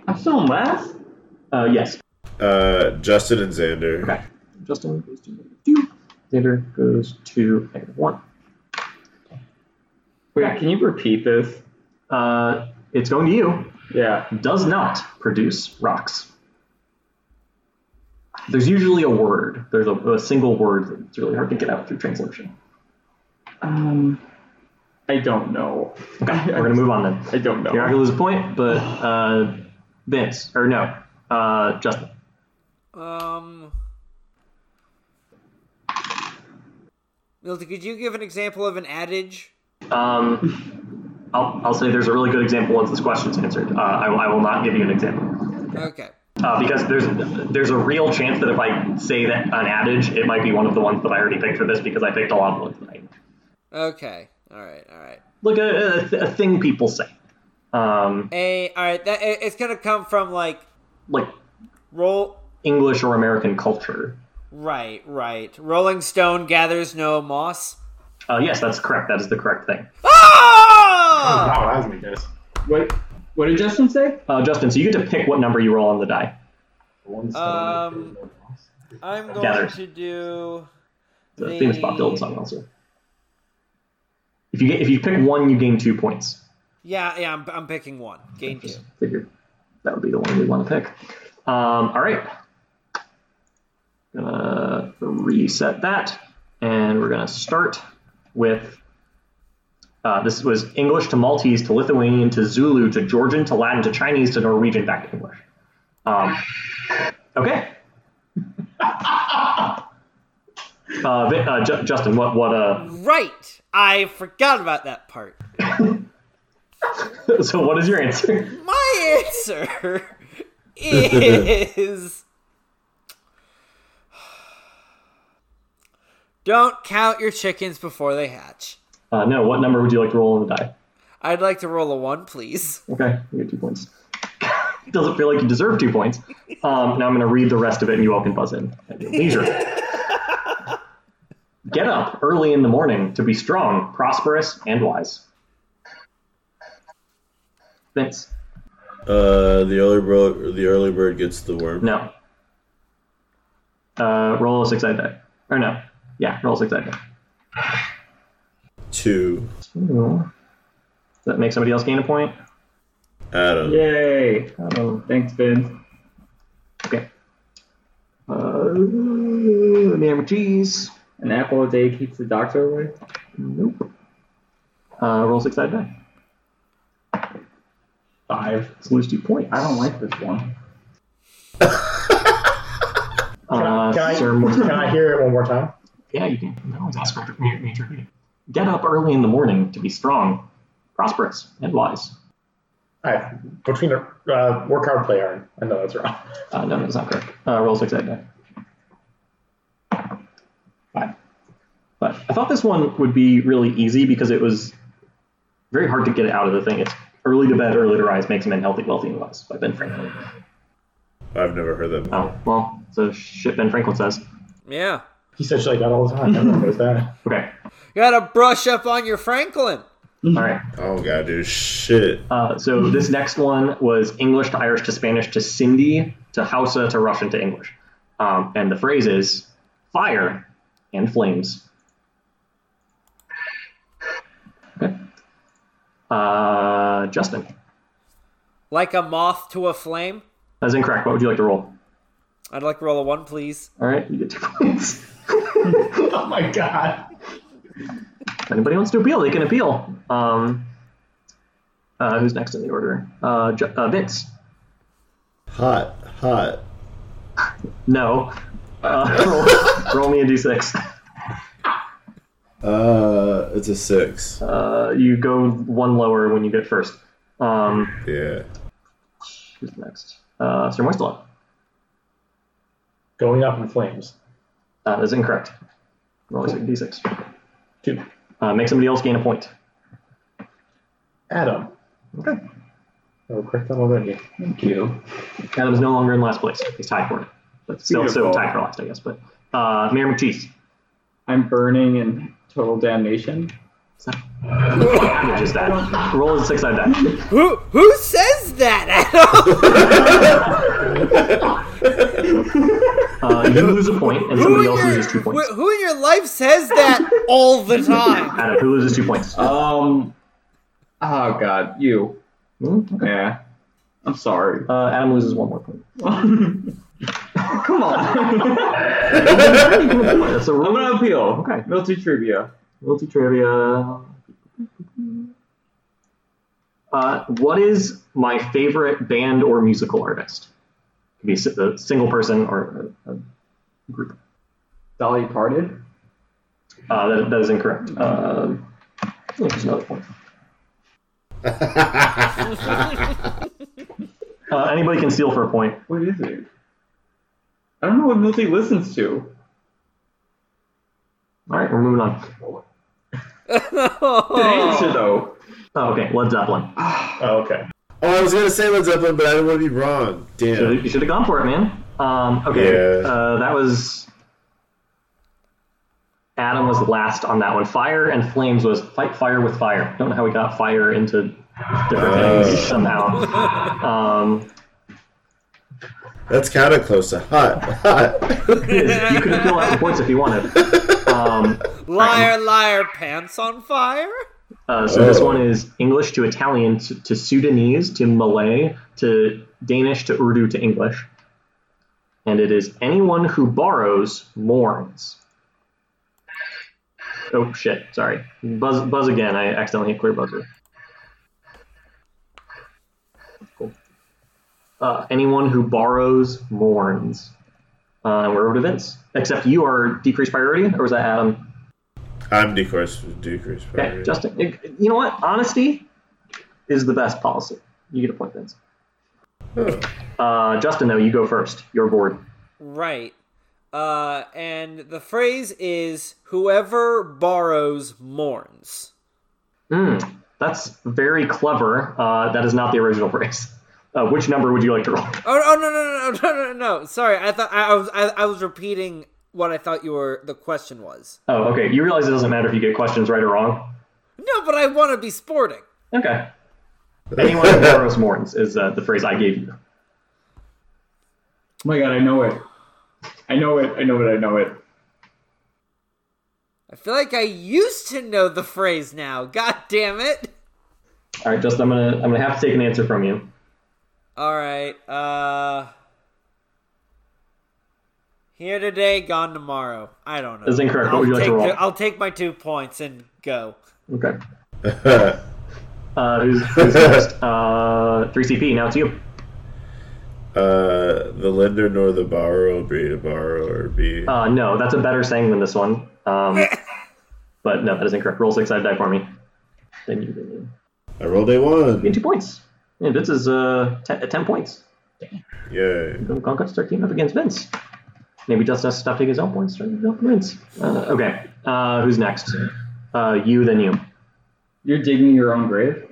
I'm still in last.
Uh, yes.
Uh, Justin and Xander.
Okay. Justin goes to negative two. Xander goes to negative one.
Wait, can you repeat this?
Uh, it's going to you.
Yeah.
Does not produce rocks. There's usually a word. There's a, a single word that's really hard to get out through translation.
Um, I don't know.
Okay, we're gonna move on then.
I
You're
don't
not
know.
gonna lose a point, but uh, Vince or no, uh, Justin.
Um, Milton, could you give an example of an adage?
Um, I'll, I'll say there's a really good example once this question's answered. Uh, I, will- I will not give you an example
Okay.
uh, because there's there's a real chance that if I say that an adage, it might be one of the ones that I already picked for this because I picked a lot of ones tonight.
Okay. All right. All right.
Look a, a, th- a thing people say, um,
A. All right. That it- it's gonna come from like
like
roll.
English or American culture.
Right. Right. Rolling Stone gathers no moss.
Uh, yes, that's correct. That is the correct thing.
Ah!
Wow, that was me, guys.
Wait, what did Justin say?
Uh, Justin, so you get to pick what number you roll on the die.
Um, I'm going
Gathers.
to do
the
the
famous Bob Dylan song also. If you get, if you pick one, you gain two points.
Yeah. Yeah. I'm, I'm picking one. Gain two.
Figured that would be the one we want to pick. Um, all right, gonna reset that, and we're gonna start with uh, this was English to Maltese to Lithuanian to Zulu to Georgian to Latin to Chinese to Norwegian back to English. Um, okay. uh, Vin- uh, Ju- Justin, what what uh,
Right. I forgot about that part.
so what is your answer?
My answer is Don't count your chickens before they hatch.
Uh, no, what number would you like to roll on the die?
I'd like to roll a one, please.
Okay, you get two points. Doesn't feel like you deserve two points. Um, now I'm going to read the rest of it, and you all can buzz in at your leisure. Get up early in the morning to be strong, prosperous, and wise. Vince,
Uh, the early bird, the early bird gets the worm.
no. Uh, roll a six-sided die. Or no. Yeah, roll a six-sided die.
Two.
Ooh. Does that make somebody else gain a point?
Adam.
Yay!
Um,
Thanks, Vince.
okay. Uh, name of cheese.
An apple a day keeps the doctor away.
Nope. Uh, roll six sided die.
Five.
Let's lose two points.
I don't like this one.
Uh,
Can I,
Sir
can
Mor-
I hear it one more time?
yeah, you can. You can always ask for it. Nature- nature reading. Get up early in the morning to be strong, prosperous, and wise.
I between a, uh, work hard, play hard. I know that's wrong.
Uh, no, that's not correct. Uh, roll six sided die. Five. But I thought this one would be really easy because it was very hard to get out of the thing. It's early to bed, early to rise makes men healthy, wealthy, and wise by Ben Franklin.
I've never heard that.
Oh, well, so shit Ben Franklin says.
Yeah.
He said shit like that all the time. Everyone knows that.
Okay.
gotta brush up on your Franklin.
All right.
Oh god, dude, shit.
Uh, so this next one was English to Irish to Spanish to Sindhi to Hausa to Russian to English. Um, and the phrase is fire and flames. Okay. Uh, Justin,
Like a moth to a flame.
that's incorrect. What would you like to roll?
I'd like to roll a one, please.
All right, you get two points.
oh my god.
If anybody wants to appeal, they can appeal. Um, uh, who's next in the order? Uh, Ju- uh, Vince.
Hot, hot.
No. Uh, roll, roll me a d6.
Uh, it's a six.
Uh, you go one lower when you get first. Um,
yeah.
who's next? Uh, Sir Moistlaw.
Going up in flames.
Uh, that's incorrect. Roll a d6.
Two.
Uh, make somebody else gain a point.
Adam.
Okay.
Oh, correct that already.
Thank you.
Adam's no longer in last place. He's tied for it. But still, still
Beautiful.
tied for last, I guess. But uh, Mayor McCheese.
I'm burning in total damnation.
So- Adam just that. Roll a six sided die.
Who who says that, Adam?
Uh, you lose a point, and
who,
somebody
in
else
your,
loses two points.
wh- who in your life says that all the time?
Adam, who loses two points? Uh,
Um. Oh God, you.
Hmm? Okay.
Yeah. I'm sorry.
Uh, Adam loses one more point.
Uh, Come on.
That's a
I'm
roll.
gonna appeal.
Okay.
Milty trivia.
Multi trivia. Uh, what is my favorite band or musical artist? Could be a si- a single person or a, a group.
Dolly parted.
Uh, that, that is incorrect. Uh, oh, there's another point. Uh, anybody can steal for a point.
What is it? I don't know what Milty listens to.
All right, we're moving on.
The answer though.
Oh, okay, Led Zeppelin.
Oh, okay.
Oh, I was gonna say Led Zeppelin, but I didn't want to be wrong.
Should've-
Damn.
You should have gone for it, man. Um, okay,
Yeah.
uh, that was. Adam was last on that one. Fire and flames was fight fire with fire. Don't know how we got fire into different things somehow. Um,
That's kind of close to hot, hot.
you could have filled out the points if you wanted. Um,
liar, liar, pants on fire.
Uh, so this
Oh.
one is English to Italian to, to Sudanese to Malay to Danish to Urdu to English. And it is anyone who borrows mourns. Oh shit! Sorry. Buzz buzz again. I accidentally hit clear buzzer. Cool. Uh, anyone who borrows mourns. Uh, we're over to Vince. Except you are decreased priority, or was that Adam?
I'm decreased. Decreased.
Okay, Justin. You, you know what? Honesty is the best policy. You get a point, Vince.
Oh.
Uh, Justin, though, you go first. You're bored.
Right. Uh, and the phrase is whoever borrows mourns.
Mm, that's very clever. Uh, that is not the original phrase. Uh, which number would you like to roll?
Oh, oh no, no, no, no, no, no, no. Sorry, I thought I, I was I, I was repeating what I thought you were the question was.
Oh, okay. You realize it doesn't matter if you get questions right or wrong.
No, but I want to be sporting.
Okay. Anyone who borrows mourns is uh, the phrase I gave you.
Oh my god, I know it. I know it. I know it. I know it.
I feel like I used to know the phrase now. God damn it.
All right, Justin. I'm gonna I'm gonna have to take an answer from you.
All right. Uh Here today, gone tomorrow. I don't know.
That's incorrect. What
I'll
would you like
take
to roll?
the- I'll take my two points and go.
Okay.
Justin.
Uh, who's, who's next? Uh, 3CP. Now it's you.
Uh, the lender nor the borrower be the borrower be.
Uh, no, that's a better saying than this one. Um, but no, that is incorrect. Roll six sided die for me. Then you you
I rolled a one.
gain two points. Yeah, Vince is uh, ten, at 10 points.
Yay.
Conquest start teaming up against Vince. Maybe Justin has to stop taking his own points. Start giving up to Vince. Uh, okay. Uh, who's next? Uh, you, then you.
You're digging your own grave.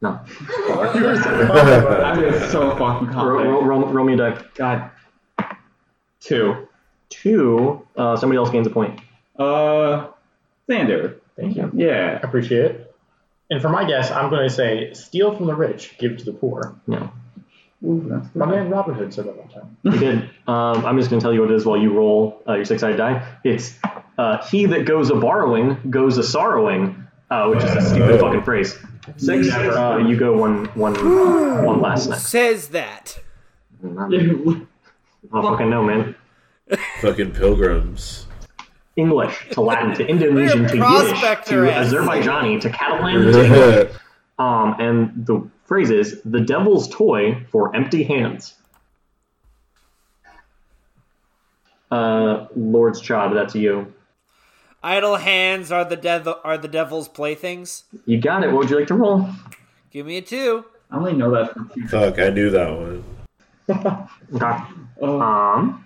No.
I'm just so fucking
Roll,
confident.
roll, roll, roll me a die.
God. Two.
Two. Uh, somebody else gains a point.
Uh, Sander.
Thank you.
Yeah.
I appreciate it. And for my guess, I'm going to say steal from the rich, give to the poor.
No.
Ooh, that's
My
good.
man Robin Hood said that one time.
You did. Um, I'm just going to tell you what it is while you roll uh, your six sided die. It's uh, he that goes a borrowing goes a sorrowing, uh, which is a stupid fucking phrase. Six. Uh, you go one one uh, one last next.
Says that.
I don't fucking know, man.
Fucking pilgrims.
English to Latin to Indonesian to Yiddish
Prospector
to
ass.
Azerbaijani to Catalan to English.
yeah.
Um, and the phrase is the devil's toy for empty hands. Uh, Lord's Chad, that's you.
Idle hands are the devil are the devil's playthings.
You got it. What would you like to roll?
Give me a two.
I only know that from two.
Fuck, I knew that one.
Okay.
Oh,
Um,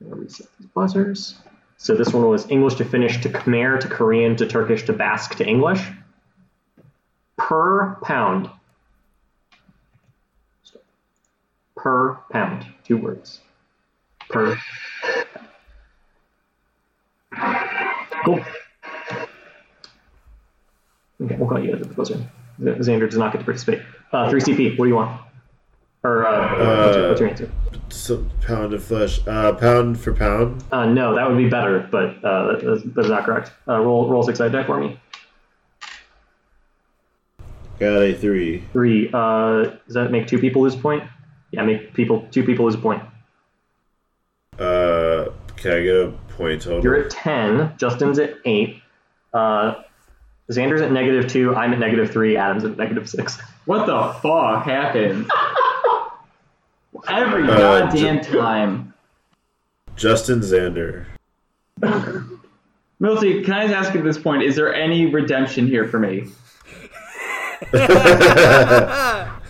I'm gonna reset these buzzers. So this one was English to Finnish to Khmer to Korean to Turkish to Basque to English. Per pound. Per pound. Two words. Per. Cool. Okay, we'll call you the buzzer. Xander does not get to participate. Uh, 3CP, what do you want? Or uh, what's, your, what's your answer?
So, pound of flesh. Uh, pound for pound.
Uh, no, that would be better, but uh, that- that's, that is not correct. Uh, roll roll six sided die for me.
Got a three.
Three. Uh, does that make two people lose a point? Yeah, make people two people lose a point.
Uh, can I get a point total?
You're at ten. Justin's at eight. Uh, Xander's at negative two. I'm at negative three. Adam's at negative six.
what the fuck happened? Every
Uh,
goddamn time.
Justin Xander.
Milty, can I just ask at this point, is there any redemption here for me?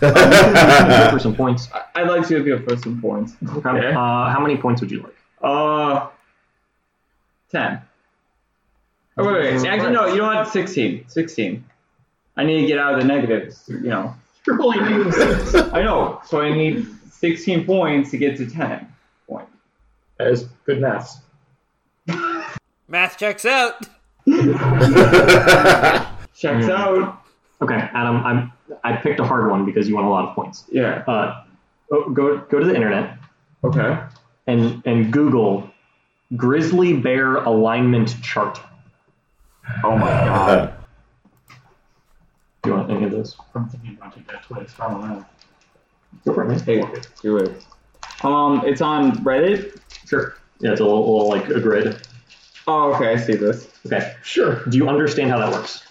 Go for some points.
I'd like to go for some points.
How,
Okay.
uh, how many points would you like?
Uh, ten. Oh, wait, wait. Actually, no. You know what? Sixteen. Sixteen. I need to get out of the negatives. You know.
You're only doing six.
I know. So I need sixteen points to get to ten points.
That is good math.
Math checks out.
Checks out.
Okay, Adam. I'm I picked a hard one because you want a lot of points.
Yeah.
Uh, oh, go go to the internet.
Okay.
and and Google grizzly bear alignment chart.
Oh my god.
Do you want any of those?
I'm thinking about taking that twice. I don't know.
Go for it, man.
Hey, do it. Um, it's on Reddit.
Sure. Yeah, it's a little, little, like a grid.
Oh, okay, I see this.
Okay.
Sure.
Do you understand how that works?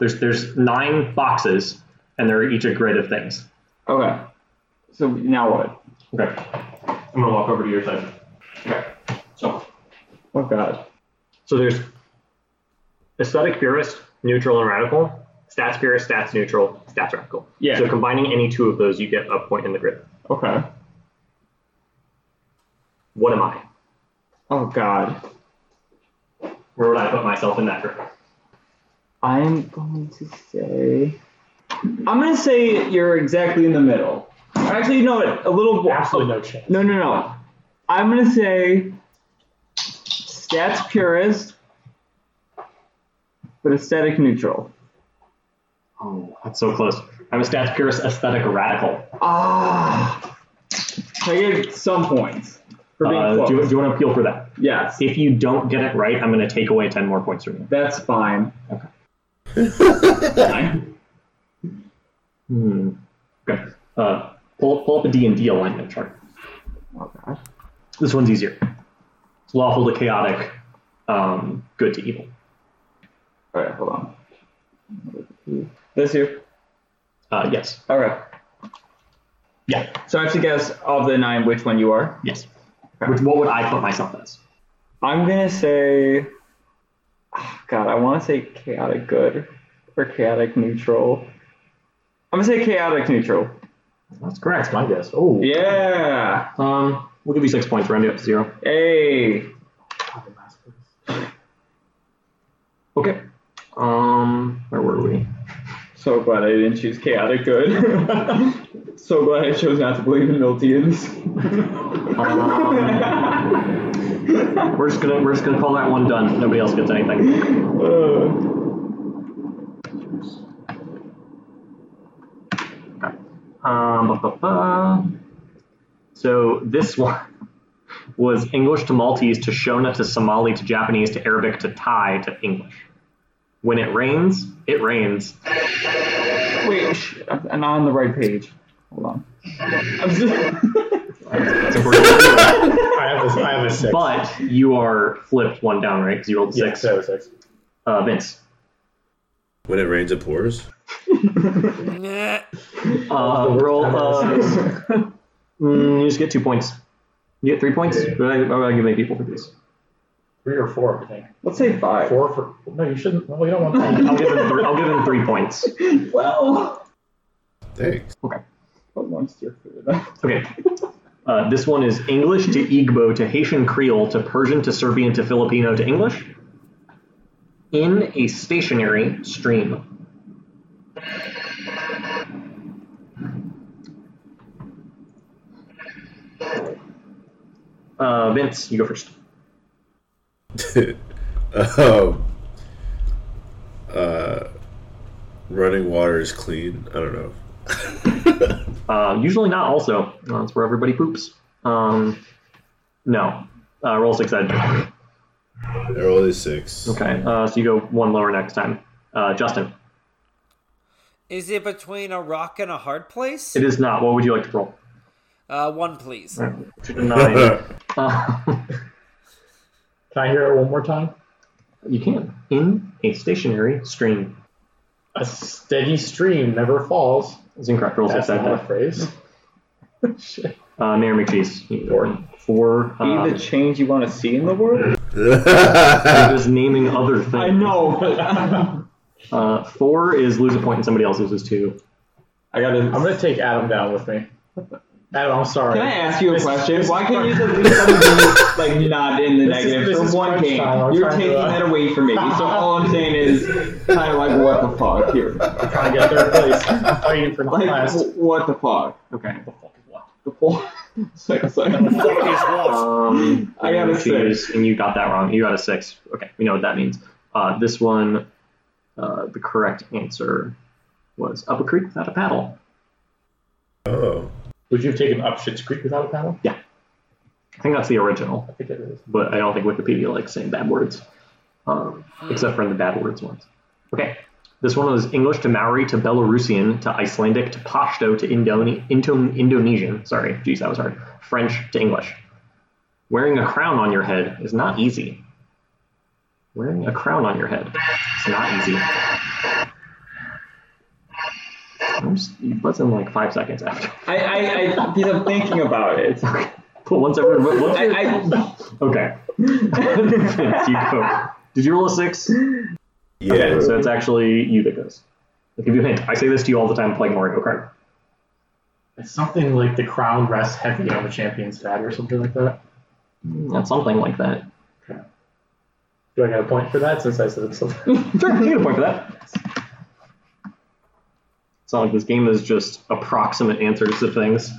There's there's nine boxes, and they're each a grid of things.
Okay. So now what?
Okay.
I'm gonna walk over to your side.
So
Oh god.
so there's aesthetic purist, neutral, and radical. Stats purist, stats neutral, stats radical.
Yeah.
So combining any two of those, you get a point in the grid.
Okay.
What am I?
Oh god.
Where would I put myself in that grid?
I'm going to say. I'm gonna say you're exactly in the middle. Actually, no, a little.
Absolutely no chance.
No, no, no. I'm gonna say stats purist, but aesthetic neutral.
Oh, that's so close. I'm a stats purist, aesthetic radical.
Ah, I get some points for being
Uh,
close.
do, you, do you want to appeal for that?
yes,
If you don't get it right, I'm going to take away 10 more points from you.
that's fine.
Hmm. Okay. Uh, pull, pull up a D&D alignment chart.
Oh god.
This one's easier. It's lawful to chaotic, um, good to evil.
All right, hold on. This here.
Uh, yes.
All right.
Yeah.
So I have to guess of the nine which one you are.
Yes. Which, what would I put myself as?
I'm gonna say. ah, God, I want to say chaotic good or chaotic neutral. I'm gonna say chaotic neutral.
That's correct. My guess. Oh.
Yeah.
Um, we'll give you six points. Round it up to zero.
Hey.
Okay. Um, where were we?
So glad I didn't choose chaotic good. so glad I chose not to believe in
Um,
Miltians.
we're just gonna we're just gonna call that one done. Nobody else gets anything.
Uh,
Um, ba, ba, ba. So this one was English to Maltese to Shona to Somali to Japanese to Arabic to Thai to English. When it rains, it rains.
wait, sh- I'm I'm not on the right page. Hold on. I'm just-
I have a, I have a six.
But you are flipped one down, right? Because you rolled a
yeah,
six.
so six.
Uh, Vince.
When it rains, it pours.
Nah.
Uh, roll. Uh, mm, you just get two points. You get three points. Would I, would I give any people for these?
Three or four, I think.
Let's say five.
Four for. No, you shouldn't. Well, you don't want that.
I'll give him three. I'll give him three points.
Well,
Thanks.
put monster food.
Okay. Uh, this one is English to Igbo to Haitian Creole to Persian to Serbian to Filipino to English. In a stationary stream. Uh, Vince, you go first.
um, uh, running water is clean. I don't know.
Uh, usually not. Also, Uh, that's where everybody poops. Um, no. Uh, roll six edge.
I rolled a six.
Okay. Uh, so you go one lower next time. Uh, Justin,
Is it between a rock and a hard place?
it is not. What would you like to roll?
Uh, one, please.
Nine.
Oh,
Uh,
Can I hear it one more time?
you can in a stationary stream.
A steady stream never falls.
It's incorrect. Roll
That's
six
not a
edge.
phrase. Shit.
Uh, Mayor McCheese. you go. Four.
Be
Uh,
Um,
the change you want to see in the world.
it was naming other things.
I know. but-
Uh, four is lose a point and somebody else loses two.
I gotta.
I'm gonna take Adam down with me. Adam, I'm sorry.
Can I ask you a
This-
question?
this-
Why can't you just leave something like not in the
This is-
negative
this
for
is
one
crunch
game?
time. I'm
You're
trying to,
taking
uh,
that away from me. So all I'm saying is kind of like what the fuck here.
I get third place. I'm fighting for
Like
last.
wh- what the fuck? Okay. The fuck? It's like- it's like-
Um,
I got a
McCheese, And you got that wrong. You got a six. Okay, we know what that means. Uh, this one, uh, the correct answer was up a creek without a paddle.
oh.
Would you have taken up Shit's Creek without a paddle?
I think that's the original,
I think it is.
but I don't think Wikipedia likes saying bad words, um, except for in the bad words ones. Okay, this one was English to Maori to Belarusian to Icelandic to Pashto to Indone- Indo- Indonesian. Sorry, geez, that was hard. French to English. Wearing a crown on your head is not easy. Wearing a crown on your head is not easy. I'm just you buzz in like five seconds after.
I, I, I because I'm thinking about it.
But once everyone, once
I, I
okay. Vince, you go. Did you roll a six?
Yeah.
Okay, so it's actually you that goes. I'll give you a hint. I say this to you all the time playing Mario Kart.
It's something like the crown rests heavy on the champion's head or something like that.
That's something like that.
Do I get a point for that since I said it's something?
Sure, you get a point for that. It's not like this game is just approximate answers to things.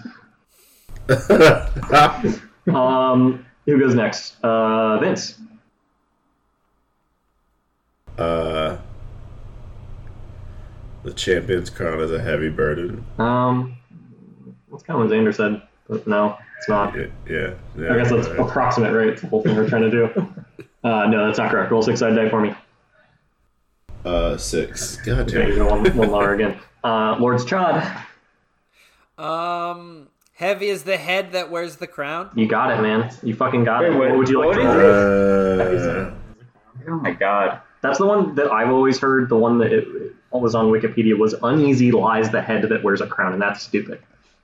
Um, who goes next? Uh, Vince.
uh, the champion's crown is a heavy burden.
Um, that's kind of what Xander said, but no, it's not.
Yeah, yeah. yeah,
I guess that's
right.
approximate, right? It's the whole thing we're trying to do. Uh, no, that's not correct. Roll six side die for me.
uh six. God
Okay,
damn.
you're one, one lower again. Uh, Lord's Chod,
Um, heavy is the head that wears the crown.
you got it, man. You fucking got it.
Wait,
What
wait,
would you like
what
to
is
roll?
it?
Uh,
oh my god.
That's the one that I've always heard. The one that it, it was on Wikipedia was "Uneasy lies the head that wears a crown," and that's stupid.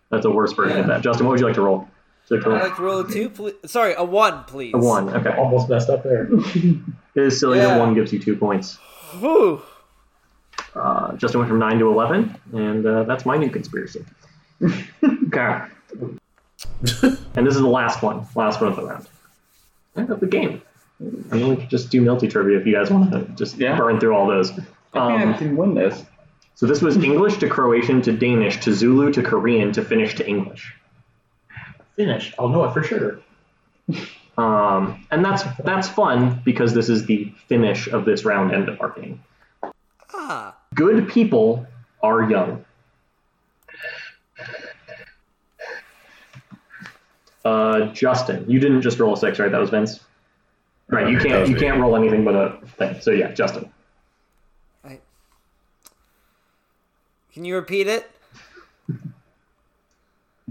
That's a worse version of that. Justin, what would you like to roll? Would you
I'd
like
like to roll a two, please. Sorry, a one, please.
to roll? A one. Okay.
Almost messed up there.
It is silly
Yeah.
that one gives you two points.
Whew.
Uh, Justin went from nine to eleven, and uh, that's my new conspiracy. okay. and this is the last one. Last one of the round. End of the game. I'm going to just do multi trivia if you guys want to just
Yeah.
burn through all those.
I
Um,
think I can win this.
So this was English to Croatian to Danish to Zulu to Korean to Finnish to English.
Finish. I'll know it for sure.
Um, and that's that's fun because this is the finish of this round end of our game.
Ah,
Good people are young. Uh, Justin, you didn't just roll a six, right? That was Vince. Right, you
That
can't
was
you
me.
can't roll anything but a thing. So yeah, Justin.
I... can you repeat it?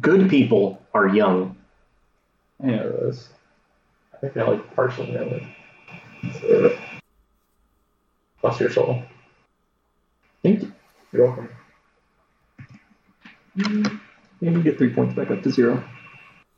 Good people are young.
I know this.
I think I like partially know it. Bless your soul.
Thank you.
You're welcome.
Maybe you get three points back up to zero.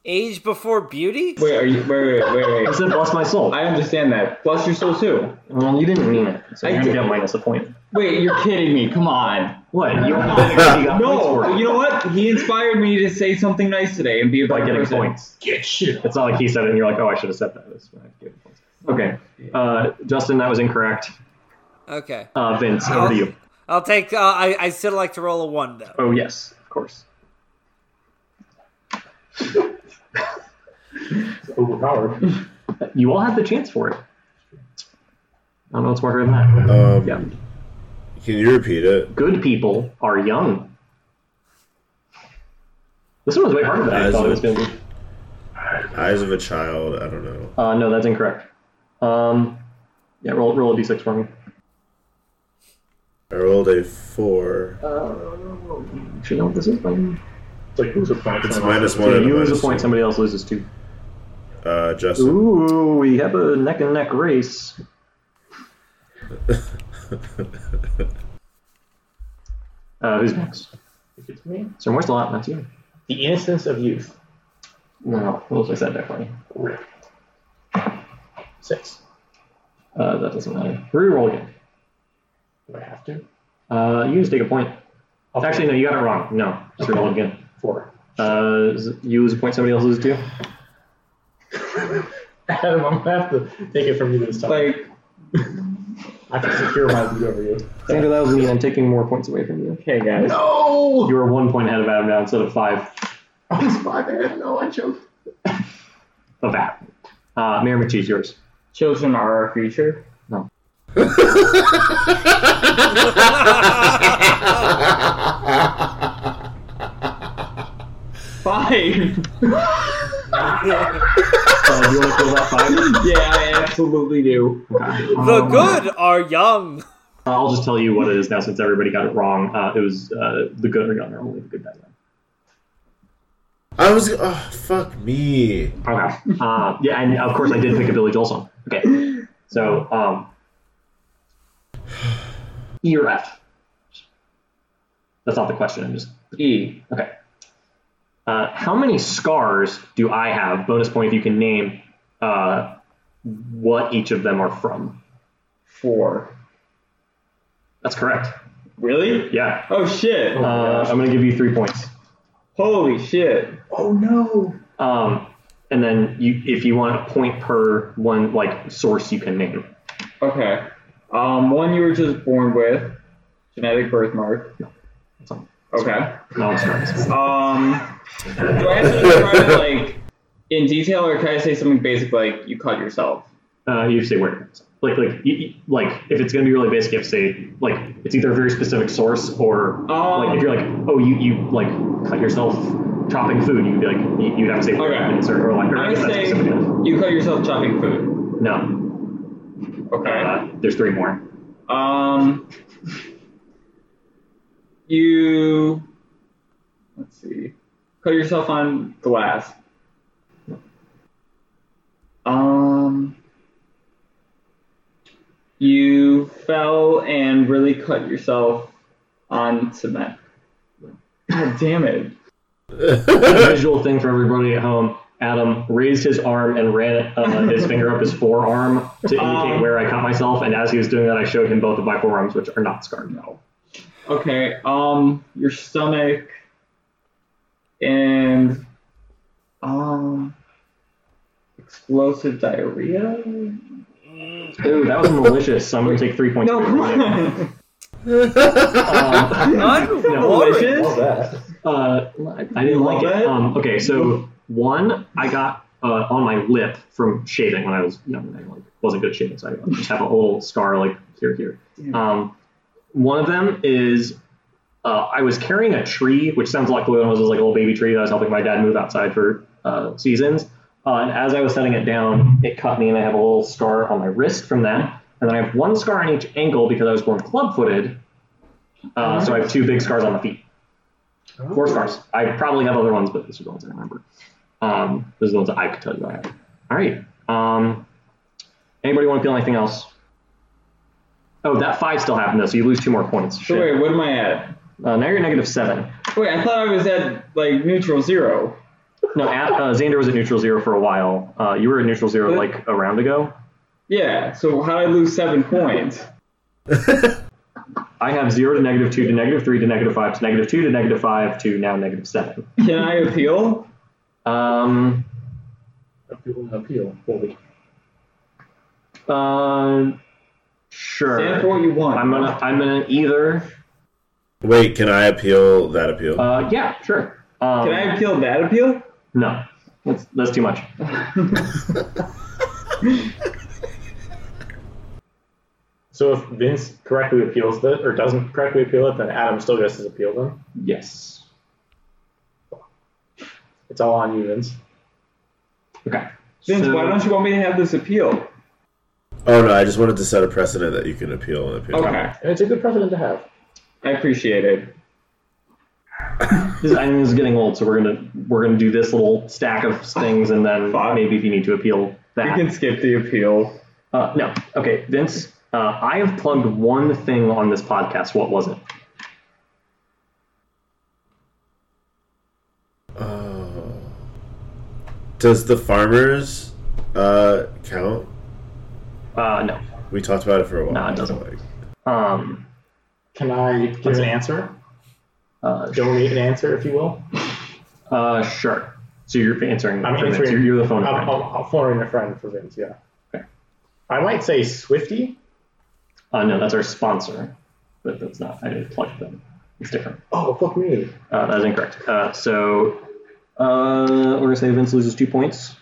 Age before beauty.
Wait, are you wait wait wait
I
wait.
said, bless my soul.
I understand that. Plus your soul too.
Well, you didn't mean it, so
I
you're gonna
did.
get minus a point.
Wait, you're kidding me. Come on.
What? You, you got points for
No,
it.
you know what? He inspired me to say something nice today and be a
by
better
getting
person.
points.
Get shit.
It's not like he said it, and you're like, oh, I should have said that. That's when I gave him points. Okay, uh, Justin, that was incorrect.
Okay.
Uh, Vince, over to you.
I'll take. Uh, I I still like to roll a one though.
Oh yes, of course.
Overpowered.
You all had the chance for it. I don't know what's harder than that.
um,
Yeah.
Can you repeat it?
Good people are young. This one was way harder than I thought it was going to be.
Eyes of a child. I don't know.
Uh, no, that's incorrect. Um, yeah, roll roll a d6 for me.
I rolled a four.
Should know what this is. By now.
It's like who's a point?
It's minus one.
So
and
you lose a
minus
point,
two.
somebody else loses two.
Uh, Justin.
Ooh, we have a neck and neck race. Uh, who's next?
It's me.
Sir Morselot, that's you.
The innocence of youth.
No, rules I said that for you.
Six.
Uh, that doesn't matter. Reroll again.
Do I have to?
Uh, you just take a point.
I'll
Actually, no, you got it wrong. No, just reroll again.
four.
Uh, z- you lose a point, somebody else loses two.
Adam, I'm gonna have to take it from you this time.
Like,
I can secure my lead over you.
Sandra, that was me. I'm taking more points away from you.
okay, guys.
No!
You were one point ahead of Adam now instead of five Oh,
It's five. I didn't know. I chose.
of that. Uh, Mayor McCheese, yours.
Children are our future. Five.
Uh, do you want to fill that five? Uh,
yeah, I absolutely do.
The good are young.
I'll just tell you what it is now since everybody got it wrong. Uh, it was uh, the good are young or only the good die young.
I was. Oh, fuck me.
Okay. Uh, yeah, and of course I did pick a Billy Joel song. Okay. So, um, E or F? That's not the question. I'm just E. Okay. Uh, how many scars do I have? Bonus point if you can name uh, what each of them are from.
Four.
That's correct.
Really?
Yeah.
Oh shit.
Uh, I'm going to give you three points.
Holy shit.
Oh no.
Um, and then you, if you want a point per one like source you can name.
Okay. Um, one you were just born with, genetic birthmark.
That's all.
Okay.
No one starts.
Um, do I have to describe it like in detail, or can I say something basic like you cut yourself?
Uh, you say where. Like, like, you, you- like, if it's gonna be really basic, you have to say like it's either a very specific source or
Um,
like if you're like, oh, you you like cut yourself chopping food, you'd be like, you- you'd have to say where
Okay.
it is or, or like, or I
I
guess
would
that's
say
specific enough.
you cut yourself chopping food.
No,
Okay.
uh, there's three more.
Um, you let's see, cut yourself on glass. Um, you fell and really cut yourself on cement. God damn it!
A visual thing for everybody at home. Adam raised his arm and ran uh, his finger up his forearm to indicate
Um.
where I cut myself. And as he was doing that, I showed him both of my forearms, which are not scarred. No.
Okay, um, your stomach and um, explosive diarrhea.
Ooh, that was malicious. So I'm gonna take three points.
No,
away
come
from you. Um,
on.
Unglorious.
Delicious.
uh, I didn't like
Love
it.
it.
Um, okay, so one I got uh, on my lip from shaving when I was young. and I like wasn't good at shaving, so I just have a little scar like here, here. Um, one of them is uh, I was carrying a tree, which sounds like the one was like a little baby tree that I was helping my dad move outside for uh, seasons. Uh, and as I was setting it down, it cut me, and I have a little scar on my wrist from that. And then I have one scar on each ankle because I was born club-footed. Uh, so I have two big scars on my feet. Four scars. I probably have other ones, but those are the ones I remember. Um, those are the ones that I could tell you I have. All right. Um, anybody want to feel anything else? Oh, that five still happened though, so you lose two more points.
So
Shit.
wait, what am I at?
Uh, now you're negative seven.
Wait, I thought I was at like neutral zero.
No, at, uh, Xander was at neutral zero for a while. Uh, you were at neutral zero like a round ago.
Yeah. So how did I lose seven points?
I have zero to negative two to negative three to negative five to negative two to negative five to now negative seven.
Can I appeal?
Um,
Appeal, appeal. Holy.
uh, sure.
Stand for what you want.
I'm gonna. I'm gonna either.
Wait, can I appeal that appeal?
Uh, yeah, sure. Um,
Can I appeal that appeal?
No, that's that's too much.
So if Vince correctly appeals it or doesn't correctly appeal it, then Adam still gets his appeal. Then
Yes.
it's all on you, Vince.
Okay.
Vince,
So-
why don't you want me to have this appeal?
oh no, I just wanted to set a precedent that you can appeal an appeal.
Okay,
And it's a good precedent to have.
I appreciate it.
This is, I mean, this is getting old, so we're gonna we're gonna do this little stack of things, and then maybe if you need to appeal
We
that.
can skip the appeal.
Uh, no. Okay, Vince. Uh, I have plugged one thing on this podcast. What was it?
Oh. Does the farmers uh, count?
Uh, no.
We talked about it for a while.
No, it doesn't.
Like,
Um,
Can I give an answer?
uh,
Donate an answer, if you will.
uh, sure. So you're answering.
I'm
for Vince.
answering.
You're, you're the phone.
I'm,
friend.
I'm, I'm phoning a friend for Vince. Yeah.
Okay.
I might say Swifty.
Uh, no, that's our sponsor. But that's not. I didn't plug them. It's different.
Oh fuck me.
Uh, that is incorrect. Uh, so uh, we're gonna say Vince loses two points.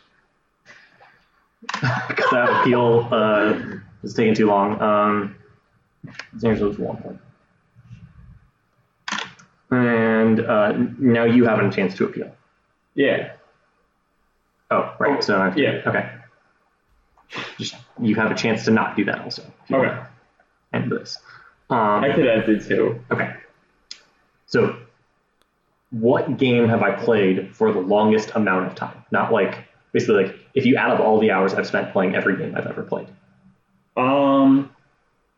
'Cause that appeal uh, is taking too long. Um, Xander loses one point. And uh, now you have a chance to appeal.
Yeah.
Oh, right. So I have to-
yeah.
Okay. Just you have a chance to not do that also. if you
Okay.
want to End this.
I
Um,
could edit it too.
okay. So what game have I played for the longest amount of time? Not like basically like if you add up all the hours I've spent playing every game I've ever played,
Um,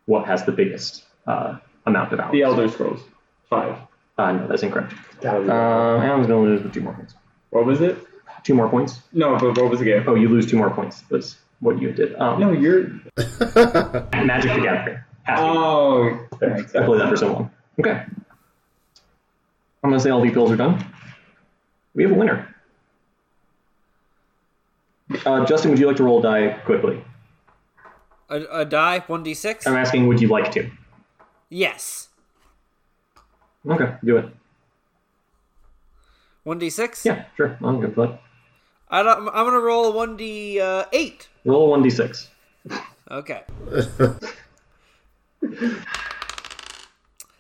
what has the biggest uh, amount of hours?
The Elder Scrolls. Five.
Uh, no, that's incorrect.
That would
Uh,
be-
I was going to lose with two more points.
What was it?
Two more points.
No, but what was the game?
Oh, you lose two more points. That's what you did. Um,
No, you're.
Magic the Gathering. Has to be.
Oh,
I played that for so long. Okay. I'm gonna say all the pills are done. We have a winner. Uh, Justin, would you like to roll a die quickly?
A, a die, 1d6?
I'm asking, would you like to?
Yes.
Okay, do it.
1d6?
Yeah, sure. I'm good for that.
I don't, I'm going to roll a 1d8. Uh, eight.
Roll a 1d6.
okay.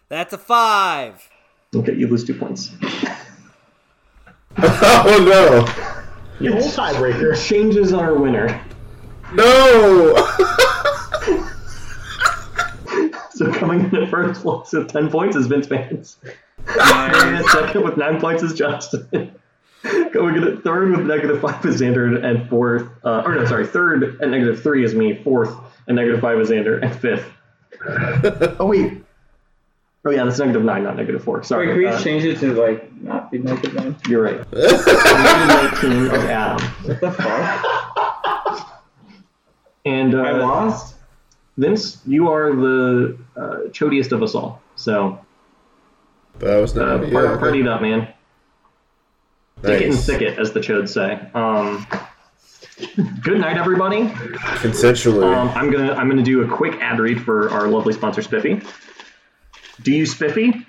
That's a 5.
Okay, you lose two points.
oh
Yes.
tiebreaker.
Changes our winner.
no! No!
So coming in at first place with 10 points is Vince Vance. Coming in
nice.
at second with 9 points is Justin. Going in at third with negative 5 is Xander, and fourth, uh, or no, sorry, third and negative 3 is me, fourth and negative 5 is Xander, and fifth.
oh wait,
Oh, yeah, that's negative 9, not negative 4.
Wait,
Sorry.
can we
uh,
just change it to like not be naked man?
you're right. Negative 19 of Adam.
What the fuck?
And uh,
I lost.
Vince, you are the uh, chodiest of us all. So,
that was not.
uh,
yeah,
par-
okay.
party it up, man. Take it and
Nice.
sick it, as the chodes say. Um, good night, everybody.
Consensually.
Um, I'm gonna I'm gonna do a quick ad read for our lovely sponsor Spiffy. Do you Spiffy?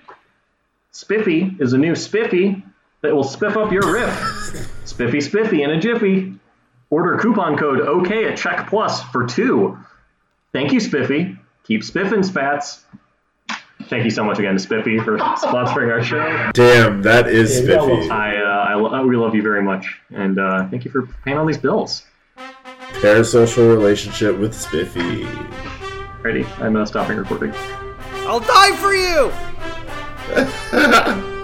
Spiffy is a new Spiffy that will spiff up your rip. Spiffy Spiffy in a jiffy. Order coupon code OK at Check Plus for two. Thank you, Spiffy. Keep spiffing, spats. Thank you so much again to Spiffy for sponsoring our show.
Damn, that is
Yeah, we
spiffy.
I, uh, I, lo- we love you very much, and uh, thank you for paying all these bills.
Parasocial relationship with spiffy.
Alrighty, I'm uh, stopping recording.
I'll die for you!
Bye.